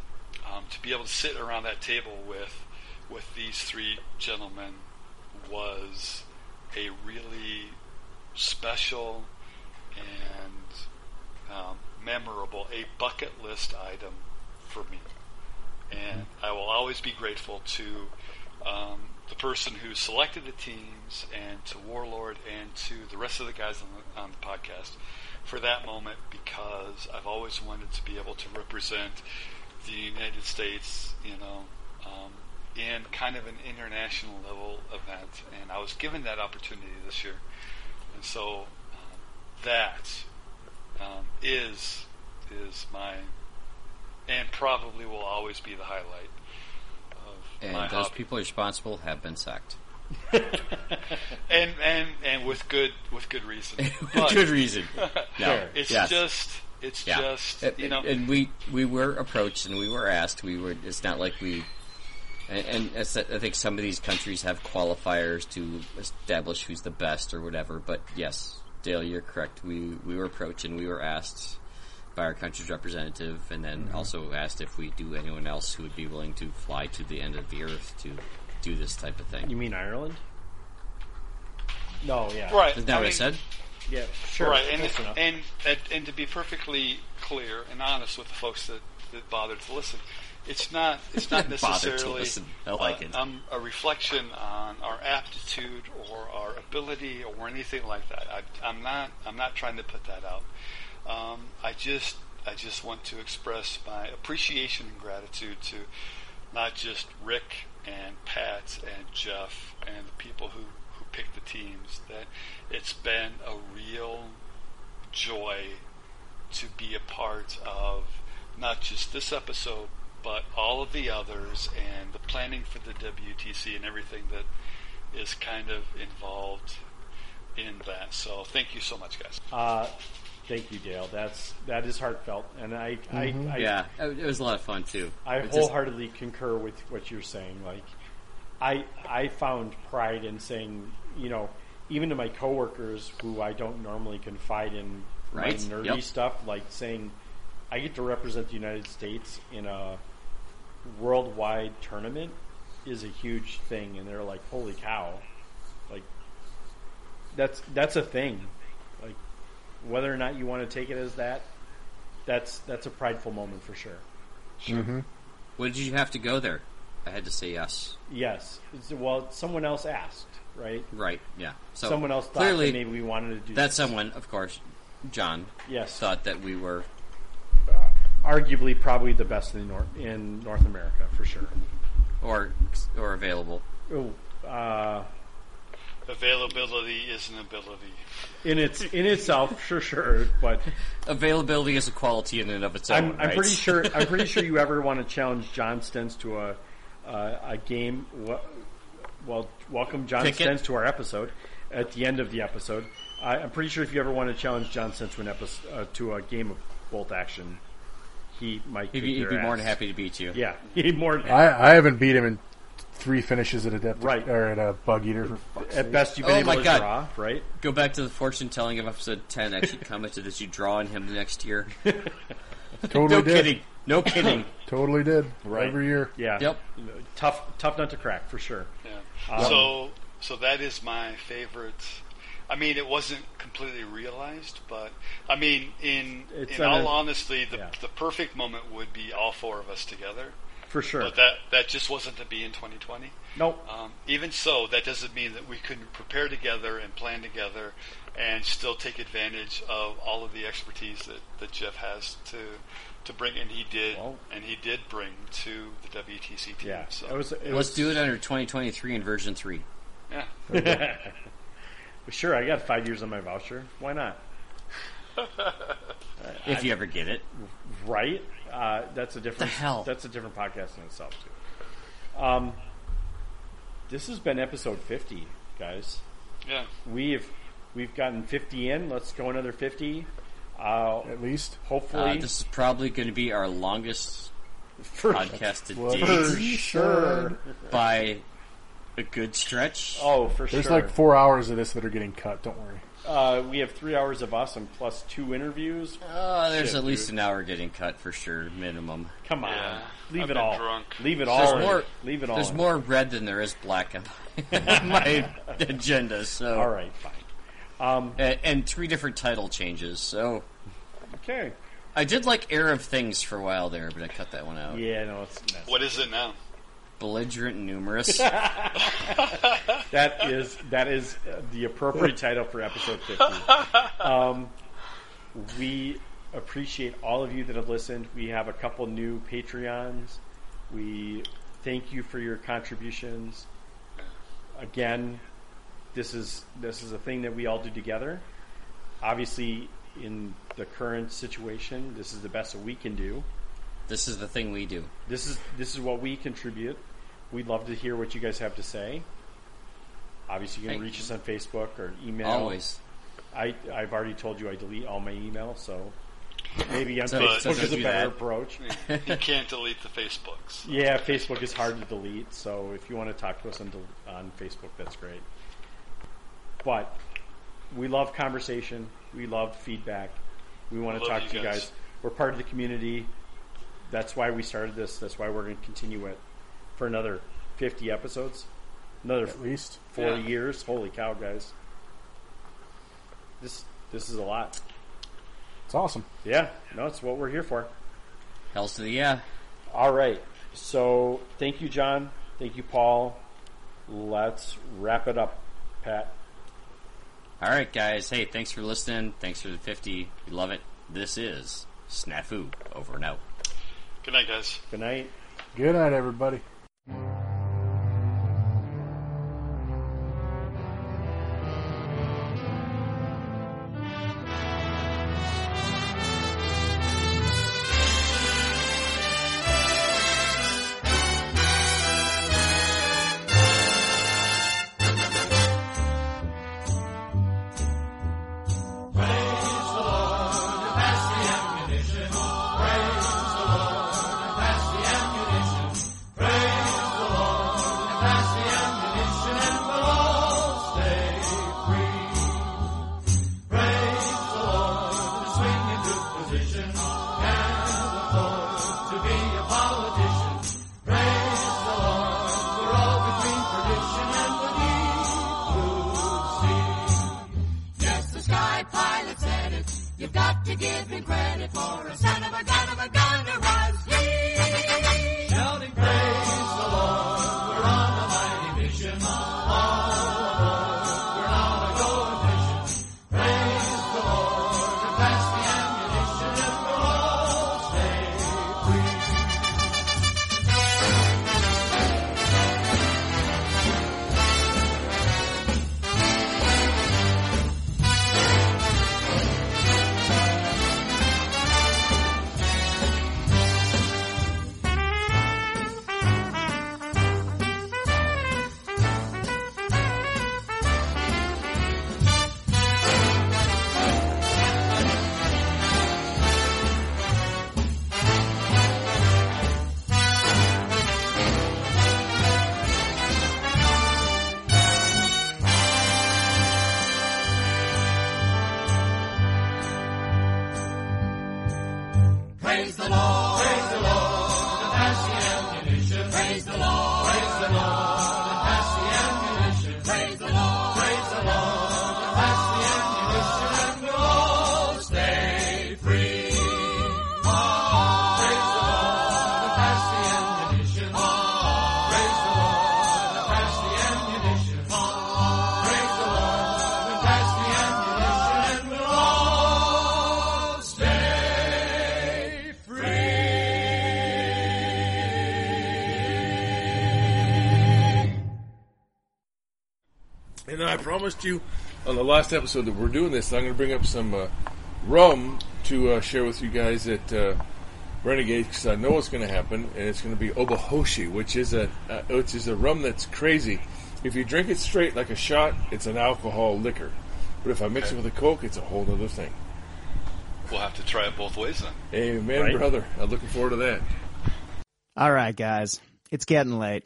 C: um, to be able to sit around that table with with these three gentlemen was a really special and um, memorable, a bucket list item for me. And I will always be grateful to um, the person who selected the teams and to Warlord and to the rest of the guys on the, on the podcast for that moment because I've always wanted to be able to represent the United States, you know, um, in kind of an international level event. And I was given that opportunity this year. And so um, that um, is is my and probably will always be the highlight of
G: And
C: my
G: those
C: hobby.
G: people responsible have been sacked.
C: and and and with good with good reason. But
D: Good reason. No,
C: it's
D: yes.
C: just it's
D: Yeah.
C: just
D: And-
C: you know
D: and we we were approached and we were asked. We were. It's not like we. And, and it's- I think some of these countries have qualifiers to establish who's the best or whatever. But yes, Dale, you're correct. We we were approached and we were asked by our country's representative, and then also asked if we do anyone else who would be willing to fly to the end of the earth to do this type of thing.
A: You mean Ireland? No, yeah,
C: right.
D: Isn't that
C: I
D: what I
C: mean,
D: said?
A: yeah, sure,
C: Right, and
A: close enough.
C: and, and and to be perfectly clear and honest with the folks that, that bothered to listen, it's not it's not
D: Bothered to
C: necessarily
D: listen. I like
C: uh,
D: it.
C: Um, a reflection on our aptitude or our ability or anything like that. I, I'm not I'm not trying to put that out. Um, I just I just want to express my appreciation and gratitude to not just Rick and Pat and Jeff and the people who who picked the teams. That it's been a real joy to be a part of not just this episode, but all of the others and the planning for the WTC and everything that is kind of involved in that. So thank you so much, guys.
A: Uh, thank you, Dale. That's that is heartfelt, and I, I, I,
D: Mm-hmm. Yeah, it it was a lot of fun too.
A: I
D: It just-
A: wholeheartedly concur with what you're saying. Like, I I found pride in saying, you know, even to my coworkers who I don't normally confide in
D: Right,
A: my nerdy
D: yep.
A: stuff, like saying, I get to represent the United States in a worldwide tournament is a huge thing, and they're like, holy cow, like that's that's a thing. Like, whether or not you want to take it as that, that's that's a prideful moment for sure.
D: When did you have to go there? I had to say yes.
A: Yes. It's- Well, someone else asked, right?
D: Right. Yeah. So
A: someone else thought
D: clearly
A: that maybe we wanted to do
D: that
A: this.
D: someone, of course, John,
A: Yes.
D: thought that we were
A: Arguably, probably the best in North in North America for sure.
D: or or available.
A: Ooh, uh,
C: Availability is an ability.
A: in its in itself, sure, sure. But
D: Availability is a quality in and of its own.
A: I'm, I'm
D: right?
A: pretty sure I'm pretty sure you ever want to challenge John Stentz to a uh, a game. Well, well, welcome John
D: Pick it.
A: Stentz to our episode. At the end of the episode, I I'm pretty sure if you ever want to challenge John Stentz to an episode uh, to a game of bolt action, he might.
D: He'd
A: kick
D: be, he'd
A: your
D: be more
A: ass.
D: than happy to beat you.
A: Yeah, he'd be more than
F: I, I haven't beat him in three finishes at Adeptic
A: Right.
F: or at a Bug Eater. For fuck's
A: At
F: sake.
A: best, you've been
D: Oh
A: able
D: my
A: to
D: God.
A: draw, right?
D: Go back to the fortune telling of episode ten. I should commented that you draw on him next year.
F: totally
D: no
F: did.
D: kidding. No kidding.
F: Totally did.
A: Right.
F: Every year.
A: Yeah.
D: Yep.
A: Tough, tough nut to crack for sure.
C: Yeah.
A: Um,
C: so so that is my favorite. I mean, it wasn't completely realized, but I mean, in
A: It's
C: in all
A: a-
C: honesty, the
A: yeah.
C: the perfect moment would be all four of us together.
A: For sure.
C: But that that just wasn't to be in 2020.
A: nope.
C: Um, even so, that doesn't mean that we couldn't prepare together and plan together and still take advantage of all of the expertise that, that Jeff has to to bring, and he did,
A: Well-
C: and he did bring to the WTC team.
A: Yeah.
C: So,
A: It was. It
D: Let's
A: was
D: do it under 2023 and version three.
C: yeah.
A: sure. I got five years on my voucher. Why not?
D: If you ever get it,
A: Right. Uh, that's a different.
D: The hell?
A: That's a different podcast in itself too. Um, this has been episode fifty, guys.
C: yeah.
A: We've we've gotten fifty in. Let's go another fifty. Uh,
F: At least.
A: hopefully,
D: uh, this is probably going to be our longest
A: for,
D: podcast to
F: What
D: date
F: he
A: sure.
F: said.
D: by a good stretch.
A: Oh, for sure.
F: There's like four hours of this that are getting cut. Don't worry.
A: Uh, we have three hours of us and plus two interviews.
D: Uh, there's
A: Shit,
D: at least an hour getting cut for sure, minimum.
A: Come on,
C: Yeah.
A: leave
C: I've
A: it
C: been
A: all.
C: drunk.
A: Leave it
D: There's
A: all. in.
D: more.
A: Leave it all.
D: There's
A: in.
D: more red than there is black on my, my agenda. So,
A: All right, fine.
D: and, and three different title changes. So,
A: Okay.
D: I did like Air of Things for a while there, but I cut that one out.
A: Yeah, no, it's that's-
C: What is it now?
D: Belligerent, numerous.
A: that is that is uh, the appropriate title for episode fifty. Um, we appreciate all of you that have listened. We have a couple new Patreons. We thank you for your contributions. Again, this is this is a thing that we all do together. Obviously, in the current situation, this is the best that we can do.
D: this is the thing we do.
A: This is this is what we contribute. We'd love to hear what you guys have to say. Obviously, you can
D: Hey.
A: reach us on Facebook or email.
D: Always.
A: I, I've already told you I delete all my email, so maybe on
D: So- so
A: Facebook
D: don't
A: is a
D: do
A: better
D: that.
A: approach.
C: you can't delete the Facebooks.
A: Yeah, Facebook is hard to delete, so if you want to talk to us on, del- on Facebook, that's great. But we love conversation. We love feedback. We want to
C: Love
A: talk
C: you
A: to you
C: guys.
A: guys. We're part of the community. That's why we started this. That's why we're going to continue it for another 50 episodes, another
F: At least.
A: four
C: Yeah.
A: years. Holy cow, guys! This this is a lot.
F: It's awesome.
A: Yeah, no, it's what we're here for.
D: Hells to the yeah.
A: All right. So thank you, John. Thank you, Paul. Let's wrap it up, Pat.
D: All right, guys. Hey, thanks for listening. Thanks for the 50. We love it. This is Snafu. Over and out.
C: Good night, guys.
A: Good night.
F: Good night, everybody.
B: And I promised you on the last episode that we're doing this, I'm going to bring up some uh, rum to uh, share with you guys at uh, Renegade because I know what's going to happen, and it's going to be Obahoshi, which is a uh, which is a rum that's crazy. If you drink it straight like a shot, it's an alcohol liquor. But if I mix it with a Coke, it's a whole other thing.
C: We'll have to try it both ways then.
B: Amen,
A: Right.
B: brother. I'm looking forward to that.
H: All right, guys, it's getting late.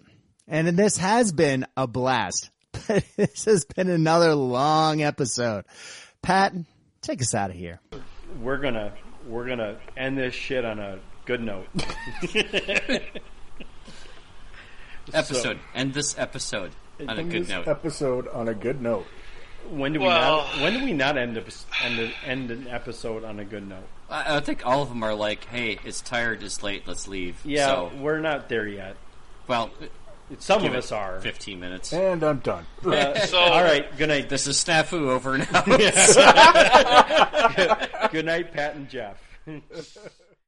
H: And this has been a blast, but this has been another long episode. Pat, take us out of here.
A: We're gonna we're gonna end this shit on a good note.
D: Episode. End this episode on a
F: End
D: good
F: this
D: note.
F: Episode on a good note.
A: When do
C: Well-
A: we not? When do we not end epis- end, a- end an episode on a good note?
D: I, I think all of them are like, hey, it's tired, it's late, let's leave.
A: Yeah,
D: So,
A: we're not there yet.
D: well,
A: Some
D: give
A: of
D: it
A: us are.
D: 15 minutes.
F: And I'm done.
C: So,
A: All right. Good night.
D: This is Snafu. Over and out.
A: Good night, Pat and Jeff.